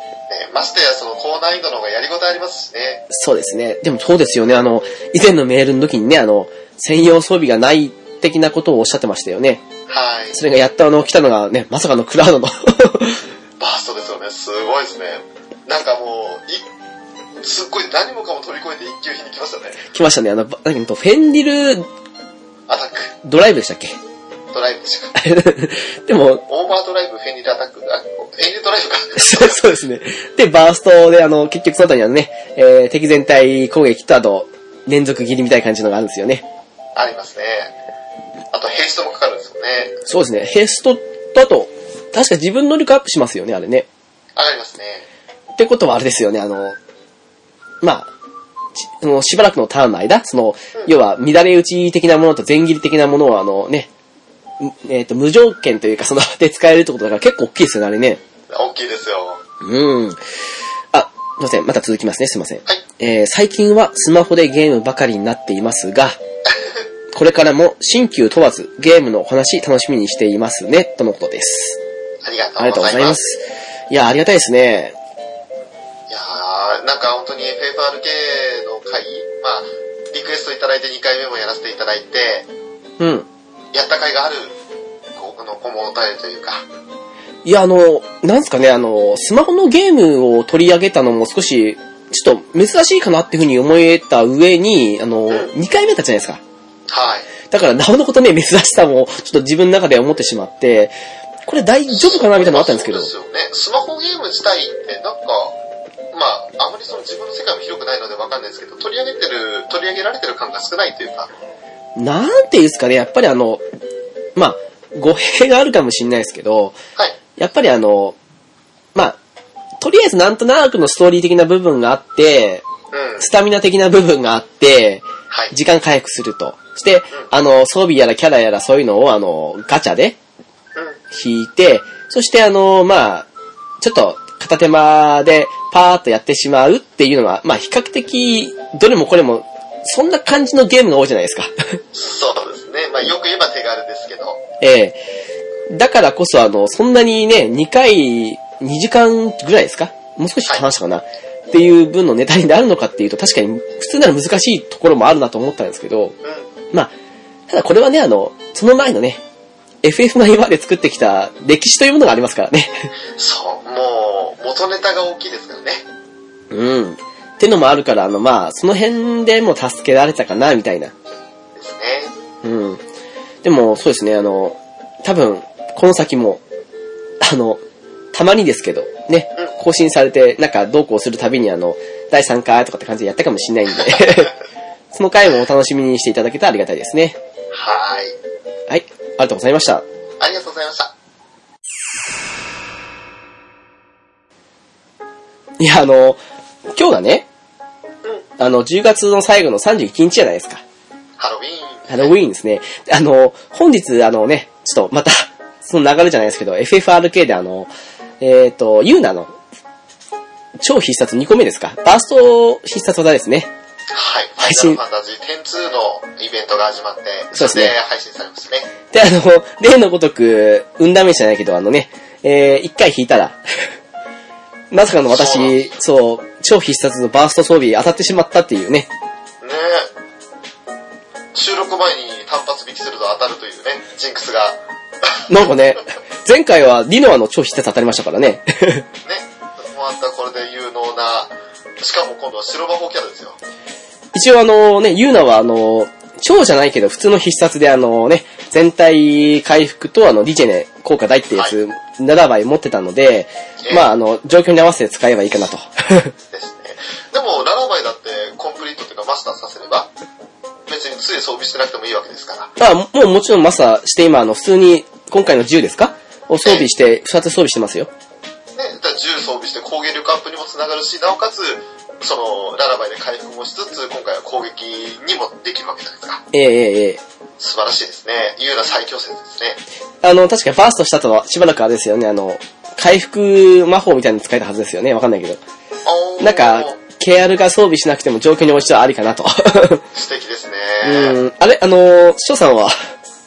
[SPEAKER 2] ましてや、その高難易度の方がやりごたえありますしね。
[SPEAKER 1] そうですね。でもそうですよね。あの、以前のメールの時にね、あの、専用装備がない的なことをおっしゃってましたよね。
[SPEAKER 2] はい。
[SPEAKER 1] それがやったあの、来たのがね、まさかのクラウドの。
[SPEAKER 2] バーストですよね。すごいですね。なんかもう、い、すっごい何もかも飛び越えて一級品に来ましたね。
[SPEAKER 1] 来ましたね。あの、ばなんかフェンディル
[SPEAKER 2] アタック、
[SPEAKER 1] ドライブでしたっけ
[SPEAKER 2] ドライブでした。
[SPEAKER 1] でも、
[SPEAKER 2] オーバードライブ、フェンリルアタック、あ、フェンリルドライブか。
[SPEAKER 1] そうそうですね。で、バーストであの、結局その後にあのね、えー敵全体攻撃とあと、連続切りみたいな感じのがあるんですよね。
[SPEAKER 2] ありますね。あと、ヘイストもかかるんですよね。
[SPEAKER 1] そうですね。ヘストだと、確か自分能力アップしますよね、あれね。
[SPEAKER 2] 上がりますね。
[SPEAKER 1] ってことはあれですよね、あの、まあ、しあのしばらくのターンの間、その、要は、乱れ打ち的なものと全切り的なものを、あのね、むえっ、と、無条件というか、その、 で使えるってことだから結構大きいですよね、あれね。
[SPEAKER 2] 大きいですよ。
[SPEAKER 1] うん。あ、すいません、また続きますね、すいません。
[SPEAKER 2] はい。
[SPEAKER 1] えー、最近はスマホでゲームばかりになっていますが、これからも新旧問わずゲームのお話楽しみにしていますね、とのことです。
[SPEAKER 2] ありがと
[SPEAKER 1] ありがと
[SPEAKER 2] う
[SPEAKER 1] うご
[SPEAKER 2] ござ
[SPEAKER 1] ざ
[SPEAKER 2] い
[SPEAKER 1] い
[SPEAKER 2] ま。
[SPEAKER 1] ますす。いや、ありがたいですね。
[SPEAKER 2] いやーなんか本当に FFRK の回、まあ、リクエストいただいて2回目もやらせていただいて、
[SPEAKER 1] うん。
[SPEAKER 2] やった回がある、ここの子もお便りというか、
[SPEAKER 1] いや、あの、なんすかね、あの、スマホのゲームを取り上げたのも少し、ちょっと珍しいかなっていうふうに思えた上に、あの、2回目だったじゃないですか。
[SPEAKER 2] はい。
[SPEAKER 1] だから、なおのことね、珍しさも、ちょっと自分の中で思ってしまって、これ大丈夫かなみたいなのあったんですけど。
[SPEAKER 2] そうですよね。スマホゲーム自体って、なんか、まあ、あまりその自分の世界も広くないのでわかんないですけど、取り上げてる、取り上げられてる感が少ないというか、
[SPEAKER 1] なんていうんですかね、やっぱりあの、まあ、語弊があるかもしれないですけど、
[SPEAKER 2] はい。
[SPEAKER 1] やっぱりあの、まあ、とりあえずなんとなくのストーリー的な部分があって、
[SPEAKER 2] うん。
[SPEAKER 1] スタミナ的な部分があって、
[SPEAKER 2] はい。
[SPEAKER 1] 時間回復すると。そして、あの、装備やらキャラやらそういうのを、あの、ガチャで
[SPEAKER 2] うん。
[SPEAKER 1] 引いて、そしてあの、まあ、ちょっと片手間でパーッとやってしまうっていうのが、まあ比較的、どれもこれも、そんな感じのゲームが多いじゃないですか。
[SPEAKER 2] そうですね。まあ、よく言えば手軽ですけど、
[SPEAKER 1] ええだからこそ、あの、そんなにね、2回、2時間ぐらいですかもう少し話したかな、っていう分のネタになるのかっていうと、確かに普通なら難しいところもあるなと思ったんですけど、
[SPEAKER 2] うん。
[SPEAKER 1] まあ、ただこれはね、あの、その前のね、FF の今まで作ってきた歴史というものがありますからね。
[SPEAKER 2] そう、もう、元ネタが大きいですからね。
[SPEAKER 1] うん。ってのもあるから、あの、まあ、その辺でも助けられたかな、みたいな。
[SPEAKER 2] ですね。
[SPEAKER 1] うん。でも、そうですね、あの、多分、この先も、あの、たまにですけど、ね、更新されて、なんか、どうこうするたびに、あの、第3回とかって感じでやったかもしれないんで、 その回もお楽しみにしていただけたらありがたいですね。
[SPEAKER 2] は
[SPEAKER 1] は
[SPEAKER 2] ーい。
[SPEAKER 1] い、ありがとうございました。
[SPEAKER 2] ありがとうございました。
[SPEAKER 1] いや、あの、今日がね、あの、10月の最後の31日じゃないですか。
[SPEAKER 2] ハロウィーン。
[SPEAKER 1] ハロウィーンですね。あの、本日、あのね、ちょっとまた、その流れじゃないですけど、FFRK であの、えっ、と、ユーナの、超必殺2個目ですか。バースト必殺技ですね。
[SPEAKER 2] はい。フ
[SPEAKER 1] 配
[SPEAKER 2] ァイナル
[SPEAKER 1] 信
[SPEAKER 2] ファンタジー102のイベントが始まって、
[SPEAKER 1] そうですね
[SPEAKER 2] れ配信されますね。
[SPEAKER 1] で、あの、例のごとく、運試しじゃないけど、あのね、えー、1回引いたら、 まさかの私、そう、超必殺のバースト装備当たってしまったっていうね。
[SPEAKER 2] ねえ。収録前に単発引きすると当たるというね、ジンクスが。
[SPEAKER 1] なんかね、前回はリノアの超必殺当たりましたからね。
[SPEAKER 2] ね。もうあんたこれで有能な、しかも今度は白魔法キャラですよ。
[SPEAKER 1] 一応あのね、ユーナはあの、超じゃないけど普通の必殺であのね、全体回復とあの、リジェネ効果大ってやつ、7倍持ってたので、
[SPEAKER 2] ええ
[SPEAKER 1] まああの、状況に合わせて使えばいいかなと。
[SPEAKER 2] ですね。でも、ララバイだってコンプリートというかマスターさせれば、別に杖装備してなくてもいいわけですから。
[SPEAKER 1] あ、もうもちろんマスターして今あの、普通に今回の銃ですかを装備して、2つ装備してますよ。
[SPEAKER 2] ね、だから銃装備して攻撃力アップにもつながるし、なおかつ、その、ララバイで回復もしつつ、今回は攻撃にもできるわけじゃないですか。
[SPEAKER 1] ええええええ
[SPEAKER 2] 素晴らしいですね。優な最強戦ですね。
[SPEAKER 1] あの、確かファーストしたとはしばらくあれですよね、あの、回復魔法みたいなの使えたはずですよね。わかんないけど。
[SPEAKER 2] おー
[SPEAKER 1] なんか、KR が装備しなくても状況に応じてはありかなと。
[SPEAKER 2] 素敵ですね。
[SPEAKER 1] うん。あれあの、翔さんは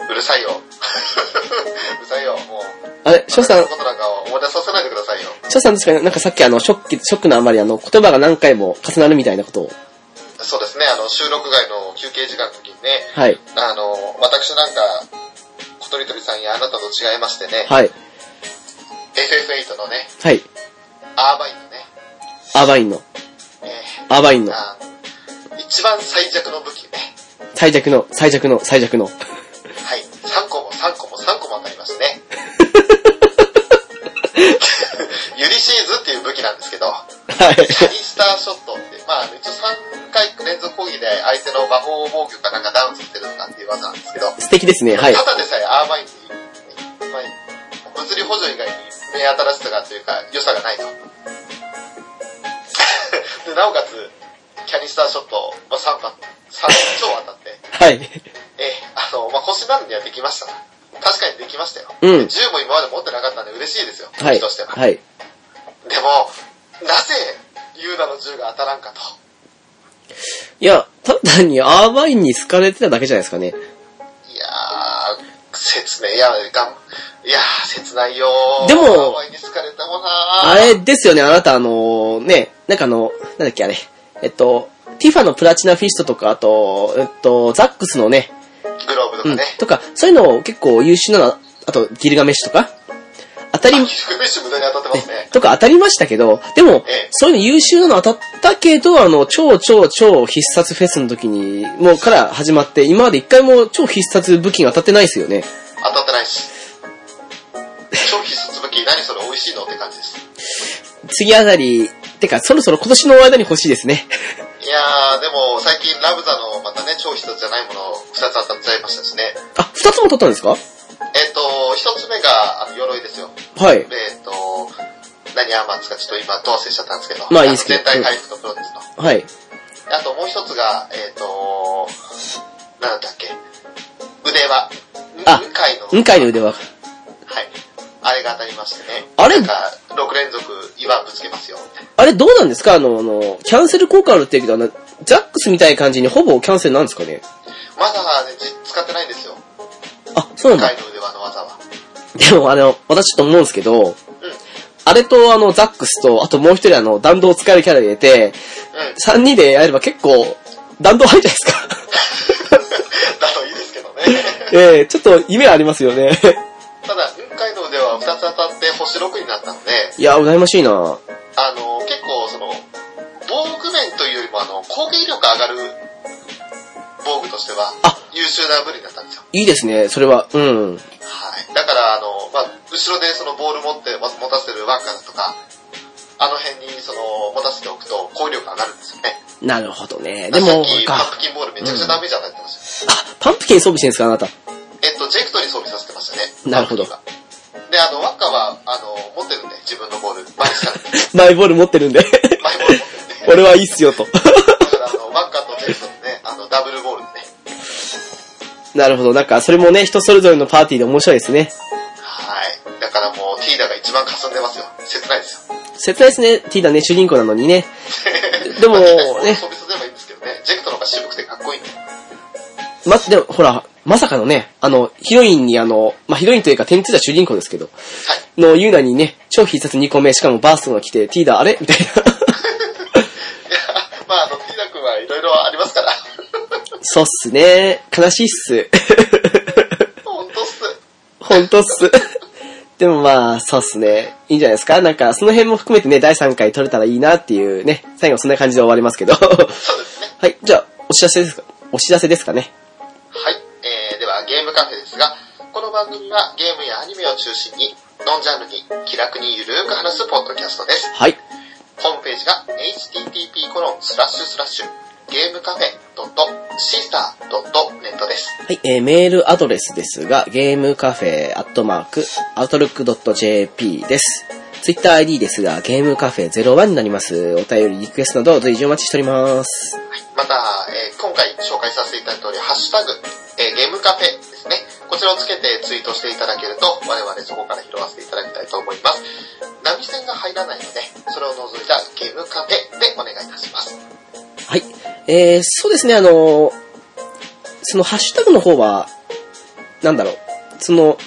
[SPEAKER 2] うるさいよ。 うるさいよ、もう。
[SPEAKER 1] あれ、翔さ
[SPEAKER 2] あ
[SPEAKER 1] ん
[SPEAKER 2] の、ことなんかを思い出させないでくださいよ。
[SPEAKER 1] 翔さん確かになんかさっきあの、ショック、ショックのあまりあの、言葉が何回も重なるみたいなことを。
[SPEAKER 2] そうですね、あの、収録外の休憩時間の時にね、
[SPEAKER 1] はい。
[SPEAKER 2] あの、私なんか、小鳥鳥さんやあなたと違いましてね、
[SPEAKER 1] はい。
[SPEAKER 2] FF8 のね、
[SPEAKER 1] はい。
[SPEAKER 2] アーバインのね、
[SPEAKER 1] アーバインの。
[SPEAKER 2] えー
[SPEAKER 1] アーバインの。
[SPEAKER 2] あ一番最弱の武器ね。
[SPEAKER 1] 最弱の、最弱の、最弱の。
[SPEAKER 2] はい。3個も3個も3個も当たりましたね。 ユリシーズっていう武器なんですけど、
[SPEAKER 1] はい。
[SPEAKER 2] キャニスターショットって、まあ、一応3回連続攻撃で相手の魔法防御かなんかダウンさせるなんていう技なんですけど、
[SPEAKER 1] 素敵ですね。はい。
[SPEAKER 2] ただでさえアーマインに、まあ物理補助以外に目新しさがというか、良さがないと。で、なおかつ、キャニスターショット、まあ、3発、3超当たって、
[SPEAKER 1] はい。
[SPEAKER 2] ええ、あの、まあ、星なのにはできました。確かにできましたよ。
[SPEAKER 1] うん
[SPEAKER 2] 銃も今まで持ってなかったんで嬉しいですよ。
[SPEAKER 1] はい
[SPEAKER 2] 武器として。は。
[SPEAKER 1] はい。
[SPEAKER 2] でも、なぜ、ユーナの銃が当たらんかと。
[SPEAKER 1] いや、ただ単にアーバインに好かれてただけじゃないですかね。
[SPEAKER 2] 説明、いや、がん、いや、切ないよー
[SPEAKER 1] でも
[SPEAKER 2] お前に好かれたもんなー
[SPEAKER 1] あれですよね、あなたあの、ね、なんかあの、なんだっけあれ、えっと、ティファのプラチナフィストとか、あと、えっと、ザックスのね、
[SPEAKER 2] グローブと
[SPEAKER 1] う
[SPEAKER 2] か
[SPEAKER 1] ん
[SPEAKER 2] ね。、
[SPEAKER 1] とか、そういうのを結構優秀なの、あと、ギルガメッシュとか、当たり
[SPEAKER 2] あ、、キックフィッシュ無駄に当たってますね。
[SPEAKER 1] とか当たりましたけど、でも
[SPEAKER 2] ええ、
[SPEAKER 1] そういうの優秀なの当たったけど、あの、超超超必殺フェスの時に、もうから始まって、今まで一回も超必殺武器が当たってないですよね。
[SPEAKER 2] 当たってないし。超必殺武器、何それ美味しいのって感じです。
[SPEAKER 1] 次あたり、てか、そろそろ今年の間に欲しいですね。
[SPEAKER 2] いやー、でも最近ラブザのまたね、超必殺じゃないものを2つ当たっちゃいましたしね。
[SPEAKER 1] あ、二つも取ったんですか
[SPEAKER 2] えっ、と、1つ目が、あの、鎧ですよ。
[SPEAKER 1] はい。
[SPEAKER 2] えっ、と、何アーマーですかちょっと今、どうせしちゃったんですけど。
[SPEAKER 1] まあいいですけど
[SPEAKER 2] 全体回復とプロですの。
[SPEAKER 1] はい。
[SPEAKER 2] あともう一つが、えっ、と、なんだっけ、腕輪。
[SPEAKER 1] あ
[SPEAKER 2] 雲海の。
[SPEAKER 1] 向井の腕は。
[SPEAKER 2] はい。あれが当たりましてね。
[SPEAKER 1] あれ
[SPEAKER 2] なんか、6連続岩ぶつけますよ。
[SPEAKER 1] あれどうなんですかあの、あの、キャンセル効果あるって言うけど、あの、ザックスみたいな感じにほぼキャンセルなんですかね
[SPEAKER 2] まだ、ね、じ使ってないんですよ。
[SPEAKER 1] あ、そうなんだ。
[SPEAKER 2] 海の腕輪の技 は。
[SPEAKER 1] でもあの、私ちょっと思うんですけど、あれとあの、ザックスと、あともう一人あの、弾道を使えるキャラ入れて、
[SPEAKER 2] うん。うん。
[SPEAKER 1] 三人でやれば結構、弾道入るじゃ
[SPEAKER 2] だといいですけどね。
[SPEAKER 1] ないですか。ええちょっと夢ありますよね。
[SPEAKER 2] ただ、雲海の腕は2つ当たって星6になったので、
[SPEAKER 1] いや、羨ましいな
[SPEAKER 2] あの、結構その、防具面というよりも、あの、攻撃力上がる防具としては
[SPEAKER 1] あ、
[SPEAKER 2] 優秀な部類だったんですよ。
[SPEAKER 1] いいですね、それは。うん。
[SPEAKER 2] はい。だから、あの、まあ、後ろでそのボール持って、まず持たせてるワンカーだとか、あの辺にその、持たせておくと、効力上がるんですよね。
[SPEAKER 1] なるほどね。で
[SPEAKER 2] さっ
[SPEAKER 1] も、
[SPEAKER 2] き、パン
[SPEAKER 1] か。
[SPEAKER 2] プキンボールめちゃくちゃダメージ与えてましたよ、
[SPEAKER 1] あ、パンプキン装備してるんですか、あなた。
[SPEAKER 2] えっと、ジェクトに装備させてましたね。
[SPEAKER 1] なるほど
[SPEAKER 2] パンプキンがで、あの、ワンカーは、あの、持ってるんで、自分のボール、マイスから、
[SPEAKER 1] マイボール持ってるんで。
[SPEAKER 2] マイボール持ってるんで。
[SPEAKER 1] 俺はいいっすよ、と。
[SPEAKER 2] だから、あの、ワンカーとジェクトのね、あの、ダブルボールでね。
[SPEAKER 1] なるほど。なんか、それもね、人それぞれのパーティーで面白いですね。
[SPEAKER 2] はい。だからもう、ティーダが一番霞んでますよ。切ないですよ。
[SPEAKER 1] 切ないですね、ティーダね、主人公なのにね。でも
[SPEAKER 2] まあティーダにボール
[SPEAKER 1] ね
[SPEAKER 2] 装備させればいいんですけどね、ジェクトの方が渋くてかっこいいんで。
[SPEAKER 1] ま、でも、ほら、まさかのね、あの、ヒロインにあの、まあ、ヒロインというか、天通じゃ主人公ですけど、
[SPEAKER 2] はい。
[SPEAKER 1] のユーナにね、超必殺2個目、しかもバーストが来て、ティーダあれみたい な。
[SPEAKER 2] いや、まあ、あの、ピーダ君はいろいろありますから。
[SPEAKER 1] そうっすね。悲しいっす。
[SPEAKER 2] 本当っす。
[SPEAKER 1] ほんとっす。でもまあ、そうっすね。いいんじゃないですかなんか、その辺も含めてね、第3回撮れたらいいなっていうね、最後そんな感じで終わりますけど。 は
[SPEAKER 2] そうですね。
[SPEAKER 1] い、じゃあ、お知らせですかお知らせですかね。
[SPEAKER 2] はい。えー、では、ゲームカフェですが、この番組はゲームやアニメを中心に、ノンジャンルに気楽にゆるーく話すポッドキャストです。
[SPEAKER 1] はい。
[SPEAKER 2] ホームページが http:// ゲームカフェ .sister.net です。
[SPEAKER 1] はい、えー、メールアドレスですが、ゲームカフェアットマーク、アウトルック .jp です。ツイッター ID ですが、ゲームカフェ01になります。お便り、リクエストなど随時お待ちしております。
[SPEAKER 2] また、えー今回紹介させていただいた通り、ハッシュタグ、えーゲームカフェですね。こちらをつけてツイートしていただけると、我々そこから拾わせていただきたいと思います。波線が入らないので、それを除いたゲームカフェでお願いいたします。
[SPEAKER 1] はい。えー、そうですね、あのーそのハッシュタグの方は、なんだろう、その、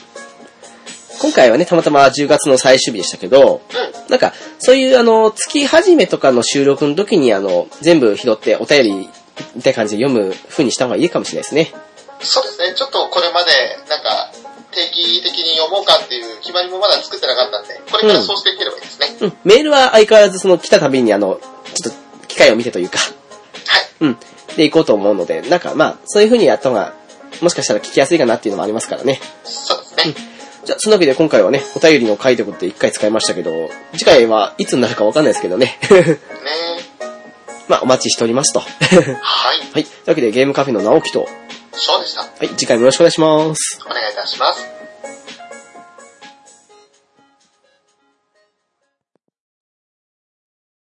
[SPEAKER 1] 今回はね、たまたま10月の最終日でしたけど、
[SPEAKER 2] うん。
[SPEAKER 1] なんか、そういう、あの、月始めとかの収録の時に、あの、全部拾ってお便り、みたいな感じで読む風にした方がいいかもしれないですね。
[SPEAKER 2] そうですね。ちょっとこれまで、なんか、定期的に読もうかっていう決まりもまだ作ってなかったんで、これからそうしていければいいですね。
[SPEAKER 1] うん、メールは相変わらずその来たたびにあの、ちょっと機会を見てというか、
[SPEAKER 2] はい。
[SPEAKER 1] うん、で行こうと思うので、なんかまあ、そういう風にやった方が、もしかしたら聞きやすいかなっていうのもありますからね。
[SPEAKER 2] そうですね。
[SPEAKER 1] じゃあ、そんなわけで今回はね、お便りの回ということで一回使いましたけど、次回はいつになるかわかんないですけどね。
[SPEAKER 2] ね
[SPEAKER 1] まあ、お待ちしておりますと。は
[SPEAKER 2] はい。
[SPEAKER 1] い。というわけでゲームカフェの直樹と、
[SPEAKER 2] そうでした。
[SPEAKER 1] はい、次回もよろしくお願いします。
[SPEAKER 2] お願いいたします。